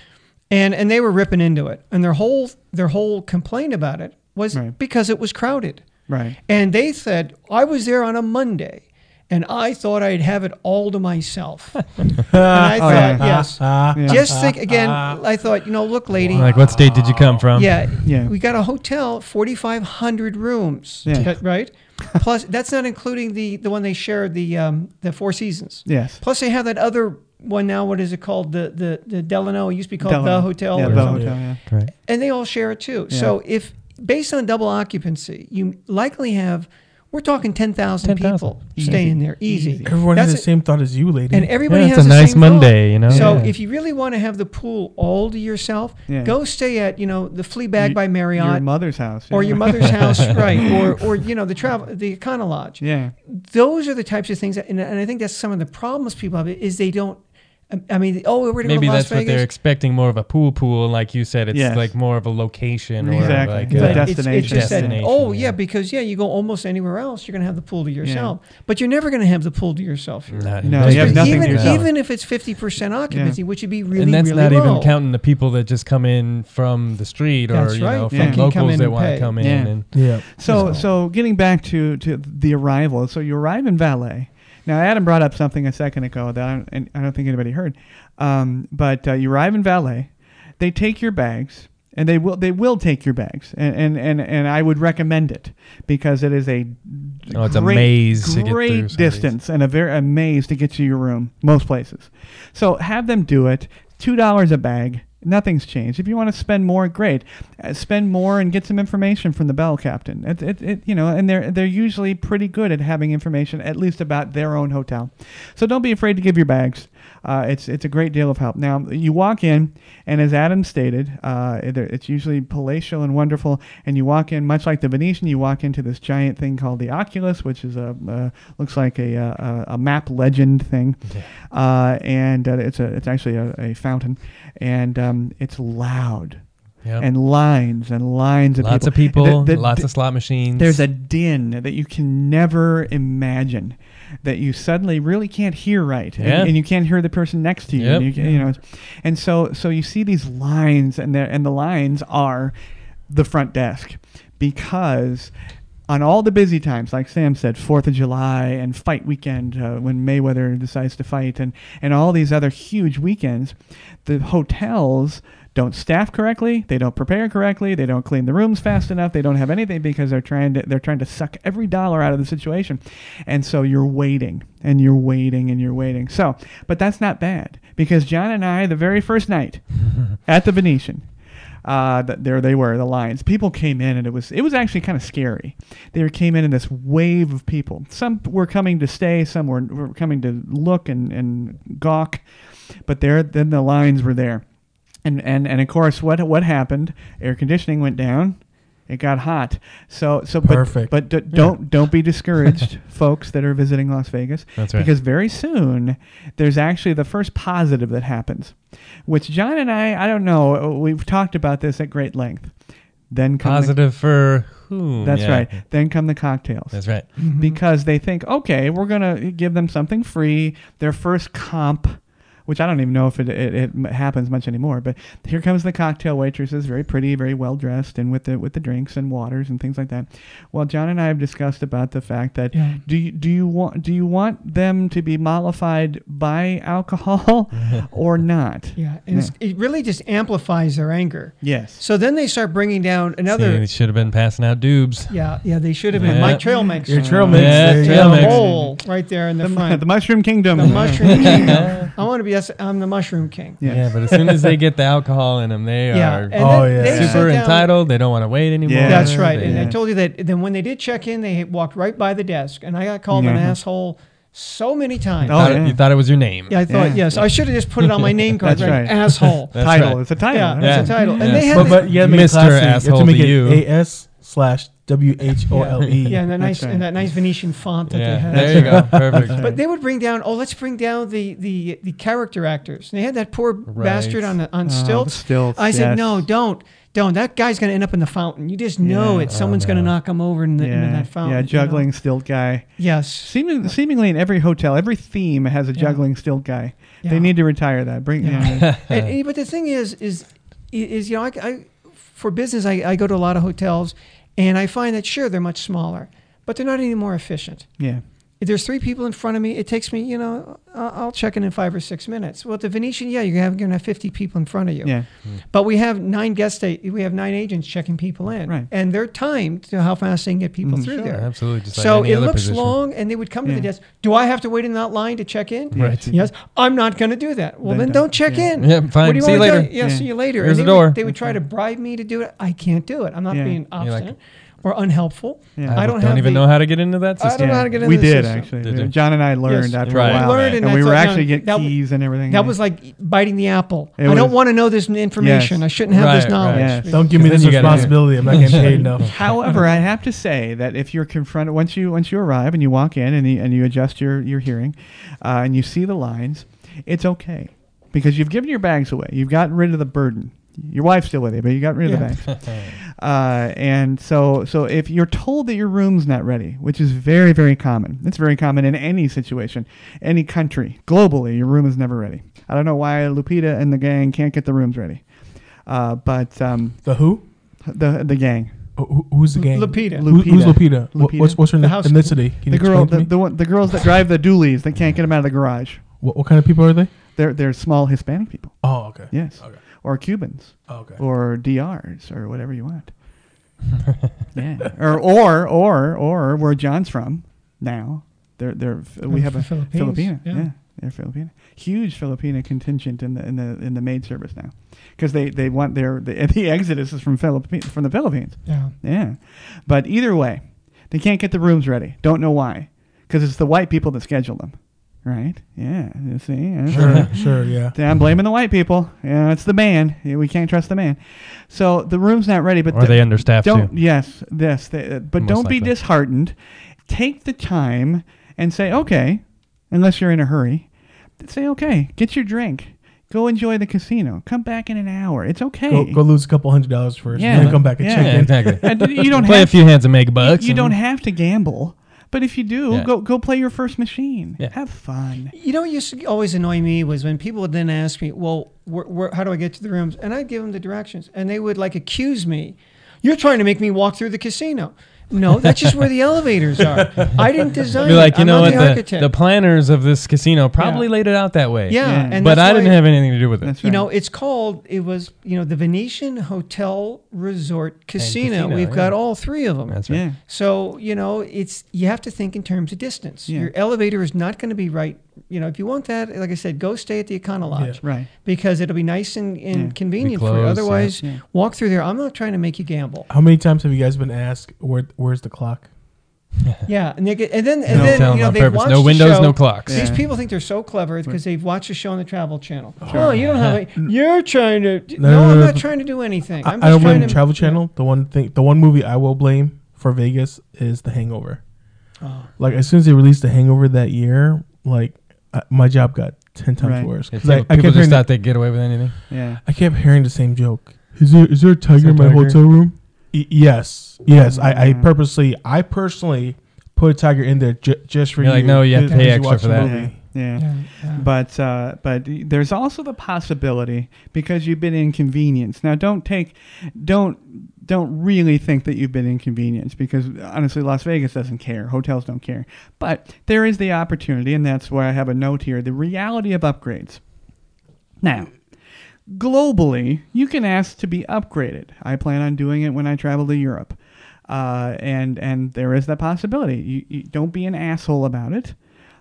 Speaker 9: and and they were ripping into it, and their whole their whole complaint about it was
Speaker 2: Right.
Speaker 9: because it was crowded.
Speaker 2: Right.
Speaker 9: And they said, I was there on a Monday and I thought I'd have it all to myself. and I
Speaker 2: Oh, yeah.
Speaker 9: thought, yes. Just think again, I thought, you know, look, lady.
Speaker 8: Like, what state did you come from?
Speaker 9: Yeah,
Speaker 2: Yeah.
Speaker 9: We got a hotel, forty five hundred rooms,
Speaker 2: Yeah. [LAUGHS]
Speaker 9: that- right? Plus, that's not including the the one they shared the um, the Four Seasons.
Speaker 2: Yes.
Speaker 9: Plus, they have that other one now. What is it called? The the the Delano. It used to be called
Speaker 2: Delano.
Speaker 9: the hotel.
Speaker 2: Yeah,
Speaker 9: or
Speaker 2: the
Speaker 9: something.
Speaker 2: hotel. Yeah.
Speaker 8: Right.
Speaker 9: and they all share it too. So if based on double occupancy, you likely have we're talking ten thousand
Speaker 8: 10,000.
Speaker 9: people staying there, easy.
Speaker 10: Everyone
Speaker 9: That's
Speaker 10: has the
Speaker 9: it.
Speaker 10: same thought as you, lady.
Speaker 9: And everybody
Speaker 8: Yeah, it's
Speaker 9: has
Speaker 8: a
Speaker 9: the
Speaker 8: nice
Speaker 9: same thought.
Speaker 8: Monday, you know?
Speaker 9: So
Speaker 8: Yeah.
Speaker 9: if you really want to have the pool all to yourself,
Speaker 2: Yeah.
Speaker 9: go stay at you know the Fleabag
Speaker 2: Y-
Speaker 9: by Marriott
Speaker 2: Your mother's house.
Speaker 9: or
Speaker 2: yeah.
Speaker 9: your mother's house, right? Or or you know the travel the Econo
Speaker 2: [LAUGHS]
Speaker 9: Lodge.
Speaker 2: Yeah.
Speaker 9: Those are the types of things, that, and, and I think that's some of the problems people have is they don't. I mean, oh, we're going to go
Speaker 8: Maybe
Speaker 9: to Las
Speaker 8: that's what
Speaker 9: Vegas.
Speaker 8: they're expecting more of a pool pool. Like you said, it's
Speaker 2: Yes.
Speaker 8: like more of a location
Speaker 2: Exactly.
Speaker 8: or like
Speaker 2: It's a
Speaker 8: uh,
Speaker 2: destination.
Speaker 9: It's, it's just that,
Speaker 8: Destination,
Speaker 9: oh
Speaker 8: yeah.
Speaker 9: yeah, because yeah, you go almost anywhere else, you're gonna have the pool to yourself. But you're never gonna have the pool to yourself. here.
Speaker 8: not-
Speaker 2: No, you have
Speaker 9: Even-
Speaker 2: nothing to
Speaker 9: even,
Speaker 2: yourself.
Speaker 9: even if it's fifty percent occupancy, which would be really
Speaker 8: and that's
Speaker 9: really
Speaker 8: not
Speaker 9: low.
Speaker 8: even counting the people that just come in from the street or
Speaker 9: That's
Speaker 8: you know
Speaker 9: right.
Speaker 8: from
Speaker 9: Yeah. Can come
Speaker 8: locals
Speaker 9: in
Speaker 8: that
Speaker 9: and
Speaker 8: want to
Speaker 9: pay.
Speaker 8: come in.
Speaker 2: Yeah.
Speaker 8: And
Speaker 10: yeah.
Speaker 2: So so getting back to to the arrival. So you arrive in Valet. Now Adam brought up something a second ago that I don't, and I don't think anybody heard. Um, but uh, you arrive in Valet. They take your bags. And they will. They will take your bags, and and, and, and I would recommend it because it is a
Speaker 8: Oh, it's a maze to get through
Speaker 2: great
Speaker 8: some of these.
Speaker 2: distance, and a very a maze to get to your room. Most places, so have them do it. Two dollars a bag. Nothing's changed. If you want to spend more, great. Uh, spend more and get some information from the bell captain. It, it, it, you know, and they're they're usually pretty good at having information at least about their own hotel. So don't be afraid to give your bags. Uh, it's it's a great deal of help. Now you walk in, and as Adam stated, uh, it- it's usually palatial and wonderful. And you walk in, much like the Venetian, you walk into this giant thing called the Oculus, which is a uh, looks like a, uh, a a map legend thing, uh, and uh, it's a it's actually a, a fountain, and um, it's loud.
Speaker 8: Yep.
Speaker 2: And lines and lines of
Speaker 8: lots of
Speaker 2: people.
Speaker 8: people,
Speaker 2: The- the-
Speaker 8: lots of slot machines.
Speaker 2: there's a din that you can never imagine that you suddenly really can't hear right and-
Speaker 8: Yeah.
Speaker 2: and, you can't hear the person next to you,
Speaker 8: Yep.
Speaker 2: and you, you know and so so you see these lines and there and the lines are the front desk because on all the busy times, like Sam said, Fourth of July and fight weekend uh, when Mayweather decides to fight, and, and all these other huge weekends, the hotels don't staff correctly, they don't prepare correctly, they don't clean the rooms fast enough, they don't have anything because they're trying to they're trying to suck every dollar out of the situation, and so you're waiting and you're waiting and you're waiting. So, but that's not bad because John and I, the very first night at the Venetian, uh, th- there they were, the lines. People came in, and it was it was actually kind of scary. There came in in this wave of people. Some were coming to stay, some were, were coming to look and, and gawk, but there then the lines were there, and and and of course what what happened? Air conditioning went down. It got hot, so so. But,
Speaker 10: Perfect.
Speaker 2: But d- don't don't be discouraged, [LAUGHS] folks that are visiting Las Vegas.
Speaker 8: That's right.
Speaker 2: Because very soon there's actually the first positive that happens, which John and I I don't know we've talked about this at great length. Then come the-
Speaker 8: positive for whom?
Speaker 2: that's
Speaker 8: Yeah.
Speaker 2: right. Then come the cocktails
Speaker 8: That's right.
Speaker 9: Mm-hmm.
Speaker 2: because they think, okay, we're gonna give them something free. Their first comp, which I don't even know if it, it, it m- happens much anymore. But here comes the cocktail waitresses, very pretty, very well dressed, and with the with the drinks and waters and things like that. Well, John and I have discussed about the fact that do you, do you want do you want them to be mollified by
Speaker 9: [LAUGHS]
Speaker 2: alcohol [LAUGHS] or not?
Speaker 9: yeah, and it's- it really just amplifies their anger.
Speaker 2: Yes.
Speaker 9: So then they start bringing down
Speaker 8: See,
Speaker 9: another.
Speaker 8: they should have been passing out dubes.
Speaker 9: yeah, yeah, they should have been.
Speaker 8: Yeah.
Speaker 9: My trail mix.
Speaker 10: Your trail mix.
Speaker 8: Yeah,
Speaker 10: there you
Speaker 8: trail
Speaker 10: go.
Speaker 8: mix.
Speaker 9: hole right there in the, front.
Speaker 2: the Mushroom Kingdom.
Speaker 9: The mushroom king. I want to be. that's- I'm the mushroom king.
Speaker 2: Yes.
Speaker 8: Yeah, but as soon as they get the alcohol in them, they
Speaker 9: Yeah.
Speaker 8: are
Speaker 9: And
Speaker 10: Oh,
Speaker 9: then
Speaker 10: yeah.
Speaker 9: they sit
Speaker 8: super
Speaker 9: down-
Speaker 8: entitled. They don't want to wait anymore.
Speaker 2: Yeah.
Speaker 9: That's right.
Speaker 8: They-
Speaker 9: And I
Speaker 2: Yeah.
Speaker 9: told you that. Then when they did check in, they walked right by the desk, and I got called an
Speaker 2: Yeah.
Speaker 9: asshole so many times.
Speaker 2: Oh,
Speaker 8: thought it-
Speaker 2: yeah.
Speaker 8: You thought it was your name.
Speaker 9: Yeah, I thought
Speaker 2: Yeah.
Speaker 9: yes. I should have just put it on my name card.
Speaker 2: That's
Speaker 9: right.
Speaker 2: right.
Speaker 9: Asshole.
Speaker 8: That's
Speaker 2: title.
Speaker 8: right.
Speaker 2: It's a title.
Speaker 9: Yeah,
Speaker 2: right?
Speaker 9: that's a title. And they had
Speaker 10: But,
Speaker 9: the-
Speaker 10: but you gotta make it
Speaker 8: Mr.
Speaker 10: classy.
Speaker 8: Asshole
Speaker 10: you have to make
Speaker 8: to
Speaker 10: it
Speaker 8: you.
Speaker 10: AS slash W H O L E.
Speaker 9: Yeah, and
Speaker 2: That's
Speaker 9: that nice
Speaker 2: right.
Speaker 9: and that nice Venetian font that they
Speaker 8: Yeah,
Speaker 9: had.
Speaker 8: there you go.
Speaker 2: [LAUGHS]
Speaker 8: Perfect.
Speaker 9: But they would bring down. Oh, let's bring down the the the character actors. And they had that poor bastard on the, on stilts.
Speaker 2: stilts,
Speaker 9: I said,
Speaker 2: yes.
Speaker 9: no, don't, don't. That guy's gonna end up in the fountain. You just know
Speaker 2: Yeah.
Speaker 10: Oh,
Speaker 9: it. Someone's gonna knock him over in the, into
Speaker 2: yeah,
Speaker 9: that fountain.
Speaker 2: yeah,
Speaker 9: you know?
Speaker 2: juggling stilt guy.
Speaker 9: Yes.
Speaker 2: Seeming, seemingly in every hotel, every theme has a juggling stilt guy.
Speaker 9: Yeah.
Speaker 2: They need to retire that. Bring yeah.
Speaker 9: and, and- but the thing is, is, is you know, I, I- for business, I, I go to a lot of hotels, and I find that sure they're much smaller, but they're not any more efficient. [LAUGHS]
Speaker 2: yeah.
Speaker 9: If there's three people in front of me, it takes me, you know, I- I'll check in in five or six minutes. Well, at the Venetian, yeah, you're going to have 50 people in front of you.
Speaker 2: Yeah.
Speaker 9: But we have nine guest, a- we have nine agents checking people in.
Speaker 2: Right.
Speaker 9: And they're timed to how fast they can get people through there.
Speaker 8: absolutely, just like
Speaker 9: so
Speaker 8: any
Speaker 9: it
Speaker 8: other
Speaker 9: looks
Speaker 8: position.
Speaker 9: long, and they would come to the
Speaker 2: Yeah.
Speaker 9: desk. Do I have to wait in that line to check in?
Speaker 8: Right.
Speaker 9: Yes. I'm not going to do that. Well,
Speaker 2: They
Speaker 9: then
Speaker 2: don't.
Speaker 9: don't check
Speaker 2: Yeah.
Speaker 9: in.
Speaker 8: Yeah, fine.
Speaker 9: What do you
Speaker 8: See you
Speaker 9: want me to
Speaker 8: later.
Speaker 9: do? Yeah,
Speaker 2: Yeah.
Speaker 9: see you later.
Speaker 8: Here's
Speaker 9: and
Speaker 8: the
Speaker 9: they would-
Speaker 8: door.
Speaker 9: they would try to bribe me to do it. I can't do it. I'm not
Speaker 2: Yeah.
Speaker 9: being
Speaker 8: like-
Speaker 9: obstinate or unhelpful.
Speaker 2: Yeah.
Speaker 9: I
Speaker 8: I
Speaker 9: don't
Speaker 8: don't,
Speaker 9: have
Speaker 8: even
Speaker 9: the-
Speaker 8: know how to get into that
Speaker 9: I
Speaker 8: system.
Speaker 9: don't know how to get into
Speaker 2: we
Speaker 9: the
Speaker 2: did
Speaker 9: system.
Speaker 2: actually.
Speaker 8: Did you?
Speaker 2: John and I learned after
Speaker 9: We
Speaker 8: Right.
Speaker 2: a while,
Speaker 9: learned,
Speaker 2: and,
Speaker 9: I
Speaker 2: we were
Speaker 9: thought, no,
Speaker 2: actually getting
Speaker 9: that-
Speaker 2: keys and everything.
Speaker 9: That
Speaker 2: yeah.
Speaker 9: was like biting the apple.
Speaker 2: It
Speaker 9: I don't
Speaker 2: was-
Speaker 9: want to know this information.
Speaker 2: Yes.
Speaker 9: I shouldn't have this
Speaker 8: Right,
Speaker 9: knowledge.
Speaker 8: right.
Speaker 2: Yes.
Speaker 10: Don't give me
Speaker 8: Then
Speaker 10: this
Speaker 8: you gotta do it.
Speaker 10: responsibility. I'm not getting [LAUGHS] paid enough.
Speaker 2: However, I have to say that if you're confronted once you once you arrive and you walk in and you, and you adjust your your hearing, uh, and you see the lines, it's okay because you've given your bags away. You've gotten rid of the burden. Your wife's still with you, but you got rid of
Speaker 9: Yeah.
Speaker 2: the bags. uh, and so so if you're told that your room's not ready, which is very very common, it's very common in any situation, any country, globally, your room is never ready. I don't know why Lupita and the gang can't get the rooms ready, uh, but um,
Speaker 10: The who?
Speaker 2: the the gang.
Speaker 10: Who- Who, who's the gang?
Speaker 9: Lupita.
Speaker 10: Who- who's Lupita?
Speaker 2: Lupita.
Speaker 10: Wha- What's, what's her
Speaker 9: The
Speaker 10: na-
Speaker 9: house-
Speaker 10: ethnicity? Can
Speaker 2: the
Speaker 10: you
Speaker 2: girl,
Speaker 10: explain to
Speaker 2: the,
Speaker 10: me?
Speaker 2: the, one, the girls that drive the doolies that can't get them out of the garage.
Speaker 10: what, what kind of people are they?
Speaker 2: They're they're small Hispanic people.
Speaker 10: Oh, okay.
Speaker 2: Yes.
Speaker 10: Okay.
Speaker 2: Or Cubans.
Speaker 10: Oh, okay.
Speaker 2: Or DRs or whatever you
Speaker 9: [LAUGHS]
Speaker 2: want. yeah. Or or or or where John's from now. They're they're we have a
Speaker 9: Philippines,
Speaker 2: Filipina.
Speaker 9: yeah.
Speaker 2: Yeah. They're Filipina. Huge Filipina contingent in the in the in the maid service now. Because they, they want their the, [LAUGHS] the exodus is from Philippines from the Philippines.
Speaker 9: Yeah.
Speaker 2: Yeah. But either way, they can't get the rooms ready. Don't know why. Because it's the white people that schedule them. Right? Yeah. You see? Yeah.
Speaker 10: Sure, [LAUGHS] sure, yeah.
Speaker 2: Yeah, I'm blaming the white people. Yeah, it's the man. Yeah, we can't trust the man. So the room's not ready. But
Speaker 8: Or
Speaker 2: the-
Speaker 8: they understaffed
Speaker 2: Don't.
Speaker 8: too.
Speaker 2: Yes. Yes. They, uh, but
Speaker 8: Most
Speaker 2: don't be
Speaker 8: likely.
Speaker 2: disheartened. Take the time and say okay, unless you're in a hurry. Say okay. Get your drink. Go enjoy the casino. Come back in an hour. It's okay.
Speaker 10: Go, go lose a couple hundred dollars first,
Speaker 2: Yeah.
Speaker 10: and then come back and
Speaker 2: Yeah.
Speaker 10: check
Speaker 8: Yeah,
Speaker 10: in.
Speaker 8: exactly.
Speaker 2: [LAUGHS] And you don't
Speaker 8: Play a
Speaker 2: have
Speaker 8: few hands and make bucks.
Speaker 2: you
Speaker 8: and-
Speaker 2: don't have to gamble, but if you do,
Speaker 8: Yeah.
Speaker 2: go go play your first machine.
Speaker 8: Yeah.
Speaker 2: Have fun.
Speaker 9: You know what used to always annoy me was when people would then ask me, well, where, where, how do I get to the rooms? And I'd give them the directions. And they would like accuse me, you're trying to make me walk through the casino. No, that's just where the [LAUGHS] elevators are. I
Speaker 10: [LAUGHS]
Speaker 9: didn't design
Speaker 8: be like,
Speaker 9: it.
Speaker 8: you
Speaker 9: I'm not
Speaker 8: know what?
Speaker 9: the
Speaker 8: The,
Speaker 9: architect.
Speaker 8: the planners of this casino probably
Speaker 2: Yeah.
Speaker 8: laid it out that way.
Speaker 9: yeah.
Speaker 2: Yeah.
Speaker 9: And
Speaker 8: but
Speaker 9: that's
Speaker 8: I didn't
Speaker 9: why-
Speaker 8: have anything to do with it.
Speaker 2: That's right.
Speaker 9: You know, it's called. It was you know the Venetian Hotel Resort Casino.
Speaker 8: casino,
Speaker 9: We've
Speaker 8: yeah.
Speaker 9: got all three of them.
Speaker 8: That's right.
Speaker 2: yeah.
Speaker 9: So you know, it's you have to think in terms of distance.
Speaker 2: Yeah.
Speaker 9: Your elevator is not going to be right. You know, if you want that, like I said, go stay at the Econo Lodge,
Speaker 10: Yeah.
Speaker 2: Right.
Speaker 9: Because it'll be nice and, and
Speaker 2: Yeah.
Speaker 9: convenient
Speaker 8: Be
Speaker 9: for you.
Speaker 8: close, yeah.
Speaker 9: Otherwise,
Speaker 2: Yeah.
Speaker 9: walk through there. I'm not trying to make you gamble.
Speaker 10: How many times have you guys been asked where where's the clock?
Speaker 9: yeah, and, they get, and then and
Speaker 8: No,
Speaker 9: then
Speaker 8: tell
Speaker 9: you
Speaker 8: them
Speaker 9: know
Speaker 8: on
Speaker 9: they
Speaker 8: purpose.
Speaker 9: watch
Speaker 8: No
Speaker 9: the
Speaker 8: windows,
Speaker 9: show.
Speaker 8: no clocks.
Speaker 9: These
Speaker 2: Yeah.
Speaker 9: people think they're so clever because they've watched a show on the Travel Channel. Oh, you don't have
Speaker 10: [LAUGHS]
Speaker 9: a. You're trying to. No,
Speaker 10: No, no, no,
Speaker 9: I'm
Speaker 10: no,
Speaker 9: not
Speaker 10: no.
Speaker 9: trying to do anything.
Speaker 10: I,
Speaker 9: I'm
Speaker 10: I
Speaker 9: just
Speaker 10: don't
Speaker 9: trying
Speaker 10: blame
Speaker 9: to-
Speaker 10: Travel Channel. The one thing, the one movie I will blame for Vegas is The Hangover.
Speaker 9: Oh.
Speaker 10: Like as soon as they released The Hangover that year, like I, my job got ten times
Speaker 2: Right.
Speaker 10: worse.
Speaker 8: If
Speaker 10: 'Cause
Speaker 8: people
Speaker 10: I, I kept
Speaker 8: people
Speaker 10: hearing
Speaker 8: just
Speaker 10: the,
Speaker 8: thought they'd get away with anything.
Speaker 2: Yeah.
Speaker 10: I kept hearing the same joke. Is there is there a tiger
Speaker 8: there a
Speaker 10: in my
Speaker 8: tiger?
Speaker 10: hotel room? Y- yes, yes. I, I purposely, I personally put a tiger in there j- just for
Speaker 8: You're
Speaker 10: you.
Speaker 8: like, no, you have to
Speaker 10: because
Speaker 8: pay extra
Speaker 10: watch
Speaker 8: for
Speaker 10: the
Speaker 8: that.
Speaker 10: movie.
Speaker 2: Yeah. But uh, but there's also the possibility because you've been inconvenienced. Now don't take don't don't really think that you've been inconvenienced because honestly Las Vegas doesn't care. Hotels don't care. But there is the opportunity and that's why I have a note here, the reality of upgrades. Now, globally, you can ask to be upgraded. I plan on doing it when I travel to Europe. Uh, and and there is that possibility. You, you don't be an asshole about it,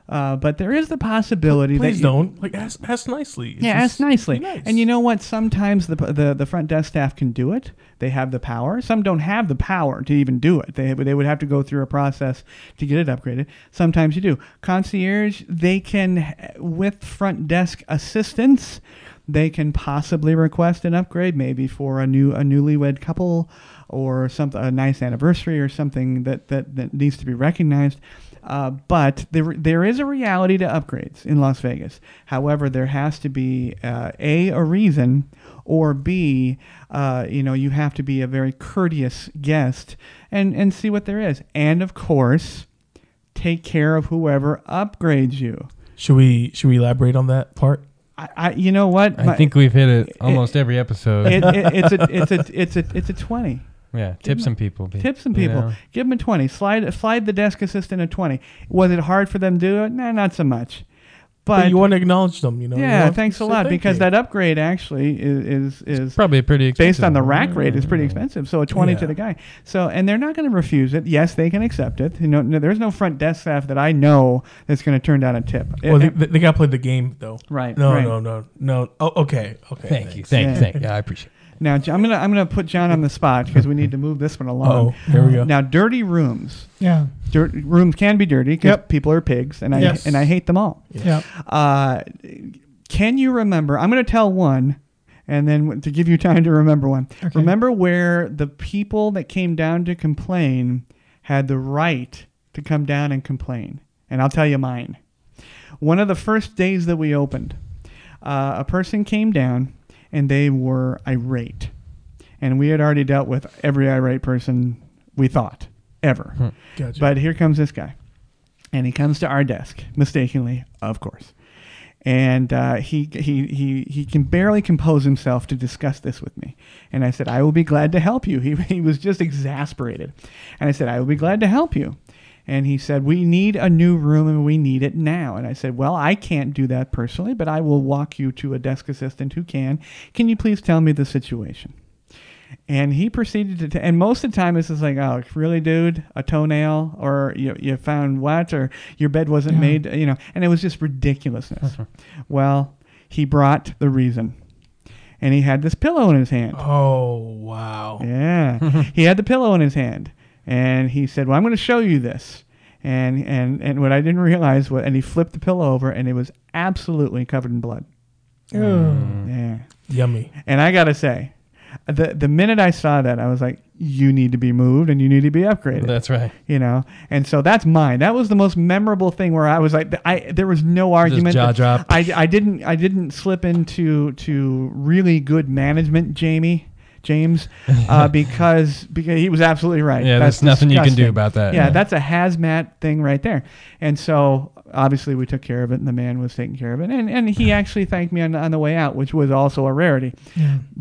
Speaker 2: uh, but there is the possibility that
Speaker 10: Please
Speaker 2: you-
Speaker 10: don't like ask, ask nicely. It's
Speaker 2: yeah, ask
Speaker 10: just-
Speaker 2: nicely.
Speaker 10: be nice.
Speaker 2: And you know what? Sometimes the, the the front desk staff can do it. They have the power. Some don't have the power to even do it. They they would have to go through a process to get it upgraded. Sometimes eh, you do. Concierge, they can with front desk assistance, they can possibly request an upgrade, maybe for a new a newlywed couple or something, a nice anniversary or something that that, that needs to be recognized. Uh, but there, there is a reality to upgrades in Las Vegas. However, there has to be uh, a a reason, or b uh, you know you have to be a very courteous guest and and see what there is. And of course, take care of whoever upgrades you.
Speaker 10: Should we should we elaborate on that part?
Speaker 2: I, I you know what
Speaker 8: I
Speaker 2: My-
Speaker 8: think we've hit it almost every episode.
Speaker 2: it, it, it's a it's a it's a it's a twenty.
Speaker 8: yeah, tip some people. be-
Speaker 2: Tip some
Speaker 8: you
Speaker 2: people.
Speaker 8: know.
Speaker 2: Give them a twenty. Slide slide the desk assistant a twenty. Was it hard for them to do it? Nah, not so much.
Speaker 10: But
Speaker 2: But,
Speaker 10: you want to acknowledge them, you know? you
Speaker 2: yeah,
Speaker 10: want-
Speaker 2: thanks a
Speaker 10: say
Speaker 2: lot
Speaker 10: Oh, thank
Speaker 2: because
Speaker 10: you.
Speaker 2: that upgrade actually is is, is
Speaker 8: Probably pretty expensive.
Speaker 2: based on the rack
Speaker 8: one.
Speaker 2: rate is pretty expensive. So a twenty to
Speaker 10: Mm. Yeah.
Speaker 2: the guy. So and they're not going to refuse it. Yes, they can accept it. You know, no, there's no front desk staff that I know that's going to turn down a tip.
Speaker 10: Well,
Speaker 2: It-
Speaker 10: they, they got to play the game though.
Speaker 2: Right,
Speaker 10: No,
Speaker 2: right.
Speaker 10: no, no, no. Oh, okay, okay.
Speaker 8: Thank you.
Speaker 10: thanks.
Speaker 8: Thank
Speaker 2: Yeah.
Speaker 8: you. Thank you. Yeah, I appreciate it.
Speaker 2: Now, J- I'm gonna I'm gonna put John on the spot because we need to move this one along.
Speaker 10: Oh, here we go.
Speaker 2: Now, dirty rooms.
Speaker 9: Yeah.
Speaker 2: Dirt, rooms can be dirty because
Speaker 9: Yep.
Speaker 2: people are pigs, and I
Speaker 9: Yes.
Speaker 2: and I hate them all.
Speaker 9: Yeah.
Speaker 2: Uh, can you remember? I'm gonna tell one, and then w- to give you [LAUGHS] time to remember one. Remember where the people that came down to complain had the right to come down and complain, and I'll tell you mine. One of the first days that we opened, uh, a person came down and they were irate. And we had already dealt with every irate person we thought ever.
Speaker 10: Gotcha.
Speaker 2: But here comes this guy. And he comes to our desk, mistakenly, of course. And uh, he, he, he, he can barely compose himself to discuss this with me. And I said, I will be glad to help you. [LAUGHS] He, he was just exasperated. And I said, I will be glad to help you. And he said, We need a new room and we need it now. And I said, Well, I can't do that personally, but I will walk you to a desk assistant who can. Can you please tell me the situation? And he proceeded to, t- and most of the time it's just like, oh, really, dude, a toenail, or you, you found what, or your bed wasn't made, you know, and it was just ridiculousness. well, he brought the reason, and he had this pillow in his hand.
Speaker 10: oh wow.
Speaker 2: Yeah. he had the pillow in his hand and he said, Well, I'm going to show you this. And, and, and what I didn't realize was, and he flipped the pillow over and it was absolutely covered in blood. Yeah.
Speaker 10: Yummy.
Speaker 2: And I got to say, the, the minute I saw that, I was like, You need to be moved and you need to be upgraded.
Speaker 8: That's right.
Speaker 2: you know, and so that's mine. That was the most memorable thing where I was like, I there was no argument.
Speaker 8: jaw drop.
Speaker 2: I, I didn't I didn't slip into to really good management, Jamie.
Speaker 8: [LAUGHS]
Speaker 2: James, uh, because because he was absolutely right.
Speaker 8: Yeah,
Speaker 2: That's
Speaker 8: there's nothing you can do
Speaker 2: disgusting.
Speaker 8: about that.
Speaker 2: Yeah,
Speaker 8: Yeah.
Speaker 2: that's a hazmat thing right there. And so obviously we took care of it, and the man was taking care of it, and and he actually thanked me on, on the way out, which was also a rarity.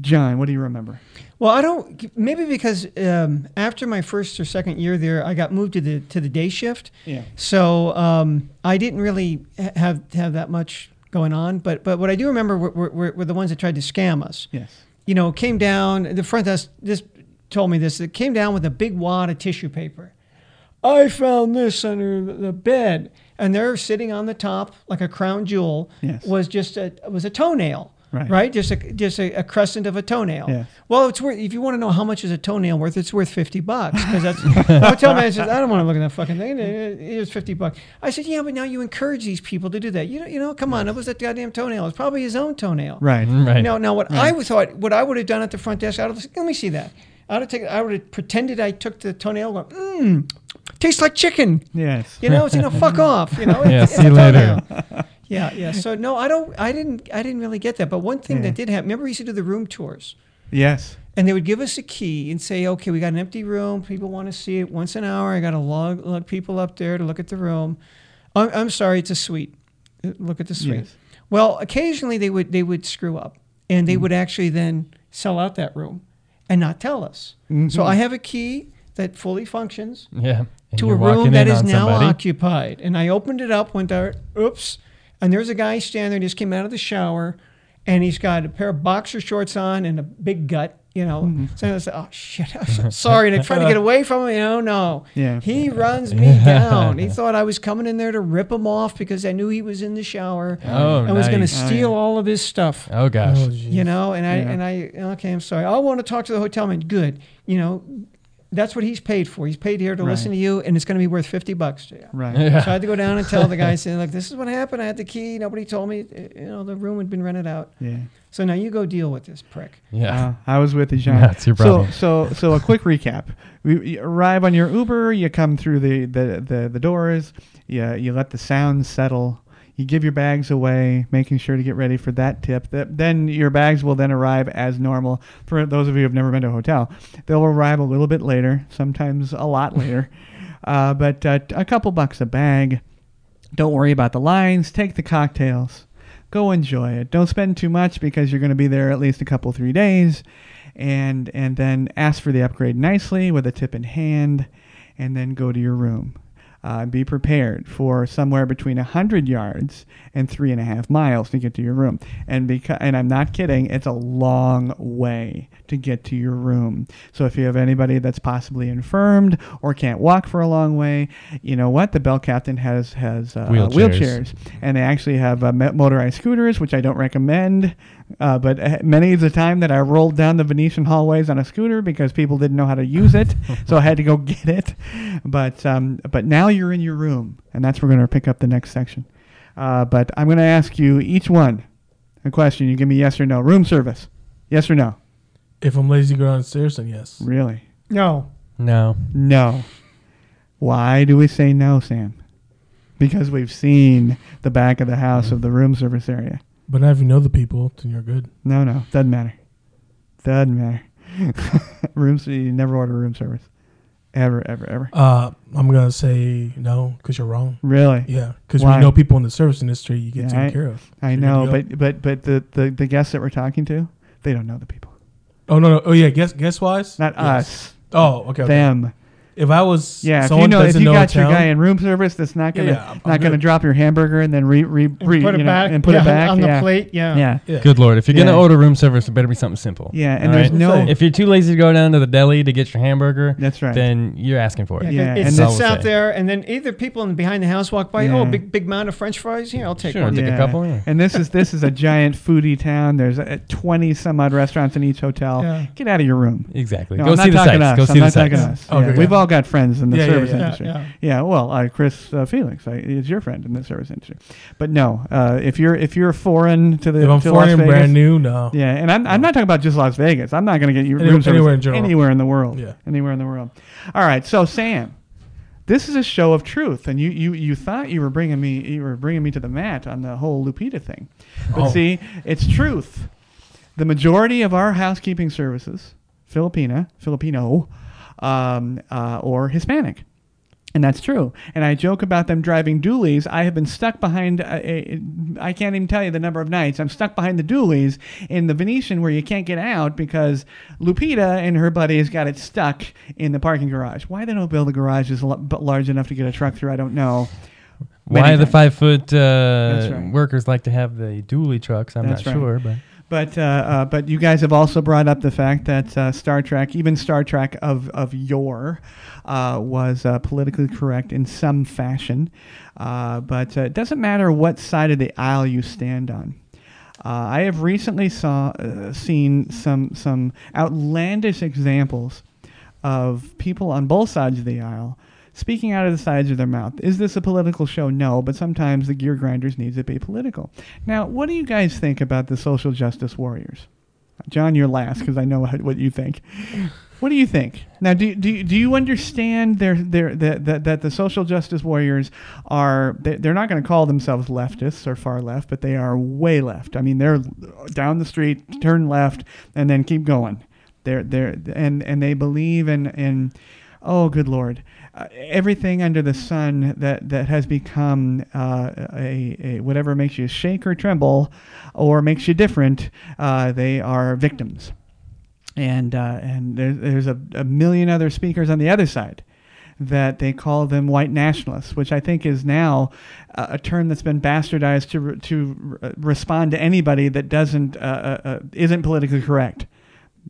Speaker 2: John, what do you remember?
Speaker 9: Well, I don't. Maybe because um, after my first or second year there, I got moved to the to the day shift.
Speaker 2: Yeah.
Speaker 9: So um, I didn't really ha- have have that much going on. But but what I do remember were, were- were, were the ones that tried to scam us.
Speaker 2: Yes.
Speaker 9: You know, came down the front desk. This told me this. It came down with a big wad of tissue paper. I found this under the bed, and they're sitting on the top like a crown jewel.
Speaker 2: Yes.
Speaker 9: Was just a was a toenail.
Speaker 2: Right.
Speaker 9: Just a just a, a crescent of a toenail.
Speaker 2: Yes.
Speaker 9: Well, it's worth if you want to know how much is a toenail worth, it's worth fifty bucks because that's. hotel manager says, I don't want to look at that fucking thing. It's fifty bucks. I said, yeah, but now you encourage these people to do that. You know, you know, come on, it was that goddamn toenail. It's probably his own toenail.
Speaker 2: Right.
Speaker 8: Right.
Speaker 9: No, now what I would thought, what I would have done at the front desk, I would have, let me see that. I would have taken, I would have pretended I took the toenail. Going, mmm, tastes like chicken.
Speaker 2: Yes.
Speaker 9: You
Speaker 10: [LAUGHS]
Speaker 9: know, so, you know, fuck off. You know,
Speaker 2: [LAUGHS]
Speaker 8: Yeah,
Speaker 9: It's-
Speaker 8: see
Speaker 9: it's a
Speaker 8: you
Speaker 9: toenail. Yeah, yeah. So no, I don't. I didn't. I didn't really get that. But one thing
Speaker 2: Yeah.
Speaker 9: that did happen. Remember, we used to do the room tours,
Speaker 2: Yes.
Speaker 9: and they would give us a key and say, "Okay, we got an empty room. People want to see it once an hour. I got to log, log people up there to look at the room. I'm, I'm sorry, it's a suite. Uh, Look at the suite.
Speaker 2: Yes.
Speaker 9: Well, occasionally they would they would screw up, and they
Speaker 2: Mm.
Speaker 9: would actually then sell out that room, and not tell us. So I have a key that fully functions
Speaker 8: [LAUGHS] Yeah. And
Speaker 9: to a
Speaker 8: you're walking
Speaker 9: room that
Speaker 8: in
Speaker 9: is
Speaker 8: on
Speaker 9: now
Speaker 8: somebody.
Speaker 9: occupied. And I opened it up, went there, oops. And there's a guy standing there, just came out of the shower, and he's got a pair of boxer shorts on and a big gut, you know.
Speaker 8: Mm-hmm.
Speaker 9: So I said, oh, shit, I'm so [LAUGHS] sorry. And I tried to get away from him, you know, no.
Speaker 2: Yeah.
Speaker 8: [LAUGHS]
Speaker 9: He runs me down. He thought I was coming in there to rip him off because I knew he was in the shower
Speaker 8: Oh,
Speaker 9: and was going to
Speaker 8: nice.
Speaker 9: steal all of his stuff.
Speaker 8: Oh gosh. [LAUGHS]
Speaker 10: Oh, geez.
Speaker 9: You know, and I
Speaker 2: Yeah.
Speaker 9: and I okay, I'm sorry. I want to talk to the hotel man. Good. You know, that's what he's paid for. He's paid here to
Speaker 2: Right.
Speaker 9: listen to you, and it's going to be worth fifty bucks to you.
Speaker 2: Right.
Speaker 9: So I had to go
Speaker 2: [LAUGHS]
Speaker 9: down eh, and tell the guy, saying, "Look, this is what happened. I had the key. Nobody told me. You know, the room had been rented out."
Speaker 2: Yeah.
Speaker 9: So now you go deal with this prick.
Speaker 8: Yeah.
Speaker 2: Uh, I was with the Jean.
Speaker 8: That's your problem.
Speaker 2: So, so, so a quick recap. You, you arrive on your Uber. You come through the the, the, the doors. You, you let the sound settle. You give your bags away, making sure to get ready for that tip. That, then your bags will then arrive as normal. For those of you who've never been to a hotel, they'll arrive a little bit later, sometimes a lot
Speaker 8: [LAUGHS]
Speaker 2: later. Uh, but uh, a couple bucks a bag. Don't worry about the lines. Take the cocktails. Go enjoy it. Don't spend too much because you're going to be there at least a couple three days, and and then ask for the upgrade nicely with a tip in hand, and then go to your room. Uh, be prepared for somewhere between 100 yards and three and a half miles to get to your room. And because, and I'm not kidding, it's a long way to get to your room. So if you have anybody that's possibly infirmed or can't walk for a long way, you know what? The bell captain has has uh,
Speaker 8: Wheelchairs.
Speaker 2: wheelchairs, and they actually have uh, mo- motorized scooters, which I don't recommend. Uh, but uh, many is the time that I rolled down the Venetian hallways on a scooter because people didn't know how to use it, so I had to go get it. But um, but now you're in your room, and that's where we're going to pick up the next section. Uh, but I'm going to ask you each one a question. You give me yes or no. Room service, yes or no?
Speaker 10: If I'm lazy going downstairs, then yes.
Speaker 2: Really?
Speaker 9: No.
Speaker 8: No.
Speaker 2: No. Why do we say no, Sam? Because we've seen the back of the house of the room service area.
Speaker 10: But now if you know the people, then you're good.
Speaker 2: No, no, doesn't matter. Doesn't matter. [LAUGHS] room service. You never order room service, ever, ever, ever.
Speaker 10: Uh, I'm gonna say no because you're wrong.
Speaker 2: Really?
Speaker 10: Yeah, because we
Speaker 2: Why?
Speaker 10: know people in the service industry you get
Speaker 2: Yeah,
Speaker 10: taken
Speaker 2: I-
Speaker 10: care of.
Speaker 2: I
Speaker 10: You're good
Speaker 2: know,
Speaker 10: to go.
Speaker 2: but but but the, the the guests that we're talking to, they don't know the people.
Speaker 10: oh no, no, oh yeah, guess guess wise,
Speaker 2: Not
Speaker 10: Yes.
Speaker 2: us,
Speaker 10: Oh, okay. okay.
Speaker 2: them.
Speaker 10: If I was
Speaker 2: Yeah, if you
Speaker 10: someone
Speaker 2: know,
Speaker 10: doesn't
Speaker 2: if you
Speaker 10: know
Speaker 2: got
Speaker 10: town,
Speaker 2: your guy in room service, that's not gonna
Speaker 10: yeah, I'm- I'm
Speaker 2: not gonna
Speaker 10: good.
Speaker 2: drop your hamburger and then re re, re
Speaker 9: put
Speaker 2: you
Speaker 9: it
Speaker 2: know,
Speaker 9: back
Speaker 2: and put
Speaker 9: yeah,
Speaker 2: it back
Speaker 9: on
Speaker 2: yeah.
Speaker 9: the plate. Yeah.
Speaker 2: Yeah.
Speaker 10: yeah.
Speaker 8: Good lord. If you're
Speaker 2: Yeah.
Speaker 8: gonna order room service, it better be something simple.
Speaker 2: Yeah, and
Speaker 8: All
Speaker 2: there's no-
Speaker 8: If you're too lazy to go down to the deli to get your hamburger,
Speaker 2: That's right.
Speaker 8: Then you're asking for it.
Speaker 2: Yeah,
Speaker 9: Yeah, it
Speaker 2: and
Speaker 9: sits
Speaker 8: then-
Speaker 9: out there, and then either people in behind the house walk by.
Speaker 2: Yeah.
Speaker 9: Oh, big big mound of French fries. Here, I'll take
Speaker 8: Sure.
Speaker 9: one.
Speaker 8: Take a couple, yeah.
Speaker 2: And this is this is a giant foodie town. There's uh, twenty some odd restaurants in each hotel.
Speaker 9: Yeah.
Speaker 2: Get out of your room.
Speaker 8: Exactly.
Speaker 2: No,
Speaker 8: go
Speaker 2: I'm
Speaker 8: see
Speaker 2: not
Speaker 8: the
Speaker 2: talking
Speaker 8: sights.
Speaker 2: us.
Speaker 8: Go
Speaker 2: I'm
Speaker 8: see the
Speaker 2: not talking
Speaker 8: sights.
Speaker 2: us.
Speaker 10: Okay,
Speaker 2: Yeah,
Speaker 10: yeah.
Speaker 2: We've all got friends in the
Speaker 10: Yeah, yeah,
Speaker 2: service
Speaker 10: yeah. Yeah,
Speaker 2: industry.
Speaker 9: yeah.
Speaker 2: well, uh, Chris uh, Felix I, is your friend in the service industry. But no, uh, if you're if you're foreign to the
Speaker 10: If I'm
Speaker 2: to
Speaker 10: foreign
Speaker 2: Las
Speaker 10: and
Speaker 2: Vegas,
Speaker 10: brand new, no.
Speaker 2: Yeah, and I'm, I'm not talking about just Las Vegas. I'm not going to get you
Speaker 10: Any-
Speaker 2: room service
Speaker 10: anywhere in general.
Speaker 2: anywhere in the world.
Speaker 10: Yeah.
Speaker 2: Anywhere in the world. All right, so Sam, this is a show of truth, and you, you, you thought you were bringing me you were bringing me to the mat on the whole Lupita thing, but
Speaker 10: Oh.
Speaker 2: see, it's truth. The majority of our housekeeping services, Filipina, Filipino, um, uh, or Hispanic. And that's true. And I joke about them driving dualies. I have been stuck behind, I a, I can't even tell you the number of nights. I'm stuck behind the dualies in the Venetian where you can't get out because Lupita and her buddies got it stuck in the parking garage. Why they don't build the garage is l- but large enough to get a truck through, I don't know.
Speaker 8: Why
Speaker 2: Many
Speaker 8: the
Speaker 2: times.
Speaker 8: five foot uh,
Speaker 2: right.
Speaker 8: workers like to have the dually trucks? I'm
Speaker 2: That's
Speaker 8: not
Speaker 2: right.
Speaker 8: sure, but
Speaker 2: But uh, uh, but you guys have also brought up the fact that uh, Star Trek, even Star Trek of of yore, uh, was uh, politically correct in some fashion. Uh, but uh, it doesn't matter what side of the aisle you stand on. Uh, I have recently saw uh, seen some some outlandish examples of people on both sides of the aisle speaking out of the sides of their mouth. Is this a political show? No, but sometimes the gear grinders need to be political. Now, what do you guys think about the social justice warriors? John, you're last because I know [LAUGHS] what what you think. What do you think? Now, do, do, do you understand their, their, that, that, that the social justice warriors are, they, they're not going to call themselves leftists or far left, but they are way left. I mean, they're down the street, turn left, and then keep going. They're, they're, and, and they believe in, in oh, good Lord, uh, everything under the sun that, that has become uh, a, a whatever makes you shake or tremble or makes you different, uh, they are victims and uh, and there, there's a, a million other speakers on the other side that they call them white nationalists, which I think is now uh, a term that's been bastardized to re- to uh, respond to anybody that doesn't uh, uh, uh, isn't politically correct.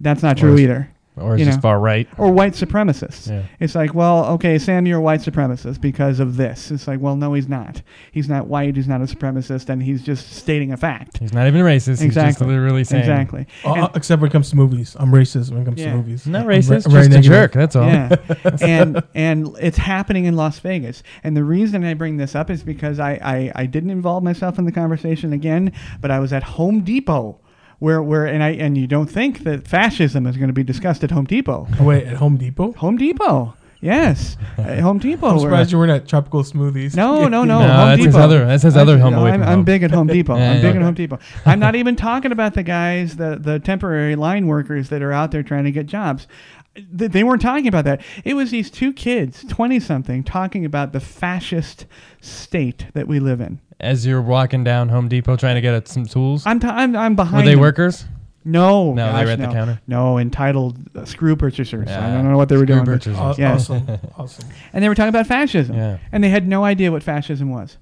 Speaker 2: That's not true
Speaker 8: is-
Speaker 2: either.
Speaker 8: or it's
Speaker 2: You
Speaker 8: just
Speaker 2: know.
Speaker 8: far right.
Speaker 2: Or white supremacists.
Speaker 8: Yeah.
Speaker 2: It's like, well, okay, Sam, you're a white supremacist because of this. It's like, well, no, he's not. He's not white. He's not a supremacist, and he's just stating a fact.
Speaker 8: He's not even racist. He's just
Speaker 2: Exactly.
Speaker 8: literally saying "Uh-uh."
Speaker 2: exactly.
Speaker 10: Uh,
Speaker 2: And-
Speaker 10: uh, except when it comes to movies, I'm racist. When it comes
Speaker 2: Yeah.
Speaker 10: to movies,
Speaker 8: Not
Speaker 10: I'm ve-
Speaker 8: racist,
Speaker 10: I'm very
Speaker 8: just a
Speaker 10: negative.
Speaker 8: jerk. That's all.
Speaker 10: [LAUGHS]
Speaker 2: Yeah, and and it's happening in Las Vegas. And the reason I bring this up is because I, I I didn't involve myself in the conversation again, but I was at Home Depot where where and I and you don't think that fascism is going to be discussed at Home Depot.
Speaker 10: Oh, wait, at Home Depot?
Speaker 2: Home Depot.
Speaker 10: [LAUGHS]
Speaker 2: Yes, at Home Depot.
Speaker 10: I'm
Speaker 2: where-
Speaker 10: surprised you weren't at Tropical Smoothies. [LAUGHS]
Speaker 2: no, no, no.
Speaker 8: No,
Speaker 2: Home
Speaker 8: that's his
Speaker 2: Depot.
Speaker 8: other- that's his other
Speaker 2: I-
Speaker 8: home
Speaker 2: no,
Speaker 8: away
Speaker 2: I'm,
Speaker 8: from
Speaker 2: I'm
Speaker 8: home.
Speaker 2: big at Home Depot.
Speaker 8: Yeah,
Speaker 2: I'm
Speaker 8: yeah,
Speaker 2: big
Speaker 8: okay.
Speaker 2: at Home Depot. I'm not even talking about the guys, the the temporary line workers that are out there trying to get jobs. Th- They weren't talking about that. It was these two kids, twenty something, talking about the fascist state that we live in.
Speaker 8: As you're walking down Home Depot trying to get at some tools,
Speaker 2: I'm t- I'm, I'm behind.
Speaker 8: were they
Speaker 2: them.
Speaker 8: workers?
Speaker 2: No,
Speaker 8: No, they
Speaker 2: gosh,
Speaker 8: were at the
Speaker 2: no.
Speaker 8: counter.
Speaker 2: No, entitled uh, screw purchasers. I
Speaker 8: Yeah,
Speaker 2: don't know what they were
Speaker 8: screw
Speaker 2: doing. but-
Speaker 8: purchasers.
Speaker 10: Aw-
Speaker 2: Yeah.
Speaker 10: Awesome. Awesome.
Speaker 2: And they were talking about fascism.
Speaker 8: Yeah.
Speaker 2: And they had no idea what fascism was.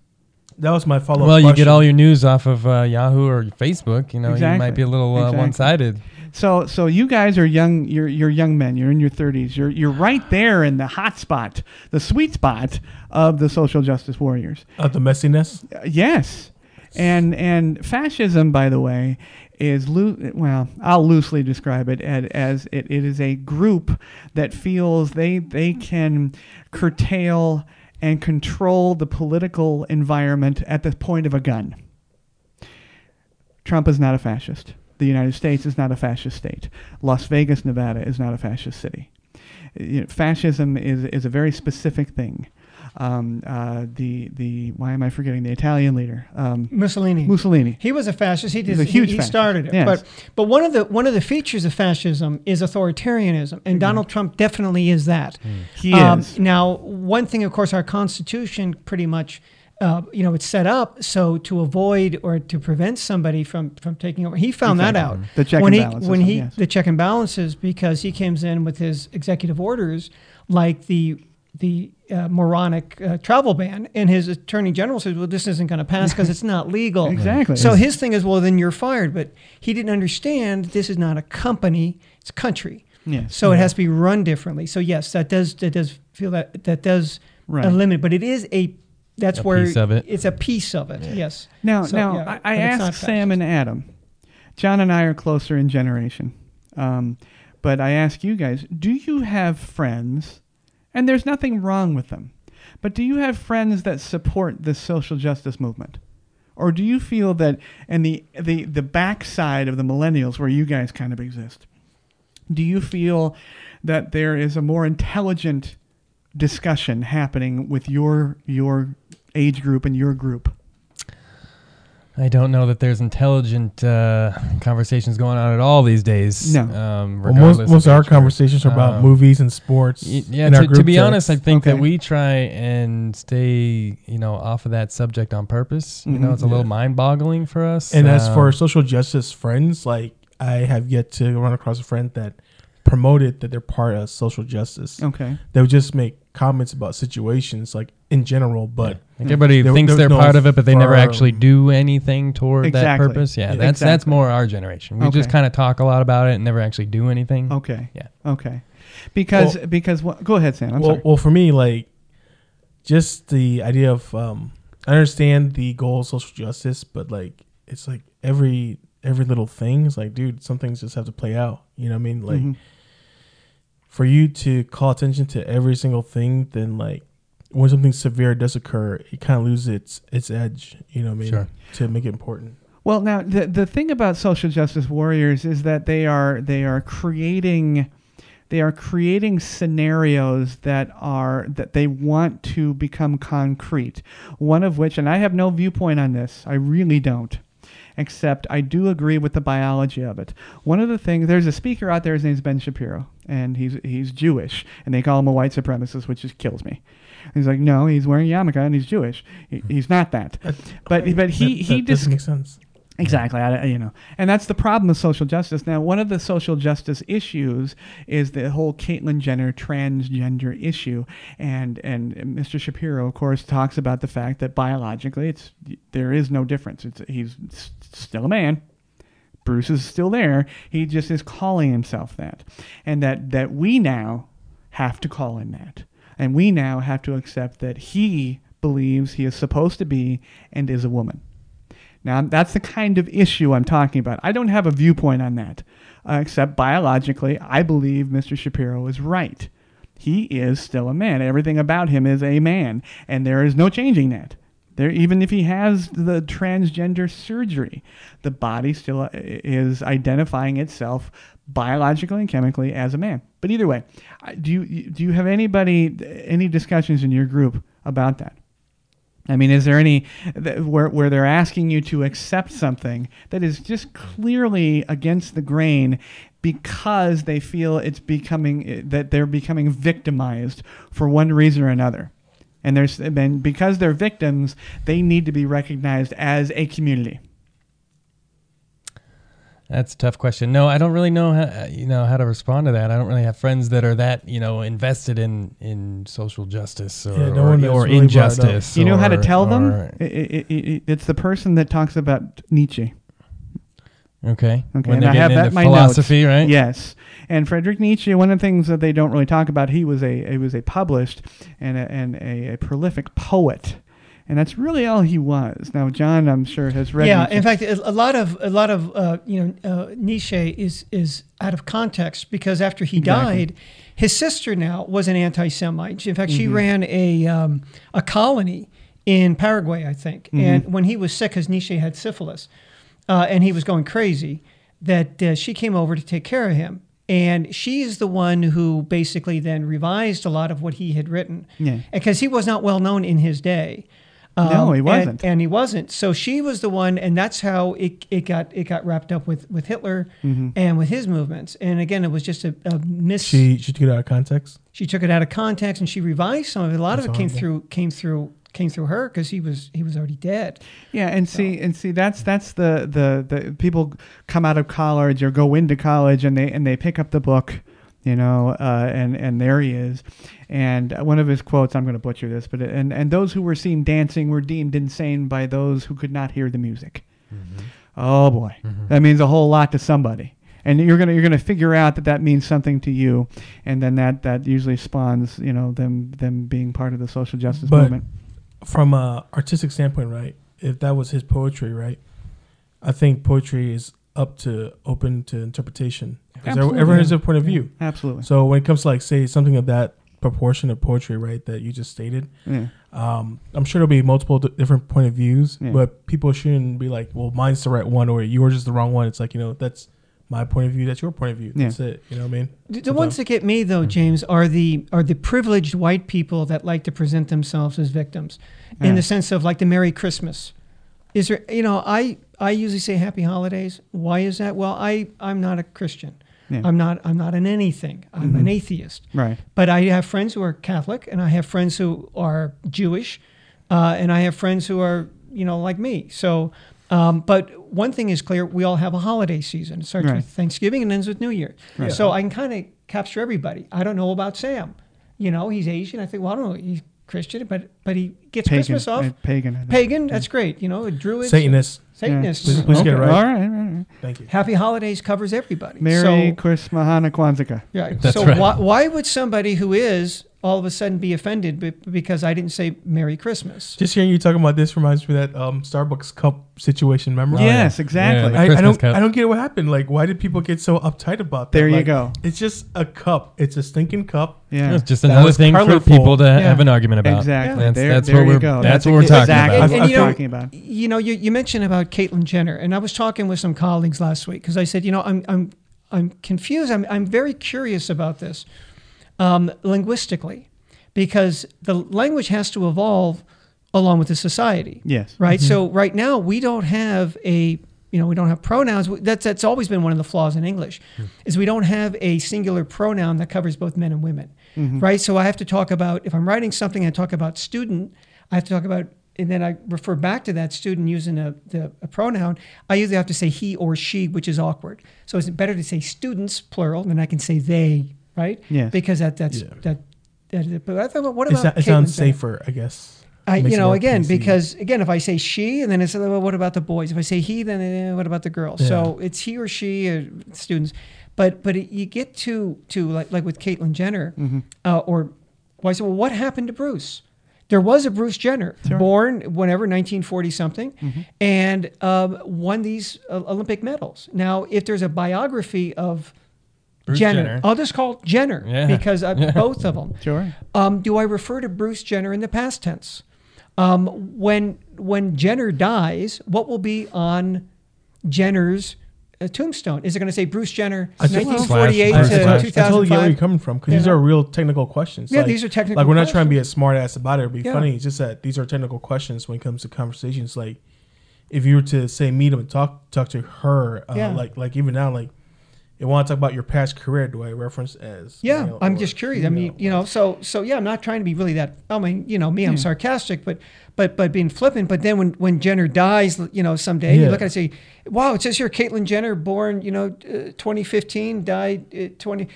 Speaker 10: That was my follow up.
Speaker 8: Well, you get all your news off of uh, Yahoo or Facebook. You know, you
Speaker 2: Exactly.
Speaker 8: might be a little uh,
Speaker 2: Exactly.
Speaker 8: one-sided.
Speaker 2: So, so you guys are young. You're you're young men. You're in your 30s. You're you're right there in the hot spot, the sweet spot of the social justice warriors.
Speaker 10: Uh, the messiness.
Speaker 2: Uh, yes, and and fascism, by the way, is loo- well, I'll loosely describe it as, as it, it is a group that feels they they can curtail and control the political environment at the point of a gun. Trump is not a fascist. The United States is not a fascist state. Las Vegas, Nevada is not a fascist city. You know, fascism is, is a very specific thing. Um, uh, the, the, why am I forgetting the Italian leader? Um,
Speaker 9: Mussolini.
Speaker 2: Mussolini.
Speaker 9: He was a fascist. He did.
Speaker 2: He's a huge
Speaker 9: He, he
Speaker 2: fascist.
Speaker 9: started it.
Speaker 2: Yes.
Speaker 9: But but one of the one of the features of fascism is authoritarianism, and Donald Trump definitely is that.
Speaker 2: Mm-hmm. Mm.
Speaker 9: Um,
Speaker 2: He is.
Speaker 9: Now, one thing, of course, our Constitution pretty much. Uh, you know, it's set up so to avoid or to prevent somebody from from taking over. He found
Speaker 2: Exactly.
Speaker 9: that out
Speaker 2: The check
Speaker 9: when
Speaker 2: and
Speaker 9: he
Speaker 2: balance
Speaker 9: when
Speaker 2: system,
Speaker 9: he
Speaker 2: yes.
Speaker 9: the check and balances because he comes in with his executive orders like the the uh, moronic uh, travel ban, and his attorney general says, "Well, this isn't going to pass because it's
Speaker 8: [LAUGHS]
Speaker 9: not legal."
Speaker 2: Exactly.
Speaker 9: So his thing is, well, then you're fired. But he didn't understand this is not a company; it's a country.
Speaker 2: Yes.
Speaker 9: So it has to be run differently. So yes, that does that does feel that that does
Speaker 2: Right.
Speaker 9: eliminate, but it is a that's
Speaker 8: A
Speaker 9: where
Speaker 8: piece of it.
Speaker 9: it's a piece of it. Yes.
Speaker 2: Now,
Speaker 9: So,
Speaker 2: now
Speaker 9: yeah,
Speaker 2: I, I
Speaker 9: but it's not
Speaker 2: asked Sam
Speaker 9: fascist.
Speaker 2: and Adam. John and I are closer in generation, um, but I ask you guys: Do you have friends? And there's nothing wrong with them, but do you have friends that support this social justice movement, or do you feel that and the the the backside of the millennials where you guys kind of exist? Do you feel that there is a more intelligent discussion happening with your your age group and your group?
Speaker 8: I don't know that there's intelligent uh, conversations going on at all these days.
Speaker 2: No.
Speaker 8: Um,
Speaker 10: Well, most
Speaker 8: regardless
Speaker 10: most
Speaker 8: of
Speaker 10: of our
Speaker 8: age group.
Speaker 10: conversations are about
Speaker 8: Um,
Speaker 10: movies and sports.
Speaker 8: Y- Yeah,
Speaker 10: and our
Speaker 8: to, to
Speaker 10: group
Speaker 8: be
Speaker 10: chats.
Speaker 8: honest, I think
Speaker 2: Okay.
Speaker 8: that we try and stay, you know, off of that subject on purpose. You know, it's a little mind-boggling for us.
Speaker 10: And as for
Speaker 8: Um,
Speaker 10: social justice friends, like I have yet to run across a friend that promoted that they're part of social justice.
Speaker 2: Okay.
Speaker 10: They would just make comments about situations like in general, but
Speaker 8: like everybody
Speaker 10: there-
Speaker 8: thinks
Speaker 10: there
Speaker 8: they're
Speaker 10: was no
Speaker 8: part of it, but they never actually
Speaker 10: firm-
Speaker 8: do anything toward that
Speaker 2: Exactly.
Speaker 8: purpose. Yeah,
Speaker 10: Yeah.
Speaker 8: that's that's
Speaker 2: Exactly.
Speaker 8: more our generation. We just
Speaker 2: Okay.
Speaker 8: kind of talk a lot about it and never actually do anything.
Speaker 2: Okay.
Speaker 8: Yeah.
Speaker 2: Okay. Because
Speaker 10: Well-
Speaker 2: because what? Go ahead, Sam. I'm
Speaker 10: well,
Speaker 2: sorry.
Speaker 10: well, for me, like just the idea of um, I understand the goal of social justice, but like it's like every every little thing is like, dude, some things just have to play out. You know what I mean?
Speaker 2: Mm-hmm.
Speaker 10: Like for you to call attention to every single thing, then like when something severe does occur, it kind of loses its its edge. You know what I mean?
Speaker 8: Sure.
Speaker 10: To make it important.
Speaker 2: Well, now the the thing about social justice warriors is that they are they are creating they are creating scenarios that are that they want to become concrete. One of which, and I have no viewpoint on this, I really don't. Except I do agree with the biology of it. One of the things there's a speaker out there, his name's Ben Shapiro, and he's he's Jewish, and they call him a white supremacist, which just kills me. He's like, no, he's wearing yarmulke and he's Jewish. He, he's not that. But but he
Speaker 10: That-
Speaker 2: he
Speaker 10: that doesn't
Speaker 2: dis-
Speaker 10: make sense.
Speaker 2: Exactly, I, I- you know, and that's the problem with social justice. Now, one of the social justice issues is the whole Caitlyn Jenner transgender issue, and and Mr. Shapiro, of course, talks about the fact that biologically, it's there is no difference. It's he's s- still a man. Bruce is still there. He just is calling himself that, and that that we now have to call him that, and we now have to accept that he believes he is supposed to be and is a woman. Now, that's the kind of issue I'm talking about. I don't have a viewpoint on that, uh, except biologically, I believe Mr. Shapiro is right. He is still a man. Everything about him is a man, and there is no changing that. There, even if he has the transgender surgery, the body still uh, is identifying itself biologically and chemically as a man. But either way, I- do you do you have anybody any discussions in your group about that? I mean, is there any th- where where they're asking you to accept something that is just clearly against the grain because they feel it's becoming eh, that they're becoming victimized for one reason or another, and there's and because they're victims, they need to be recognized as a community.
Speaker 8: That's a tough question. No, I don't really know how you know how to respond to that. I don't really have friends that are that you know invested in in social justice or
Speaker 10: Yeah, no
Speaker 8: or,
Speaker 10: one that's
Speaker 8: or
Speaker 10: really brought it up.
Speaker 8: injustice.
Speaker 2: you know how to
Speaker 8: or-
Speaker 2: tell them?
Speaker 8: or-
Speaker 2: I- I- I- I- it's the person that talks about Nietzsche.
Speaker 8: okay.
Speaker 2: Okay,
Speaker 8: When
Speaker 2: and
Speaker 8: they're
Speaker 2: I have
Speaker 8: getting
Speaker 2: that
Speaker 8: into
Speaker 2: in my
Speaker 8: philosophy,
Speaker 2: notes.
Speaker 8: right?
Speaker 2: Yes, and Frederick Nietzsche. One of the things that they don't really talk about, he was a he was a published and a, and a, a prolific poet, and that's really all he was. Now, John, I'm sure has read.
Speaker 9: yeah,
Speaker 2: Nietzsche.
Speaker 9: in fact, a a lot of a lot of uh, you know uh, Nietzsche is is out of context because after he
Speaker 2: Exactly.
Speaker 9: died, his sister now was an anti-Semite. In fact, she
Speaker 2: Mm-hmm.
Speaker 9: ran a um, a colony in Paraguay, I think. And when he was sick, because Nietzsche had syphilis, uh, and he was going crazy, that uh, she came over to take care of him. And she's the one who basically then revised a lot of what he had written.
Speaker 2: Yeah.
Speaker 9: Because he was not well known in his day.
Speaker 2: No, he
Speaker 9: um, and-
Speaker 2: wasn't.
Speaker 9: and he wasn't. So she was the one, and that's how it, it got it got wrapped up with with Hitler
Speaker 2: Mm-hmm.
Speaker 9: and with his movements. And again, it was just a, a miss. She,
Speaker 10: She she took it out of context.
Speaker 9: took it out of context and she revised some of it. A lot of it
Speaker 10: That's
Speaker 9: came
Speaker 10: horrible.
Speaker 9: through came through came through her because he was he was already dead.
Speaker 2: Yeah, and see, and see, that's that's the, the the people come out of college or go into college, and they and they pick up the book, you know, uh, and and there he is, and one of his quotes, I'm going to butcher this, but and and those who were seen dancing were deemed insane by those who could not hear the music. Oh boy, that means a whole lot to somebody, and you're gonna you're gonna figure out that that means something to you, and then that that usually spawns, you know, them them being part of the social justice
Speaker 10: But-
Speaker 2: movement.
Speaker 10: From a artistic standpoint, right? If that was his poetry, right? I think poetry is up to open to interpretation. 'Cause
Speaker 2: Absolutely.
Speaker 10: Everyone has a point of view.
Speaker 2: Absolutely.
Speaker 10: So when it comes to like say something of that proportion of poetry, right, that you just stated,
Speaker 2: Yeah.
Speaker 10: um, I'm sure there'll be multiple d- different point of views,
Speaker 2: Yeah.
Speaker 10: but people shouldn't be like, well, mine's the right one or yours is the wrong one. It's like you know that's my point of view, that's your point of view,
Speaker 2: Yeah.
Speaker 10: that's it. You know what I mean?
Speaker 9: The, the ones that get me though, James, are the are the privileged white people that like to present themselves as victims,
Speaker 2: Yeah.
Speaker 9: in the sense of like the Merry Christmas. Is there you know I I usually say Happy Holidays. Why is that? Well, I I'm not a Christian.
Speaker 2: Yeah.
Speaker 9: I'm not I'm not an anything. I'm an atheist.
Speaker 2: Right.
Speaker 9: But I have friends who are Catholic, and I have friends who are Jewish, uh, and I have friends who are you know like me. So. Um, but one thing is clear: we all have a holiday season. It starts
Speaker 2: Right.
Speaker 9: with Thanksgiving and ends with New Year. So I can kind of capture everybody. I don't know about Sam. You know, he's Asian. I think, well, I don't know. He's Christian, but but he gets
Speaker 2: Pagan,
Speaker 9: Christmas off.
Speaker 2: uh, pagan, I think.
Speaker 9: Pagan. That's great. You know, Druids.
Speaker 10: Satanist.
Speaker 9: Satanists.
Speaker 10: Please- please get it right.
Speaker 2: All right. all right.
Speaker 10: Thank you.
Speaker 9: Happy holidays covers everybody.
Speaker 2: Merry
Speaker 9: so,
Speaker 2: Christmas, Hana Kwanzaa.
Speaker 9: Right.
Speaker 8: That's
Speaker 9: so
Speaker 8: right.
Speaker 9: why, why would somebody who is all of a sudden be offended be- because I didn't say Merry Christmas?
Speaker 10: Just hearing you talking about this reminds me of that um, Starbucks cup situation. Remember?
Speaker 2: yes, exactly.
Speaker 8: The
Speaker 10: I, I
Speaker 8: Christmas
Speaker 10: don't.
Speaker 8: cup.
Speaker 10: I don't get what happened. Like, why did people get so uptight about that?
Speaker 2: There you
Speaker 10: Like,
Speaker 2: go.
Speaker 10: It's just a cup. It's a stinking cup.
Speaker 2: Yeah.
Speaker 8: It's just
Speaker 10: That
Speaker 8: another
Speaker 10: was
Speaker 8: thing for
Speaker 10: colorful.
Speaker 8: people to have
Speaker 9: Yeah.
Speaker 8: an argument about.
Speaker 2: Exactly.
Speaker 8: That's,
Speaker 2: There-
Speaker 8: that's
Speaker 2: there
Speaker 8: what
Speaker 2: you
Speaker 8: we're,
Speaker 2: go.
Speaker 8: That's,
Speaker 2: That's
Speaker 8: what we're talking
Speaker 2: exactly
Speaker 8: about.
Speaker 2: what I'm talking about.
Speaker 9: You know, you, you mentioned about Caitlyn Jenner, and I was talking with some colleagues last week because I said, you know, I'm I'm I'm confused. I'm I'm very curious about this um, linguistically because the language has to evolve along with the society.
Speaker 2: Yes.
Speaker 9: Right. So right now we don't have a you know we don't have pronouns. That's that's always been one of the flaws in English, is we don't have a singular pronoun that covers both men and women. Right. So I have to talk about if I'm writing something, I talk about student. I have to talk about and then I refer back to that student using a, the, a pronoun. I usually have to say he or she, which is awkward. So it's better to say students plural than I can say they. Right.
Speaker 2: Yes.
Speaker 9: Because that that's that. that- But I thought, well, what
Speaker 10: It's,
Speaker 9: about
Speaker 10: it sounds
Speaker 9: Caitlyn Jenner?
Speaker 10: safer, I guess.
Speaker 9: I,
Speaker 10: Makes
Speaker 9: you
Speaker 10: it
Speaker 9: know,
Speaker 10: more
Speaker 9: again,
Speaker 10: PC.
Speaker 9: because again, if I say she, and then it's uh, well, what about the boys? If I say he, then eh, what about the girls? So it's he or she, uh, students. But but it, you get to to like like with Caitlyn Jenner,
Speaker 10: Mm-hmm.
Speaker 9: uh, or well, I said, well, what happened to Bruce? There was a Bruce Jenner, born whenever 1940 something,
Speaker 10: Mm-hmm.
Speaker 9: and um, won these uh, Olympic medals. Now, if there's a biography of
Speaker 8: Bruce
Speaker 9: Jenner,
Speaker 8: Jenner.
Speaker 9: I'll just call it Jenner
Speaker 8: Yeah.
Speaker 9: because uh, both of them.
Speaker 2: Sure.
Speaker 9: Um, do I refer to Bruce Jenner in the past tense? Um, when when Jenner dies, what will be on Jenner's uh, tombstone? Is it going to say Bruce Jenner,
Speaker 10: I just-
Speaker 9: 1948
Speaker 10: I totally-
Speaker 9: to
Speaker 10: I totally get where you're
Speaker 9: 2005?
Speaker 10: coming from because these
Speaker 9: Yeah.
Speaker 10: are real technical questions.
Speaker 9: Yeah, these are technical
Speaker 10: Like we're not trying to be a smart ass about it or be
Speaker 9: Yeah.
Speaker 10: funny. It's just that these are technical questions when it comes to conversations. Like if you were to say meet him and talk talk to her, uh,
Speaker 9: Yeah.
Speaker 10: like like even now, like you want to talk about your past career, do I reference as?
Speaker 9: Yeah,
Speaker 10: male
Speaker 9: I'm
Speaker 10: or
Speaker 9: just curious. I mean,
Speaker 10: female?
Speaker 9: you know, so so yeah, I'm not trying to be really that. I mean, you know, me, I'm sarcastic, but but but being flippant. But then when when Jenner dies, you know, someday you
Speaker 10: Yeah.
Speaker 9: look at it and say, wow, it says here Caitlyn Jenner, born you know, uh, 2015, died uh, 20.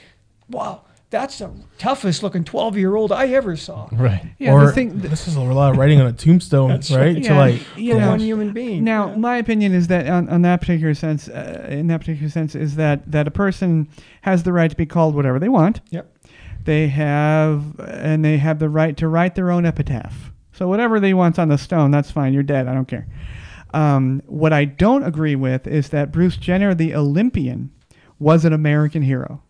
Speaker 9: Wow, that's the toughest looking 12 year old I ever saw.
Speaker 8: [LAUGHS] Right.
Speaker 2: Yeah,
Speaker 10: or
Speaker 2: the thing,
Speaker 10: this is a lot of writing on a tombstone, right? To
Speaker 2: Yeah,
Speaker 10: like
Speaker 2: you
Speaker 9: For
Speaker 2: know,
Speaker 9: one human being.
Speaker 2: Now, my opinion is that on, on that particular sense, uh, in that particular sense, is that that a person has the right to be called whatever they want.
Speaker 9: Yep.
Speaker 2: They have, and they have the right to write their own epitaph. So whatever they want on the stone, that's fine. You're dead. I don't care. Um, what I don't agree with is that Bruce Jenner, the Olympian, was an American hero.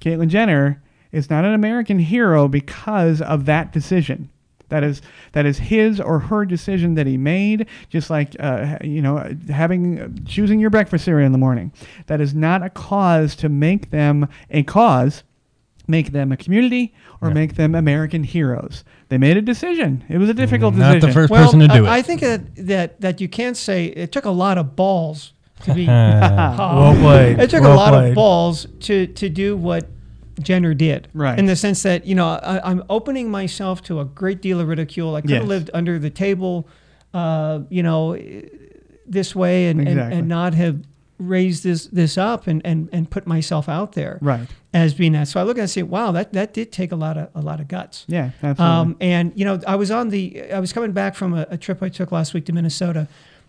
Speaker 2: Caitlyn Jenner is not an American hero because of that decision. That is that is his or her decision that he made. Just like uh, you know, having choosing your breakfast cereal in the morning. That is not a cause to make them a cause, make them a community, or make them American heroes. They made a decision. It was a difficult
Speaker 8: Mm-hmm. Not
Speaker 2: decision.
Speaker 8: the first person to do
Speaker 9: I,
Speaker 8: it.
Speaker 9: I think that, that that you can't say it took a lot of balls to
Speaker 10: [LAUGHS]
Speaker 9: be.
Speaker 10: well played.
Speaker 9: It took
Speaker 10: well
Speaker 9: a lot
Speaker 10: played.
Speaker 9: of balls to to do what Jenner did,
Speaker 2: Right.
Speaker 9: In the sense that you know I, I'm opening myself to a great deal of ridicule. I could have
Speaker 2: Yes.
Speaker 9: lived under the table, uh, you know, this way and, and,
Speaker 2: Exactly.
Speaker 9: and not have raised this this up and, and and put myself out there,
Speaker 2: Right.
Speaker 9: As being that, so I look at it and say, wow, that that did take a lot of a lot of guts.
Speaker 2: Yeah, absolutely.
Speaker 9: Um, and you know, I was on the I was coming back from a, a trip I took last week to Minnesota,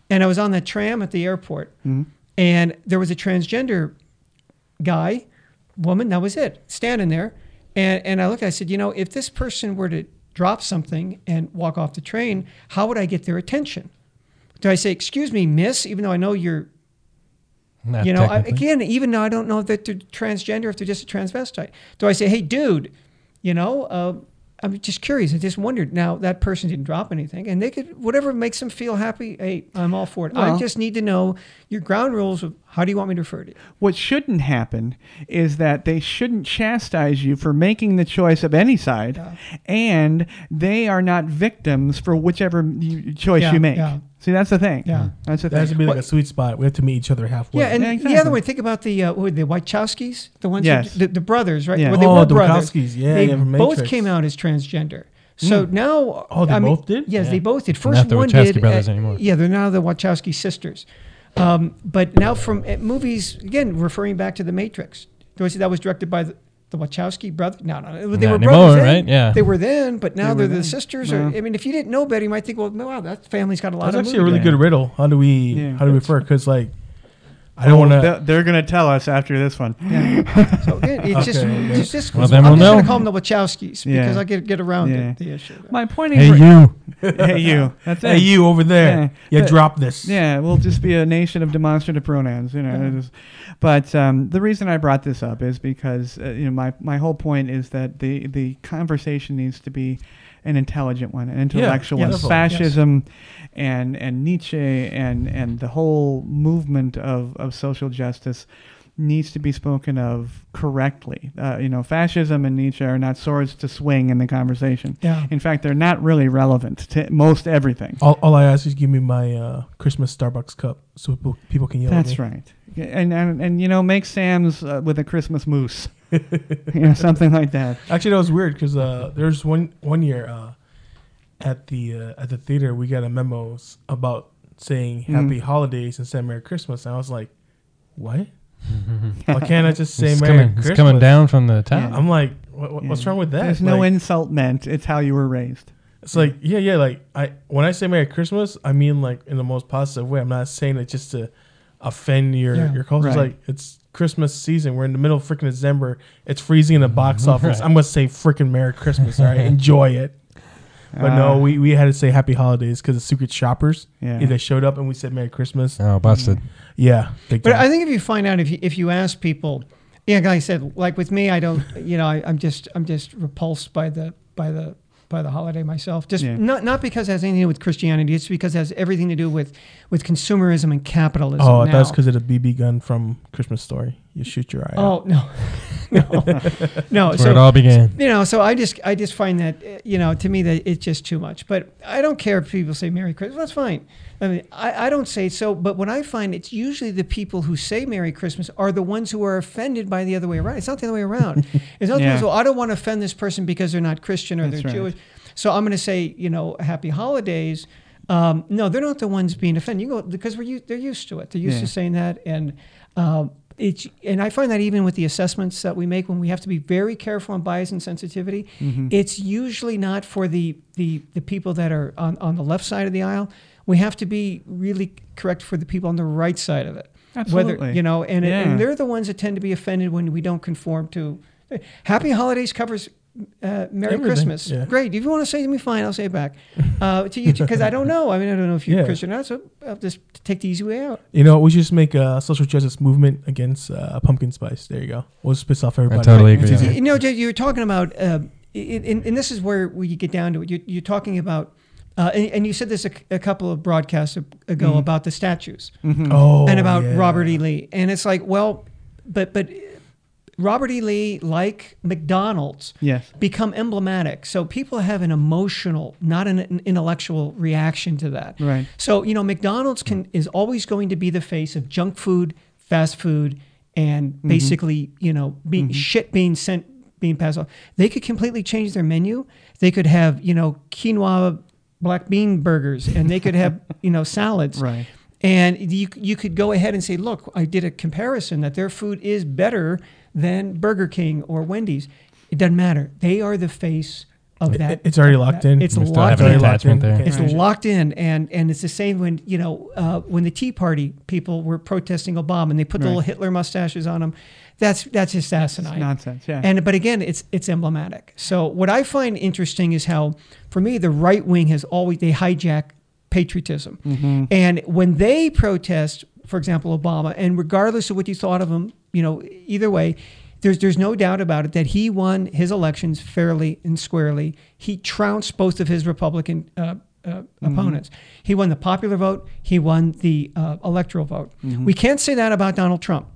Speaker 9: and I was on the tram at the airport, and there was a transgender guy, woman. That was it, standing there, and and I looked. I said, you know, if this person were to drop something and walk off the train, how would I get their attention? Do I say, excuse me, miss, even though I know you're
Speaker 8: Not
Speaker 9: you know, I,
Speaker 8: technically.
Speaker 9: again, even though I don't know that they're transgender, if they're just a transvestite, do I say, hey, dude, you know, uh, I'm just curious. I just wondered. Now, that person didn't drop anything, and they could, whatever makes them feel happy, hey, I'm all for it. I
Speaker 2: Well-
Speaker 9: just need to know your ground rules of how do you want me to refer to you?
Speaker 2: what shouldn't happen is that they shouldn't chastise you for making the choice of any side, and they are not victims for whichever you, choice
Speaker 9: Yeah,
Speaker 2: you make.
Speaker 9: yeah.
Speaker 2: See, that's the thing.
Speaker 9: Yeah.
Speaker 2: that's the
Speaker 10: That has to
Speaker 2: thing.
Speaker 10: be like a sweet spot. We have to meet each other halfway.
Speaker 9: Yeah, and
Speaker 2: Yeah,
Speaker 9: the other
Speaker 2: exactly.
Speaker 9: way, think about the uh, what were they, Wachowskis, the ones, who-
Speaker 2: Yes.
Speaker 9: the, the brothers, right?
Speaker 2: Yeah.
Speaker 9: Well, they
Speaker 10: Oh,
Speaker 9: were
Speaker 10: the
Speaker 9: brothers.
Speaker 10: Wachowskis. Yeah,
Speaker 9: they
Speaker 10: yeah, from
Speaker 9: both
Speaker 10: Matrix.
Speaker 9: came out as transgender. So now,
Speaker 10: Oh, they
Speaker 9: I mean,
Speaker 10: both did?
Speaker 9: Yes, they
Speaker 10: Yeah.
Speaker 9: both did. First
Speaker 8: Not the
Speaker 9: one
Speaker 8: Wachowski
Speaker 9: did, uh,
Speaker 8: brothers anymore.
Speaker 9: Yeah, they're now the Wachowski sisters. Um, but now from uh, movies again, referring back to the Matrix. Do I say that was directed by the, the Wachowski brother? No, no, they were
Speaker 8: Not
Speaker 9: brothers,
Speaker 8: anymore,
Speaker 9: then.
Speaker 8: right? Yeah.
Speaker 9: they were then, but now
Speaker 2: were
Speaker 9: they are
Speaker 2: then.
Speaker 9: the sisters. Or
Speaker 2: Yeah.
Speaker 9: I mean, if you didn't know better, you might think, well, wow, that family's got a lot
Speaker 10: That's
Speaker 9: of
Speaker 10: actually a really
Speaker 2: movie.
Speaker 10: good riddle. How do we
Speaker 2: Yeah.
Speaker 10: how do we refer? Because like, I
Speaker 9: Oh,
Speaker 10: don't want to.
Speaker 2: They're- They're gonna tell us after this one.
Speaker 9: So again, oh, it's just,
Speaker 10: Okay,
Speaker 9: it's just
Speaker 8: Well, then
Speaker 9: I'm
Speaker 8: we'll
Speaker 9: just
Speaker 8: know.
Speaker 9: gonna call them the Wachowskis
Speaker 2: Yeah.
Speaker 9: because I get get around
Speaker 2: Yeah.
Speaker 9: it, the issue.
Speaker 2: [LAUGHS] My point.
Speaker 8: Hey,
Speaker 2: is,
Speaker 8: you.
Speaker 2: hey you. That's
Speaker 10: Hey,
Speaker 2: it.
Speaker 10: you over there.
Speaker 2: Yeah.
Speaker 10: Yeah,
Speaker 2: But-
Speaker 10: drop this.
Speaker 2: Yeah, we'll just be a nation of demonstrative pronouns, you know. it is- But um, the reason I brought this up is because uh, you know my, my whole point is that the the conversation needs to be an intelligent one, an intellectual
Speaker 10: yeah,
Speaker 2: one.
Speaker 10: definitely, yes.
Speaker 2: Fascism, and and Nietzsche, and and the whole movement of of social justice needs to be spoken of correctly. Uh, you know, fascism and Nietzsche are not swords to swing in the conversation.
Speaker 9: Yeah.
Speaker 2: In fact, they're not really relevant to most everything.
Speaker 10: All, all I ask is give me my uh, Christmas Starbucks cup so people, people can yell. at
Speaker 2: That's
Speaker 10: me.
Speaker 2: right. Yeah, And, and and you know, make Sam's uh, with a Christmas moose, [LAUGHS] you know, something like that.
Speaker 10: Actually, that was weird because uh, there's one one year uh, at the uh, at the theater we got a memo s- about saying
Speaker 8: Hmm.
Speaker 10: Happy Holidays and saying Merry Christmas, and I was like, what? Why can't I just say
Speaker 8: It's
Speaker 10: Merry
Speaker 8: coming,
Speaker 10: Christmas?
Speaker 8: it's coming down from the top.
Speaker 10: I'm like, what, what- what's wrong with that?
Speaker 2: There's no
Speaker 10: Like,
Speaker 2: insult meant. It's how you were raised.
Speaker 10: It's like, yeah, yeah. Like I, when I say Merry Christmas, I mean like in the most positive way. I'm not saying it just to offend your
Speaker 9: Yeah,
Speaker 10: your culture. It's
Speaker 2: right.
Speaker 10: like it's Christmas season. We're in the middle of freaking December. It's freezing in the box office. I'm gonna say freaking Merry Christmas. All right, enjoy it. But no, we, we had to say Happy Holidays because the secret shoppers.
Speaker 2: Yeah.
Speaker 10: Yeah. They showed up and we said Merry Christmas.
Speaker 8: Oh, busted.
Speaker 10: Mm-hmm. Yeah. big
Speaker 9: But
Speaker 10: time.
Speaker 9: I think if you find out if you, if you ask people, yeah, like I said, like with me, I don't, you know, I, I'm just I'm just repulsed by the by the
Speaker 10: by the holiday myself. Just
Speaker 2: Yeah.
Speaker 10: not not because it has anything to do with Christianity. It's because it has everything to do with with consumerism and capitalism.
Speaker 5: Oh,
Speaker 10: now.
Speaker 5: that's because of the BB gun from Christmas Story. You shoot your eye out.
Speaker 10: Oh no, [LAUGHS] no, no.
Speaker 8: where it all began.
Speaker 10: You know, so I just I just find that uh, you know to me that it's just too much. But I don't care if people say Merry Christmas. That's fine. I mean, I, I don't say so. But what I find it's usually the people who say Merry Christmas are the ones who are offended by the other way around. It's not the other way around. it's not the
Speaker 2: Yeah.
Speaker 10: people, well, I don't want to offend this person because they're not Christian or
Speaker 2: That's
Speaker 10: they're
Speaker 2: right.
Speaker 10: Jewish. So I'm going to say you know Happy Holidays. Um, no, they're not the ones being offended. You go because we're u- they're used to it. They're used
Speaker 2: Yeah.
Speaker 10: to saying that and. Um, it's, and I find that even with the assessments that we make, when we have to be very careful on bias and sensitivity, it's usually not for the, the, the people that are on, on the left side of the aisle. We have to be really correct for the people on the right side of it.
Speaker 2: Absolutely.
Speaker 10: Whether, you know, and,
Speaker 2: Yeah.
Speaker 10: and they're the ones that tend to be offended when we don't conform to. Happy Holidays covers uh, Merry
Speaker 5: Everything,
Speaker 10: Christmas.
Speaker 5: yeah.
Speaker 10: Great. If you want to say it to me, fine, I'll say it back uh, to you because I don't know. I mean, I don't know if you're
Speaker 5: Yeah.
Speaker 10: Christian or not, so I'll just take the easy way out.
Speaker 5: You know, we should just make a social justice movement against uh, pumpkin spice. There you go. We'll just piss off everybody.
Speaker 8: totally agree.
Speaker 5: It's easier.
Speaker 10: You know, Jay, you were talking about, uh, and, and- and this is where we get down to it. You're, you're talking about, uh, and, and you said this a, c- a couple of broadcasts a- ago about the statues
Speaker 5: Mm-hmm. Oh,
Speaker 10: and about
Speaker 5: yeah.
Speaker 10: Robert E. Lee, and it's like, well, but but Robert E. Lee, like McDonald's,
Speaker 2: Yes.
Speaker 10: become emblematic. So people have an emotional, not an, an intellectual reaction to that.
Speaker 2: Right.
Speaker 10: So you know, McDonald's can is always going to be the face of junk food, fast food, and
Speaker 2: Mm-hmm.
Speaker 10: basically you know be, shit being sent being passed off. They could completely change their menu. They could have you know quinoa black bean burgers, and they could have [LAUGHS] you know salads.
Speaker 2: Right.
Speaker 10: And you you could go ahead and say, look, I did a comparison that their food is better than Burger King or Wendy's. It doesn't matter. They are the face of that.
Speaker 5: It's already locked in.
Speaker 10: It's
Speaker 5: We're
Speaker 8: Still have
Speaker 5: It's
Speaker 10: locked
Speaker 8: an
Speaker 5: already
Speaker 10: in.
Speaker 5: locked in.
Speaker 8: attachment there.
Speaker 5: Can't
Speaker 10: It's
Speaker 5: change it.
Speaker 10: locked in, and and it's the same when you know uh, when the Tea Party people were protesting Obama and they put the little Hitler mustaches on them. That's that's just asinine
Speaker 2: Nonsense. Yeah.
Speaker 10: and but again it's it's emblematic so what i find interesting is how for me the right wing has always they hijack patriotism and when they protest for example obama and regardless of what you thought of him you know either way there's, there's no doubt about it that he won his elections fairly and squarely. He trounced both of his Republican uh, uh, opponents. He won the popular vote. He won the uh, electoral vote. We can't say that about Donald Trump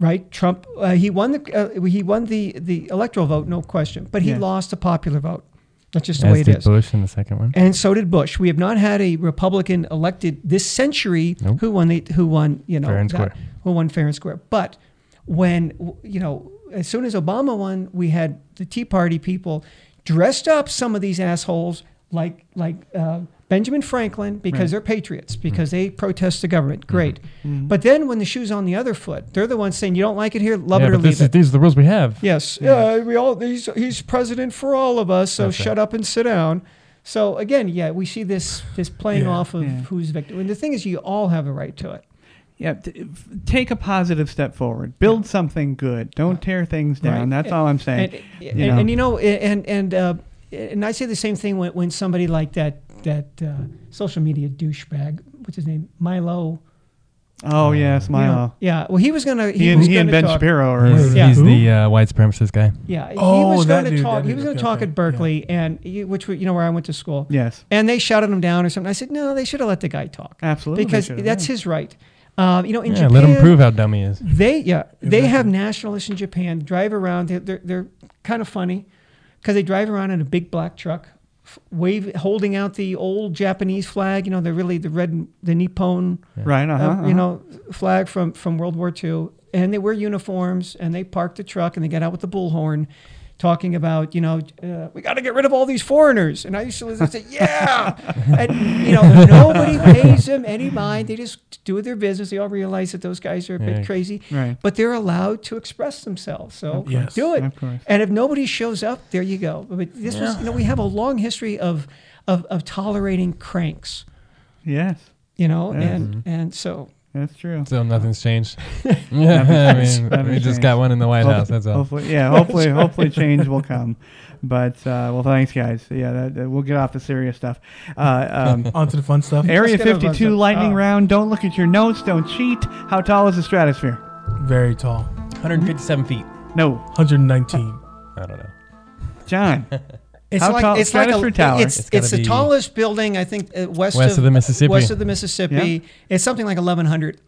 Speaker 10: right? Trump uh, he won the uh, he won the the electoral vote, no question, but he
Speaker 2: Yeah.
Speaker 10: lost the popular vote. That's just the
Speaker 8: As
Speaker 10: way it
Speaker 8: did
Speaker 10: is.
Speaker 8: Bush in the second one.
Speaker 10: And so did Bush. We have not had a Republican elected this century
Speaker 8: Nope.
Speaker 10: who won the who won you know
Speaker 8: Fair and
Speaker 10: that-
Speaker 8: square.
Speaker 10: who won fair and square. But when you know, as soon as Obama won, we had the Tea Party people dressed up some of these assholes like like uh, Benjamin Franklin because they're patriots because
Speaker 8: Mm-hmm.
Speaker 10: they protest the government. Great. But then when the shoe's on the other foot, they're the ones saying you don't like it here, love
Speaker 8: yeah,
Speaker 10: it or
Speaker 8: but
Speaker 10: leave
Speaker 8: this
Speaker 10: it.
Speaker 8: is, these are the rules we have.
Speaker 10: Yes. Uh, we all he's he's president for all of us. So
Speaker 8: That's right.
Speaker 10: shut up and sit down. So again, yeah, we see this this playing
Speaker 5: Yeah,
Speaker 10: off of
Speaker 2: yeah.
Speaker 10: who's victim. And the thing is, you all have a right to it.
Speaker 2: Yeah, t- f- take a positive step forward. Build something good. Don't tear things down.
Speaker 10: Right.
Speaker 2: That's all I'm saying.
Speaker 10: And,
Speaker 2: You
Speaker 10: and,
Speaker 2: know.
Speaker 10: and you know, and and uh, and I say the same thing when, when somebody like that that uh, social media douchebag, what's his name, Milo.
Speaker 2: oh yes,
Speaker 10: you know,
Speaker 2: Milo.
Speaker 10: yeah. Well, he was gonna. He,
Speaker 2: He and
Speaker 10: was
Speaker 2: he
Speaker 10: gonna
Speaker 2: and Ben
Speaker 10: talk,
Speaker 2: Shapiro are.
Speaker 8: He's,
Speaker 10: Yeah.
Speaker 8: he's
Speaker 5: Who?
Speaker 8: the uh, white supremacist guy.
Speaker 10: Yeah, he
Speaker 5: Oh,
Speaker 10: was
Speaker 5: that
Speaker 10: going to
Speaker 5: dude,
Speaker 10: talk.
Speaker 5: that
Speaker 10: He
Speaker 5: dude,
Speaker 10: was going to
Speaker 5: okay,
Speaker 10: talk
Speaker 5: okay,
Speaker 10: at Berkeley, and you, which were- you know where I went to school.
Speaker 2: Yes.
Speaker 10: and they shouted him down or something. I said, no, they should have let the guy talk.
Speaker 2: Absolutely, they
Speaker 10: because
Speaker 2: should have,
Speaker 10: that's
Speaker 2: yeah.
Speaker 10: his right. Um, you know, in
Speaker 8: Yeah,
Speaker 10: Japan,
Speaker 8: let him prove how dumb he is.
Speaker 10: They yeah, they have nationalists in Japan drive around. They're they're, they're kind of funny because they drive around in a big black truck, f- wave holding out the old Japanese flag. You know, they're really the red and- the Nippon
Speaker 2: Right. Uh-huh,
Speaker 10: uh,
Speaker 2: uh-huh.
Speaker 10: you know, flag from, from World War II. And they wear uniforms and they park the truck and they get out with the bullhorn talking about, you know, uh, we got to get rid of all these foreigners. And I used to listen
Speaker 2: [LAUGHS]
Speaker 10: and say, yeah. and, you know, nobody pays them any mind. They just do their business. They all realize that those guys are a bit
Speaker 8: Yeah.
Speaker 10: crazy,
Speaker 2: Right.
Speaker 10: but they're allowed to express themselves. So
Speaker 5: course.
Speaker 10: do it.
Speaker 2: Of course.
Speaker 10: And if nobody shows up, there you go. But this was, you know, we have a long history of, of, of tolerating cranks,
Speaker 2: uh-huh. Yes,
Speaker 10: you know, and,
Speaker 2: Mm-hmm.
Speaker 10: and so.
Speaker 2: that's true.
Speaker 8: So nothing's changed. [LAUGHS] yeah, I mean,
Speaker 2: nothing's
Speaker 8: we just
Speaker 2: changed.
Speaker 8: got one in the White House.
Speaker 2: Hopefully-
Speaker 8: That's all.
Speaker 2: Hopefully, yeah. Hopefully, hopefully change will come. But uh, well, thanks guys. Yeah, that, that- we'll get off the serious stuff. Uh, um,
Speaker 5: Onto the fun stuff.
Speaker 2: Area
Speaker 10: get on the
Speaker 2: 52
Speaker 10: buzzer.
Speaker 2: lightning
Speaker 10: Oh.
Speaker 2: round. Don't look at your notes. Don't cheat. How tall is the stratosphere?
Speaker 5: Very tall.
Speaker 8: 157 feet.
Speaker 2: No,
Speaker 5: 119.
Speaker 8: I don't know.
Speaker 2: John.
Speaker 10: It's
Speaker 2: How
Speaker 10: like
Speaker 2: tall-
Speaker 10: it's like a,
Speaker 2: Stratford Tower.
Speaker 10: It's,
Speaker 8: It's
Speaker 10: it's,
Speaker 8: gotta
Speaker 10: the
Speaker 8: be-
Speaker 10: tallest building I think uh, west,
Speaker 8: West of the Mississippi.
Speaker 10: West of the Mississippi. It's something like 1100.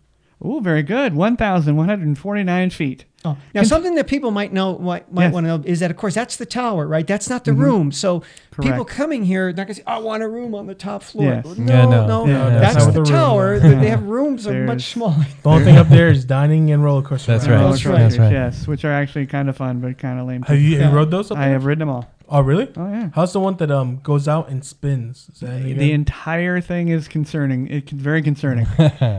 Speaker 2: Ooh, very good. 1,149 feet.
Speaker 10: Oh, now something that people might know might, might
Speaker 2: Yes.
Speaker 10: want to know is that of course that's the tower, right? That's not the room. So people
Speaker 2: Correct.
Speaker 10: coming here are not going to say, "I want a room on the top floor."
Speaker 2: Yes.
Speaker 10: No,
Speaker 8: Yeah,
Speaker 10: no,
Speaker 8: no.
Speaker 10: no,
Speaker 8: Yeah, no.
Speaker 10: that's
Speaker 5: That's not
Speaker 10: the
Speaker 5: the room.
Speaker 10: tower. that they have rooms [LAUGHS] are
Speaker 2: There's-
Speaker 10: much smaller.
Speaker 5: The only thing up there is dining and roller coaster.
Speaker 8: That's
Speaker 5: rides.
Speaker 8: right.
Speaker 2: Roller
Speaker 10: That's right.
Speaker 2: coasters,
Speaker 8: That's right.
Speaker 2: Oh, Yes, which are actually kind of fun, but kind of lame.
Speaker 5: [LAUGHS] Have
Speaker 2: too.
Speaker 5: you, have
Speaker 10: Yeah.
Speaker 5: you rode those? Up
Speaker 2: I
Speaker 5: there?
Speaker 2: have ridden them all.
Speaker 5: Oh, really?
Speaker 2: Oh, yeah.
Speaker 5: How's the one that um goes out and spins? Is that any
Speaker 2: The
Speaker 5: good?
Speaker 2: entire thing is concerning. It's very
Speaker 5: [LAUGHS]
Speaker 2: concerning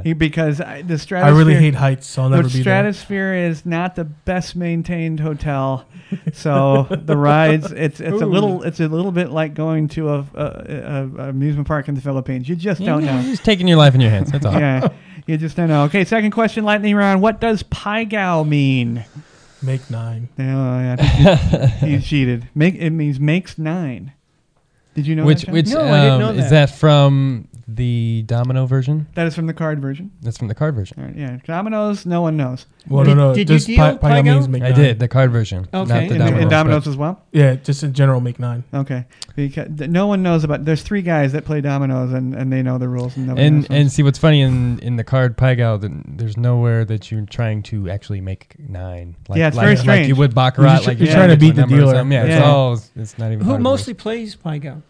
Speaker 2: He- because I, the
Speaker 5: I
Speaker 2: stratosphere.
Speaker 5: really hate heights, so I'll never
Speaker 2: the
Speaker 5: be
Speaker 2: Stratosphere is not the best maintained hotel, so the rides it's it's a little it's a little bit like going to a, a, a, a amusement park in the Philippines. You just don't
Speaker 8: Yeah,
Speaker 5: [LAUGHS]
Speaker 2: know.
Speaker 8: Just taking your life in your hands. That's all.
Speaker 2: yeah, you just don't know. Okay, second question, lightning round. What does Pai Gao mean?
Speaker 5: there. Make nine.
Speaker 2: Oh, yeah, I think
Speaker 5: [LAUGHS]
Speaker 2: you, you cheated. Make it means makes nine. Did you know
Speaker 8: Which
Speaker 2: that, John?
Speaker 8: which
Speaker 10: No, I didn't
Speaker 8: um,
Speaker 10: know
Speaker 8: is
Speaker 10: that.
Speaker 8: that from the Domino version?
Speaker 2: that is from the card version.
Speaker 8: That's from the card version.
Speaker 2: All right, yeah, Domino's. No one knows.
Speaker 5: Well,
Speaker 10: Did-
Speaker 5: no, no.
Speaker 10: did you
Speaker 5: just
Speaker 10: deal
Speaker 5: pi-
Speaker 10: with
Speaker 5: pi-
Speaker 10: Pygo?
Speaker 5: means make
Speaker 8: I
Speaker 5: nine.
Speaker 8: did uh, the card version,
Speaker 10: Okay.
Speaker 8: not the
Speaker 2: And,
Speaker 8: Domino.
Speaker 2: and Domino's
Speaker 8: but-
Speaker 2: as well.
Speaker 5: Yeah, just in general, make nine.
Speaker 2: Okay, because th- no one knows about. There's three guys that play dominoes, and, and they know the rules, and nobody
Speaker 8: and
Speaker 2: knows them.
Speaker 8: and see what's funny in in the card Pygal, th- there's nowhere that you're trying to actually make nine. Like,
Speaker 2: Yeah, it's
Speaker 8: like,
Speaker 2: very
Speaker 8: Like
Speaker 2: strange.
Speaker 8: you would baccarat,
Speaker 5: You're tr-
Speaker 8: like
Speaker 5: you're
Speaker 8: you
Speaker 2: trying to
Speaker 8: get a
Speaker 5: beat the
Speaker 8: number or
Speaker 5: dealer.
Speaker 8: something. Yeah,
Speaker 2: Yeah.
Speaker 8: it's all it's not even. part of
Speaker 10: Who
Speaker 8: the rules.
Speaker 10: mostly plays Pygo?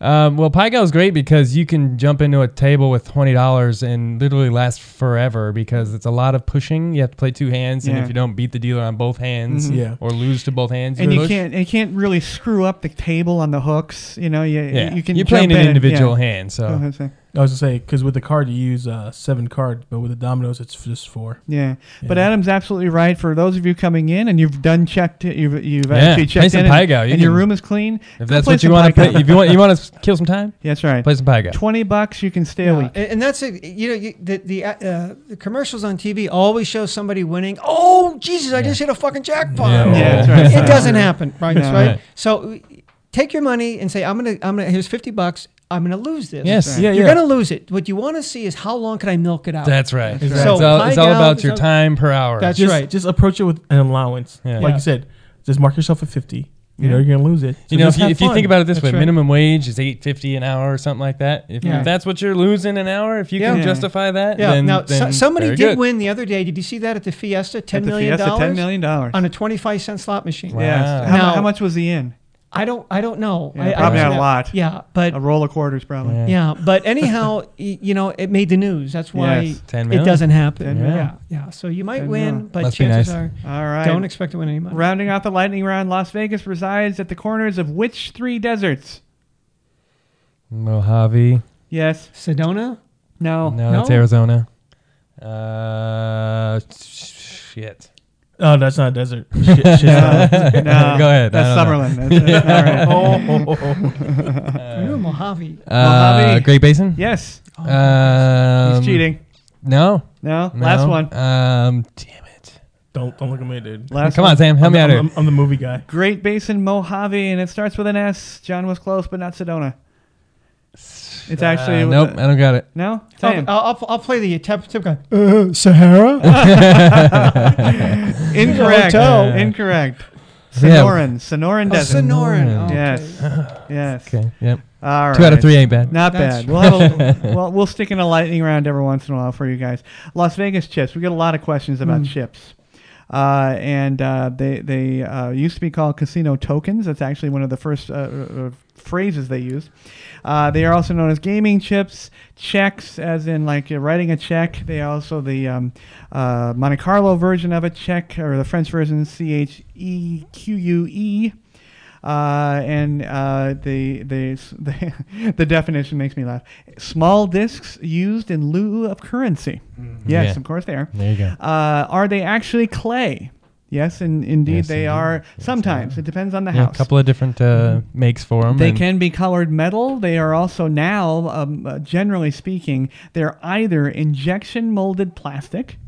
Speaker 8: Um, well, PyGo's great because you can jump into a table with twenty dollars and literally last forever because it's a lot of pushing. You have to play two hands, and
Speaker 2: Yeah. Mm-hmm.
Speaker 8: if you don't beat the dealer on both hands,
Speaker 5: Mhm. Yeah.
Speaker 8: or lose to both hands,
Speaker 2: And you
Speaker 8: push.
Speaker 2: can't you can't really screw up the table on the hooks. You know, you
Speaker 8: Yeah,
Speaker 2: you can.
Speaker 8: you're playing
Speaker 2: jump in
Speaker 8: an
Speaker 2: and-
Speaker 8: individual
Speaker 2: yeah. Oh,
Speaker 8: hand, so
Speaker 2: Go ahead, say.
Speaker 5: I was gonna say because with the card you use uh, seven cards, but with the dominoes it's just four.
Speaker 2: Yeah. but
Speaker 5: Yeah.
Speaker 2: Adam's absolutely right. For those of you coming in and you've done checked, it- you've you've
Speaker 8: Yeah,
Speaker 2: actually
Speaker 8: play
Speaker 2: checked
Speaker 8: some
Speaker 2: in, and,
Speaker 8: Pygo. You
Speaker 2: and your
Speaker 8: can-
Speaker 2: room is clean. go
Speaker 8: if that's
Speaker 2: play
Speaker 8: what you
Speaker 2: some
Speaker 8: want to
Speaker 2: Pygo.
Speaker 8: play, if you want you want to kill some time,
Speaker 2: that's right.
Speaker 8: play some PyGo.
Speaker 2: Twenty bucks, you can stay a
Speaker 10: Yeah,
Speaker 2: week.
Speaker 10: and and that's it. You know, you, the the, uh, uh, the commercials on TV always show somebody winning. Oh Jesus! I just hit a fucking jackpot.
Speaker 8: Yeah.
Speaker 2: Yeah, that's right.
Speaker 5: [LAUGHS]
Speaker 10: it doesn't happen, right?
Speaker 2: No.
Speaker 10: right?
Speaker 8: Right.
Speaker 10: So take your money and say, I'm gonna, I'm gonna. Here's fifty bucks. I'm gonna lose this.
Speaker 8: Yes, yeah,
Speaker 10: you're
Speaker 5: yeah.
Speaker 10: gonna lose it. What you want to see is how long can I milk it out?
Speaker 8: that's right.
Speaker 5: That's
Speaker 8: It's
Speaker 5: right.
Speaker 8: all, it's all
Speaker 10: Pygo
Speaker 8: about
Speaker 10: is
Speaker 8: your
Speaker 10: a-
Speaker 8: time per hour.
Speaker 10: That's
Speaker 5: just,
Speaker 10: right.
Speaker 5: Just approach it with an allowance.
Speaker 8: Yeah.
Speaker 5: Like
Speaker 10: Yeah.
Speaker 5: you said, just mark yourself at fifty. You
Speaker 2: Yeah.
Speaker 5: know you're gonna lose it. So
Speaker 8: you know,
Speaker 5: just
Speaker 8: if you,
Speaker 5: have
Speaker 8: if you
Speaker 5: fun.
Speaker 8: think about it this
Speaker 2: That's
Speaker 8: way,
Speaker 2: right.
Speaker 8: minimum wage is eight fifty an hour or something like that. If,
Speaker 10: Yeah.
Speaker 8: if that's what you're losing an hour, if you
Speaker 2: Yeah.
Speaker 8: can justify that,
Speaker 10: Yeah.
Speaker 8: then,
Speaker 10: now so-
Speaker 8: then
Speaker 10: somebody
Speaker 8: very
Speaker 10: did
Speaker 8: good.
Speaker 10: win the other day. Did you see that at the Fiesta?
Speaker 2: At
Speaker 10: Ten
Speaker 2: the
Speaker 10: million
Speaker 2: Fiesta, ten
Speaker 10: dollars
Speaker 2: million dollars.
Speaker 10: [LAUGHS] on a twenty-five cent slot machine.
Speaker 2: Yes.
Speaker 8: Wow.
Speaker 2: How, mu-
Speaker 10: Now-
Speaker 2: how much was he in?
Speaker 10: I don't, I don't know.
Speaker 2: Yeah,
Speaker 10: I, I
Speaker 2: probably
Speaker 10: don't
Speaker 2: not a
Speaker 10: know.
Speaker 2: lot.
Speaker 10: Yeah, but
Speaker 2: A roll of quarters, probably.
Speaker 8: Yeah.
Speaker 10: Yeah, but anyhow, y- you know, it made the news. That's why
Speaker 2: Yes.
Speaker 8: 10
Speaker 10: it
Speaker 8: million.
Speaker 10: doesn't happen.
Speaker 8: million.
Speaker 10: Yeah, yeah. So you might
Speaker 2: 10
Speaker 10: win,
Speaker 2: million.
Speaker 10: but
Speaker 8: Must be
Speaker 10: chances
Speaker 8: nice.
Speaker 10: are
Speaker 2: All right.
Speaker 10: don't expect to win any money.
Speaker 2: Rounding out the lightning round, Las Vegas resides at the corners of which three deserts?
Speaker 8: Mojave.
Speaker 2: Yes.
Speaker 10: Sedona,
Speaker 2: No.
Speaker 8: No, that's
Speaker 10: No?
Speaker 8: Arizona. Uh, shit.
Speaker 5: Oh, that's not a desert. Shit, uh, shit's not.
Speaker 2: No.
Speaker 8: [LAUGHS] Go ahead. I
Speaker 2: That's
Speaker 8: don't know.
Speaker 2: Summerlin. That's-
Speaker 8: [LAUGHS]
Speaker 2: all right.
Speaker 5: Oh, oh, oh, oh.
Speaker 10: Peru, Mojave.
Speaker 8: Uh,
Speaker 2: Mojave.
Speaker 8: Great Basin.
Speaker 2: Yes.
Speaker 8: Um,
Speaker 2: He's cheating.
Speaker 8: No,
Speaker 2: No.
Speaker 8: no.
Speaker 2: Last one.
Speaker 8: Um, damn it.
Speaker 5: Don't don't look at me, dude.
Speaker 2: Last
Speaker 8: Come
Speaker 2: one.
Speaker 8: on, Sam. Help
Speaker 5: I'm,
Speaker 8: me
Speaker 5: the-
Speaker 8: out here.
Speaker 5: I'm, I'm the movie guy.
Speaker 2: Great Basin, Mojave, and it starts with an S. John was close, but not Sedona. It's actually
Speaker 8: Uh, nope, I don't got it.
Speaker 2: no.
Speaker 10: Oh,
Speaker 2: Sam.
Speaker 10: I'll, I'll, I'll play the tip, tip guy.
Speaker 8: [LAUGHS]
Speaker 10: Uh, Sahara.
Speaker 2: Incorrect.
Speaker 10: hotel.
Speaker 2: Incorrect.
Speaker 8: Yeah.
Speaker 2: Sonoran. Sonoran
Speaker 10: Oh,
Speaker 2: Desert.
Speaker 10: Sonoran. Okay.
Speaker 2: Yes. [LAUGHS] Yes.
Speaker 8: Okay. Yep.
Speaker 2: All right.
Speaker 8: Two out of three ain't bad.
Speaker 2: Not
Speaker 10: [LAUGHS] That's
Speaker 2: bad. We'll, have
Speaker 8: [LAUGHS]
Speaker 2: a, well, we'll stick in a lightning round every once in a while for you guys. Las Vegas chips. We get a lot of questions
Speaker 8: Hmm.
Speaker 2: about chips. Uh, and uh, they they uh, used to be called casino tokens. That's actually one of the first uh, uh, phrases they used. Uh, they are also known as gaming chips, checks, as in like you're writing a check. They also the um, uh, Monte Carlo version of a check, or the French version, C H E Q U E uh, and uh, the, the [LAUGHS] the the definition makes me laugh. Small discs used in lieu of currency. Yes,
Speaker 8: Yeah.
Speaker 2: of course they are.
Speaker 8: There you go.
Speaker 2: Uh, are they actually clay? Yes, and indeed
Speaker 8: Yes,
Speaker 2: they
Speaker 8: indeed.
Speaker 2: are.
Speaker 8: Yes,
Speaker 2: Sometimes it depends on the
Speaker 8: Yeah, a
Speaker 2: house. Mm-hmm.
Speaker 8: couple of different uh, makes for them.
Speaker 2: They can be colored metal. They are also now, um, uh, generally speaking, they're either injection molded plastic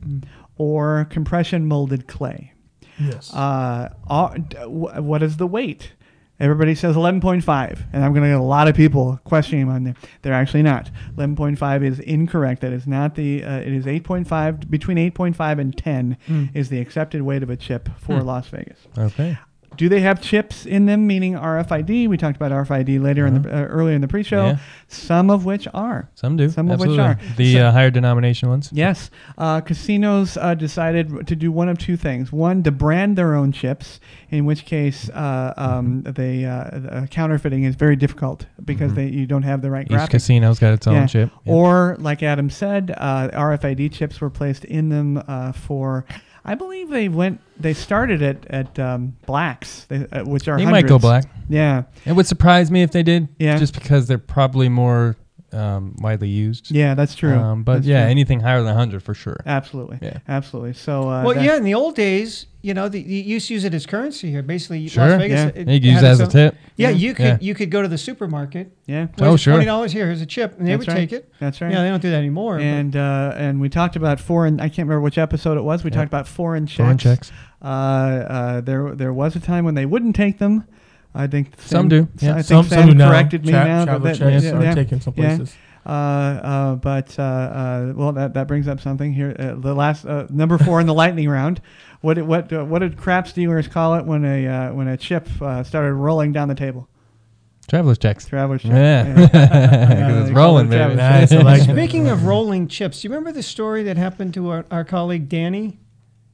Speaker 2: or compression molded clay.
Speaker 5: Yes.
Speaker 2: Uh, are- d- wh- what is the weight? Everybody says 11.5, and I'm going to get a lot of people questioning on there. They're actually not. 11.5 is incorrect. That is not the. Uh, it is 8.5 between 8.5 and 10 is the accepted weight of a chip for Las Vegas.
Speaker 8: Okay.
Speaker 2: do they have chips in them? Meaning RFID. We talked about RFID later in the uh, earlier in the pre-show.
Speaker 8: Uh-huh. Yeah.
Speaker 2: Some of which are.
Speaker 8: Some do.
Speaker 2: Some of which
Speaker 8: absolutely.
Speaker 2: are.
Speaker 8: the
Speaker 2: So-
Speaker 8: uh, higher denomination ones.
Speaker 2: Yes, uh, casinos uh, decided to do one of two things: one, to brand their own chips, in which case uh, um,
Speaker 8: Mm-hmm.
Speaker 2: they uh, the counterfeiting is very difficult because they you don't have the right
Speaker 8: Each
Speaker 2: graphics.
Speaker 8: casino's got its own
Speaker 2: Yeah.
Speaker 8: chip. Yep.
Speaker 2: Or, like Adam said, uh, RFID chips were placed in them uh, for. I believe they went. They started it at um, blacks, they, uh, which are
Speaker 8: They might
Speaker 2: hundreds.
Speaker 8: go black.
Speaker 2: Yeah,
Speaker 8: It would surprise me if they did.
Speaker 2: Yeah.
Speaker 8: Just because they're probably more um, widely used.
Speaker 2: yeah, that's true.
Speaker 8: Um, but
Speaker 2: That's
Speaker 8: yeah,
Speaker 2: true. Uh,
Speaker 8: anything higher than 100 for sure.
Speaker 2: absolutely,
Speaker 8: Yeah.
Speaker 2: absolutely. So, uh,
Speaker 10: Well,
Speaker 2: that-
Speaker 10: yeah, in the old days, you know, the, you used to use it as currency here. Basically,
Speaker 8: Sure,
Speaker 10: Las Vegas.
Speaker 2: yeah.
Speaker 10: it
Speaker 8: You could use
Speaker 10: had
Speaker 8: that as a
Speaker 10: its own-
Speaker 8: tip.
Speaker 10: Yeah, you could
Speaker 8: Yeah.
Speaker 10: you could go to the supermarket.
Speaker 2: yeah.
Speaker 8: Oh,
Speaker 10: "Where's your
Speaker 8: sure.
Speaker 10: Twenty dollars here. Here's a chip, and they
Speaker 2: That's
Speaker 10: would
Speaker 2: right.
Speaker 10: take it.
Speaker 2: That's right.
Speaker 10: Yeah, they don't do that anymore. but-
Speaker 2: and uh, and we talked about foreign. I can't remember which episode it was. We talked about foreign checks.
Speaker 8: Foreign checks.
Speaker 2: Uh, uh, there there was a time when they wouldn't take them. I think
Speaker 8: Some
Speaker 2: Sam-
Speaker 8: do,
Speaker 2: Sa-
Speaker 8: yeah.
Speaker 2: I think
Speaker 11: Some,
Speaker 2: Sam
Speaker 11: some do now.
Speaker 2: corrected me
Speaker 11: Tra-
Speaker 2: now.
Speaker 11: Travel
Speaker 2: but that-
Speaker 11: checks
Speaker 2: yeah,
Speaker 11: are
Speaker 2: yeah.
Speaker 11: taken some
Speaker 2: Yeah.
Speaker 11: places.
Speaker 2: Uh, uh, but uh, uh, well, that, that brings up something here. Uh, the last uh, number four in the lightning round. What did- what uh, what did craps dealers call it when a uh, when a chip uh, started rolling down the table?
Speaker 8: Traveler's checks.
Speaker 2: Traveler's check.
Speaker 8: yeah. [LAUGHS]
Speaker 2: Yeah,
Speaker 8: it's
Speaker 2: they
Speaker 8: rolling,
Speaker 2: call it
Speaker 8: baby.
Speaker 2: traveler's
Speaker 11: Nice, I
Speaker 2: [LAUGHS]
Speaker 11: like that.
Speaker 10: Speaking of rolling chips, do you remember the story that happened to our, our colleague Danny?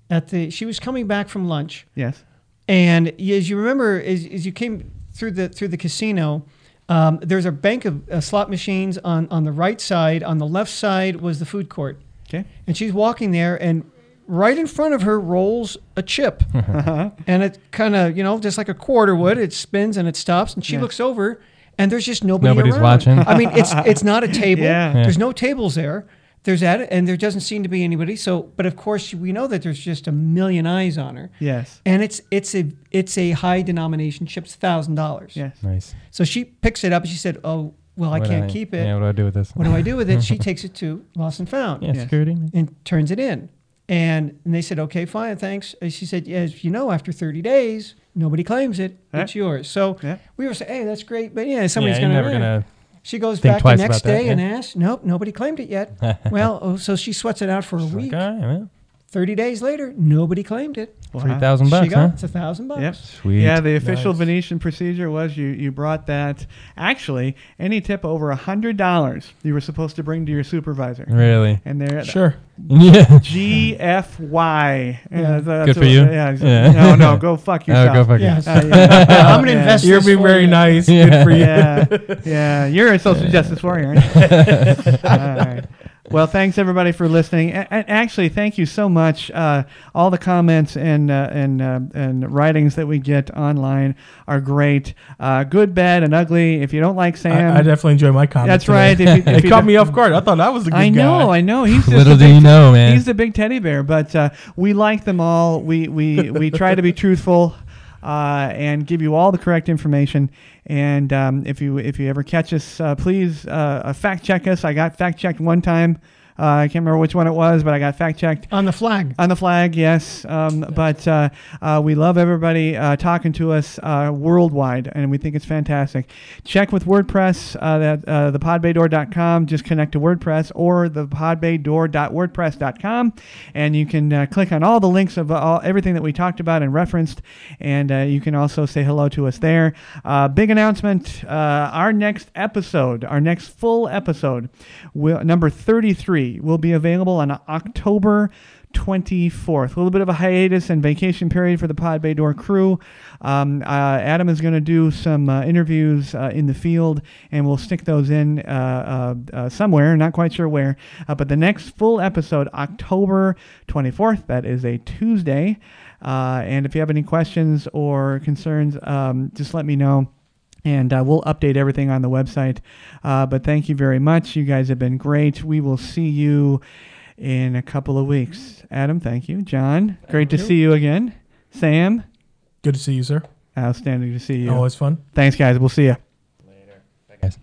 Speaker 10: At the she was coming back from lunch,
Speaker 2: Yes.
Speaker 10: and as you remember, as, as you came through the through the casino, um, there's a bank of uh, slot machines on on the right side. On the left side was the food court,
Speaker 2: Okay.
Speaker 10: and she's walking there, and right in front of her rolls a chip, and it kind of you know just like a quarter would, it spins and it stops, and she
Speaker 2: Yeah.
Speaker 10: looks over, and there's just nobody.
Speaker 8: Nobody's
Speaker 10: around.
Speaker 8: watching.
Speaker 10: I mean, it's it's not a table.
Speaker 2: Yeah.
Speaker 8: Yeah.
Speaker 10: There's no tables there. There's that, and there doesn't seem to be anybody. So, but of course, we know that there's just a million eyes on her
Speaker 2: Yes.
Speaker 10: and it's it's a it's a high denomination chips thousand dollars
Speaker 2: Yes.
Speaker 8: Nice.
Speaker 10: so she picks it up and she said oh well i
Speaker 8: What do
Speaker 10: can't keep it
Speaker 8: Yeah, what do I do with this?
Speaker 10: what do i do with it she takes it to lost and
Speaker 8: [LAUGHS]
Speaker 10: found
Speaker 8: Yeah, security.
Speaker 10: and turns it in and, and they said okay fine thanks and she said yeah, as you know after 30 days nobody claims it
Speaker 2: Yeah.
Speaker 10: it's yours so
Speaker 2: Yeah.
Speaker 10: we were saying hey that's great but yeah somebody's
Speaker 8: Yeah, you're
Speaker 10: gonna,
Speaker 8: never
Speaker 10: yeah.
Speaker 8: gonna.
Speaker 10: she goes
Speaker 8: think
Speaker 10: back the
Speaker 8: twice
Speaker 10: next
Speaker 8: about that,
Speaker 10: day and
Speaker 8: yeah.
Speaker 10: asks nope nobody claimed it
Speaker 11: [LAUGHS]
Speaker 10: yet well oh, so she sweats it out for a week
Speaker 8: Like, all right, well,
Speaker 10: 30 days later nobody claimed it
Speaker 8: three thousand bucks,
Speaker 10: she got
Speaker 8: huh?
Speaker 10: [LAUGHS] it's a thousand bucks
Speaker 2: Yep.
Speaker 8: Sweet.
Speaker 2: Yeah, the official
Speaker 11: Nice.
Speaker 2: Venetian procedure was you you brought that. Actually, any tip over a hundred dollars, you were supposed to bring to your supervisor,
Speaker 8: Really?
Speaker 2: and they're
Speaker 11: Sure.
Speaker 8: [LAUGHS] Yeah.
Speaker 2: GFY. Yeah, that's
Speaker 8: Good for
Speaker 2: what-
Speaker 8: you.
Speaker 2: Yeah,
Speaker 8: Yeah.
Speaker 2: exactly. No, no, go
Speaker 8: [LAUGHS]
Speaker 2: fuck
Speaker 8: Oh,
Speaker 2: yourself.
Speaker 8: go fuck
Speaker 10: Yes. [LAUGHS]
Speaker 8: yourself.
Speaker 2: Uh, yeah.
Speaker 10: I'm gonna
Speaker 2: Yeah.
Speaker 10: invest.
Speaker 11: You're
Speaker 10: this
Speaker 11: being
Speaker 10: for
Speaker 11: very
Speaker 10: you.
Speaker 11: nice. Good [LAUGHS] for you.
Speaker 2: yeah, yeah. You're a social justice warrior. Aren't you?
Speaker 11: [LAUGHS]
Speaker 2: All right. Well, thanks everybody for listening. A- And actually, thank you so much. Uh, all the comments and uh, and uh, and writings that we get online are great. Uh, good, bad, and ugly. If you don't like Sam,
Speaker 11: I, I definitely enjoy my comments.
Speaker 2: that's
Speaker 11: today.
Speaker 2: right. If you, if
Speaker 11: [LAUGHS] It
Speaker 2: you
Speaker 11: caught
Speaker 2: don't-
Speaker 11: me off guard. I thought I was a good
Speaker 2: I know,
Speaker 11: guy.
Speaker 2: I know.
Speaker 8: [LAUGHS]
Speaker 2: He's just
Speaker 8: Little
Speaker 2: a
Speaker 8: do
Speaker 2: big-
Speaker 8: you know, man.
Speaker 2: He's the big teddy bear, but uh, we like them all. We we
Speaker 8: [LAUGHS]
Speaker 2: we try to be truthful. Uh, and give you all the correct information. And um, if you if you ever catch us, uh, please uh, uh, fact check us. I got fact checked one time. Uh, I can't remember which one it was, but I got fact checked
Speaker 10: on the flag.
Speaker 2: on the flag. Yes, um, but uh, uh, we love everybody uh, talking to us uh, worldwide, and we think it's fantastic. Check with WordPress uh, that uh, the podbaydoor.com. Just connect to WordPress or the podbaydoor.wordpress.com, and you can uh, click on all the links of all, everything that we talked about and referenced, and uh, you can also say hello to us there. Uh, big announcement: uh, our next episode, our next full episode, will, number 33, will be available on October 24th. A little bit of a hiatus and vacation period for the Pod Bay Door crew. Um, uh, Adam is going to do some uh, interviews uh, in the field, and we'll stick those in uh, uh, uh, somewhere, not quite sure where. Uh, but the next full episode, October 24th, that is a Tuesday. Uh, and if you have any questions or concerns, um, just let me know and uh, we'll update everything on the website. Uh, but thank you very much. You guys have been great. We will see you in a couple of weeks. Adam, thank you. John, great to see you again. Sam,
Speaker 11: Good to see you, sir.
Speaker 2: outstanding to see you.
Speaker 11: Always fun.
Speaker 2: Thanks, guys. We'll see you.
Speaker 8: guys.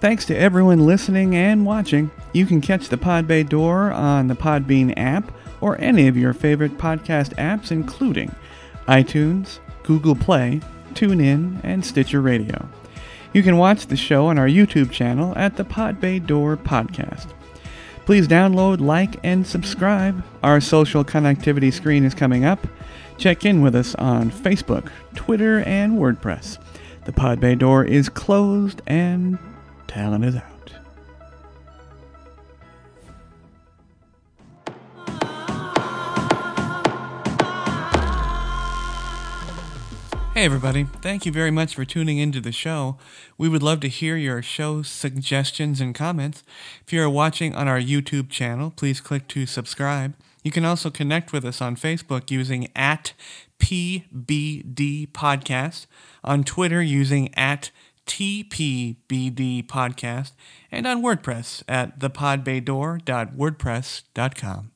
Speaker 2: Thanks to everyone listening and watching. You can catch the Podbay Door on the Podbean app or any of your favorite podcast apps, including iTunes, Google Play, TuneIn, and Stitcher Radio. You can watch the show on our YouTube channel at the Podbay Door Podcast. Please download, like, and subscribe. Our social connectivity screen is coming up. Check in with us on Facebook, Twitter, and WordPress. The pod bay door is closed and talent is out. Hey, everybody. Thank you very much for tuning into the show. We would love to hear your show suggestions and comments. If you are watching on our YouTube channel, please click to subscribe. You can also connect with us on Facebook using at PBD Podcast, on Twitter using at TPBD Podcast, and on WordPress at thepodbaydoor.wordpress.com.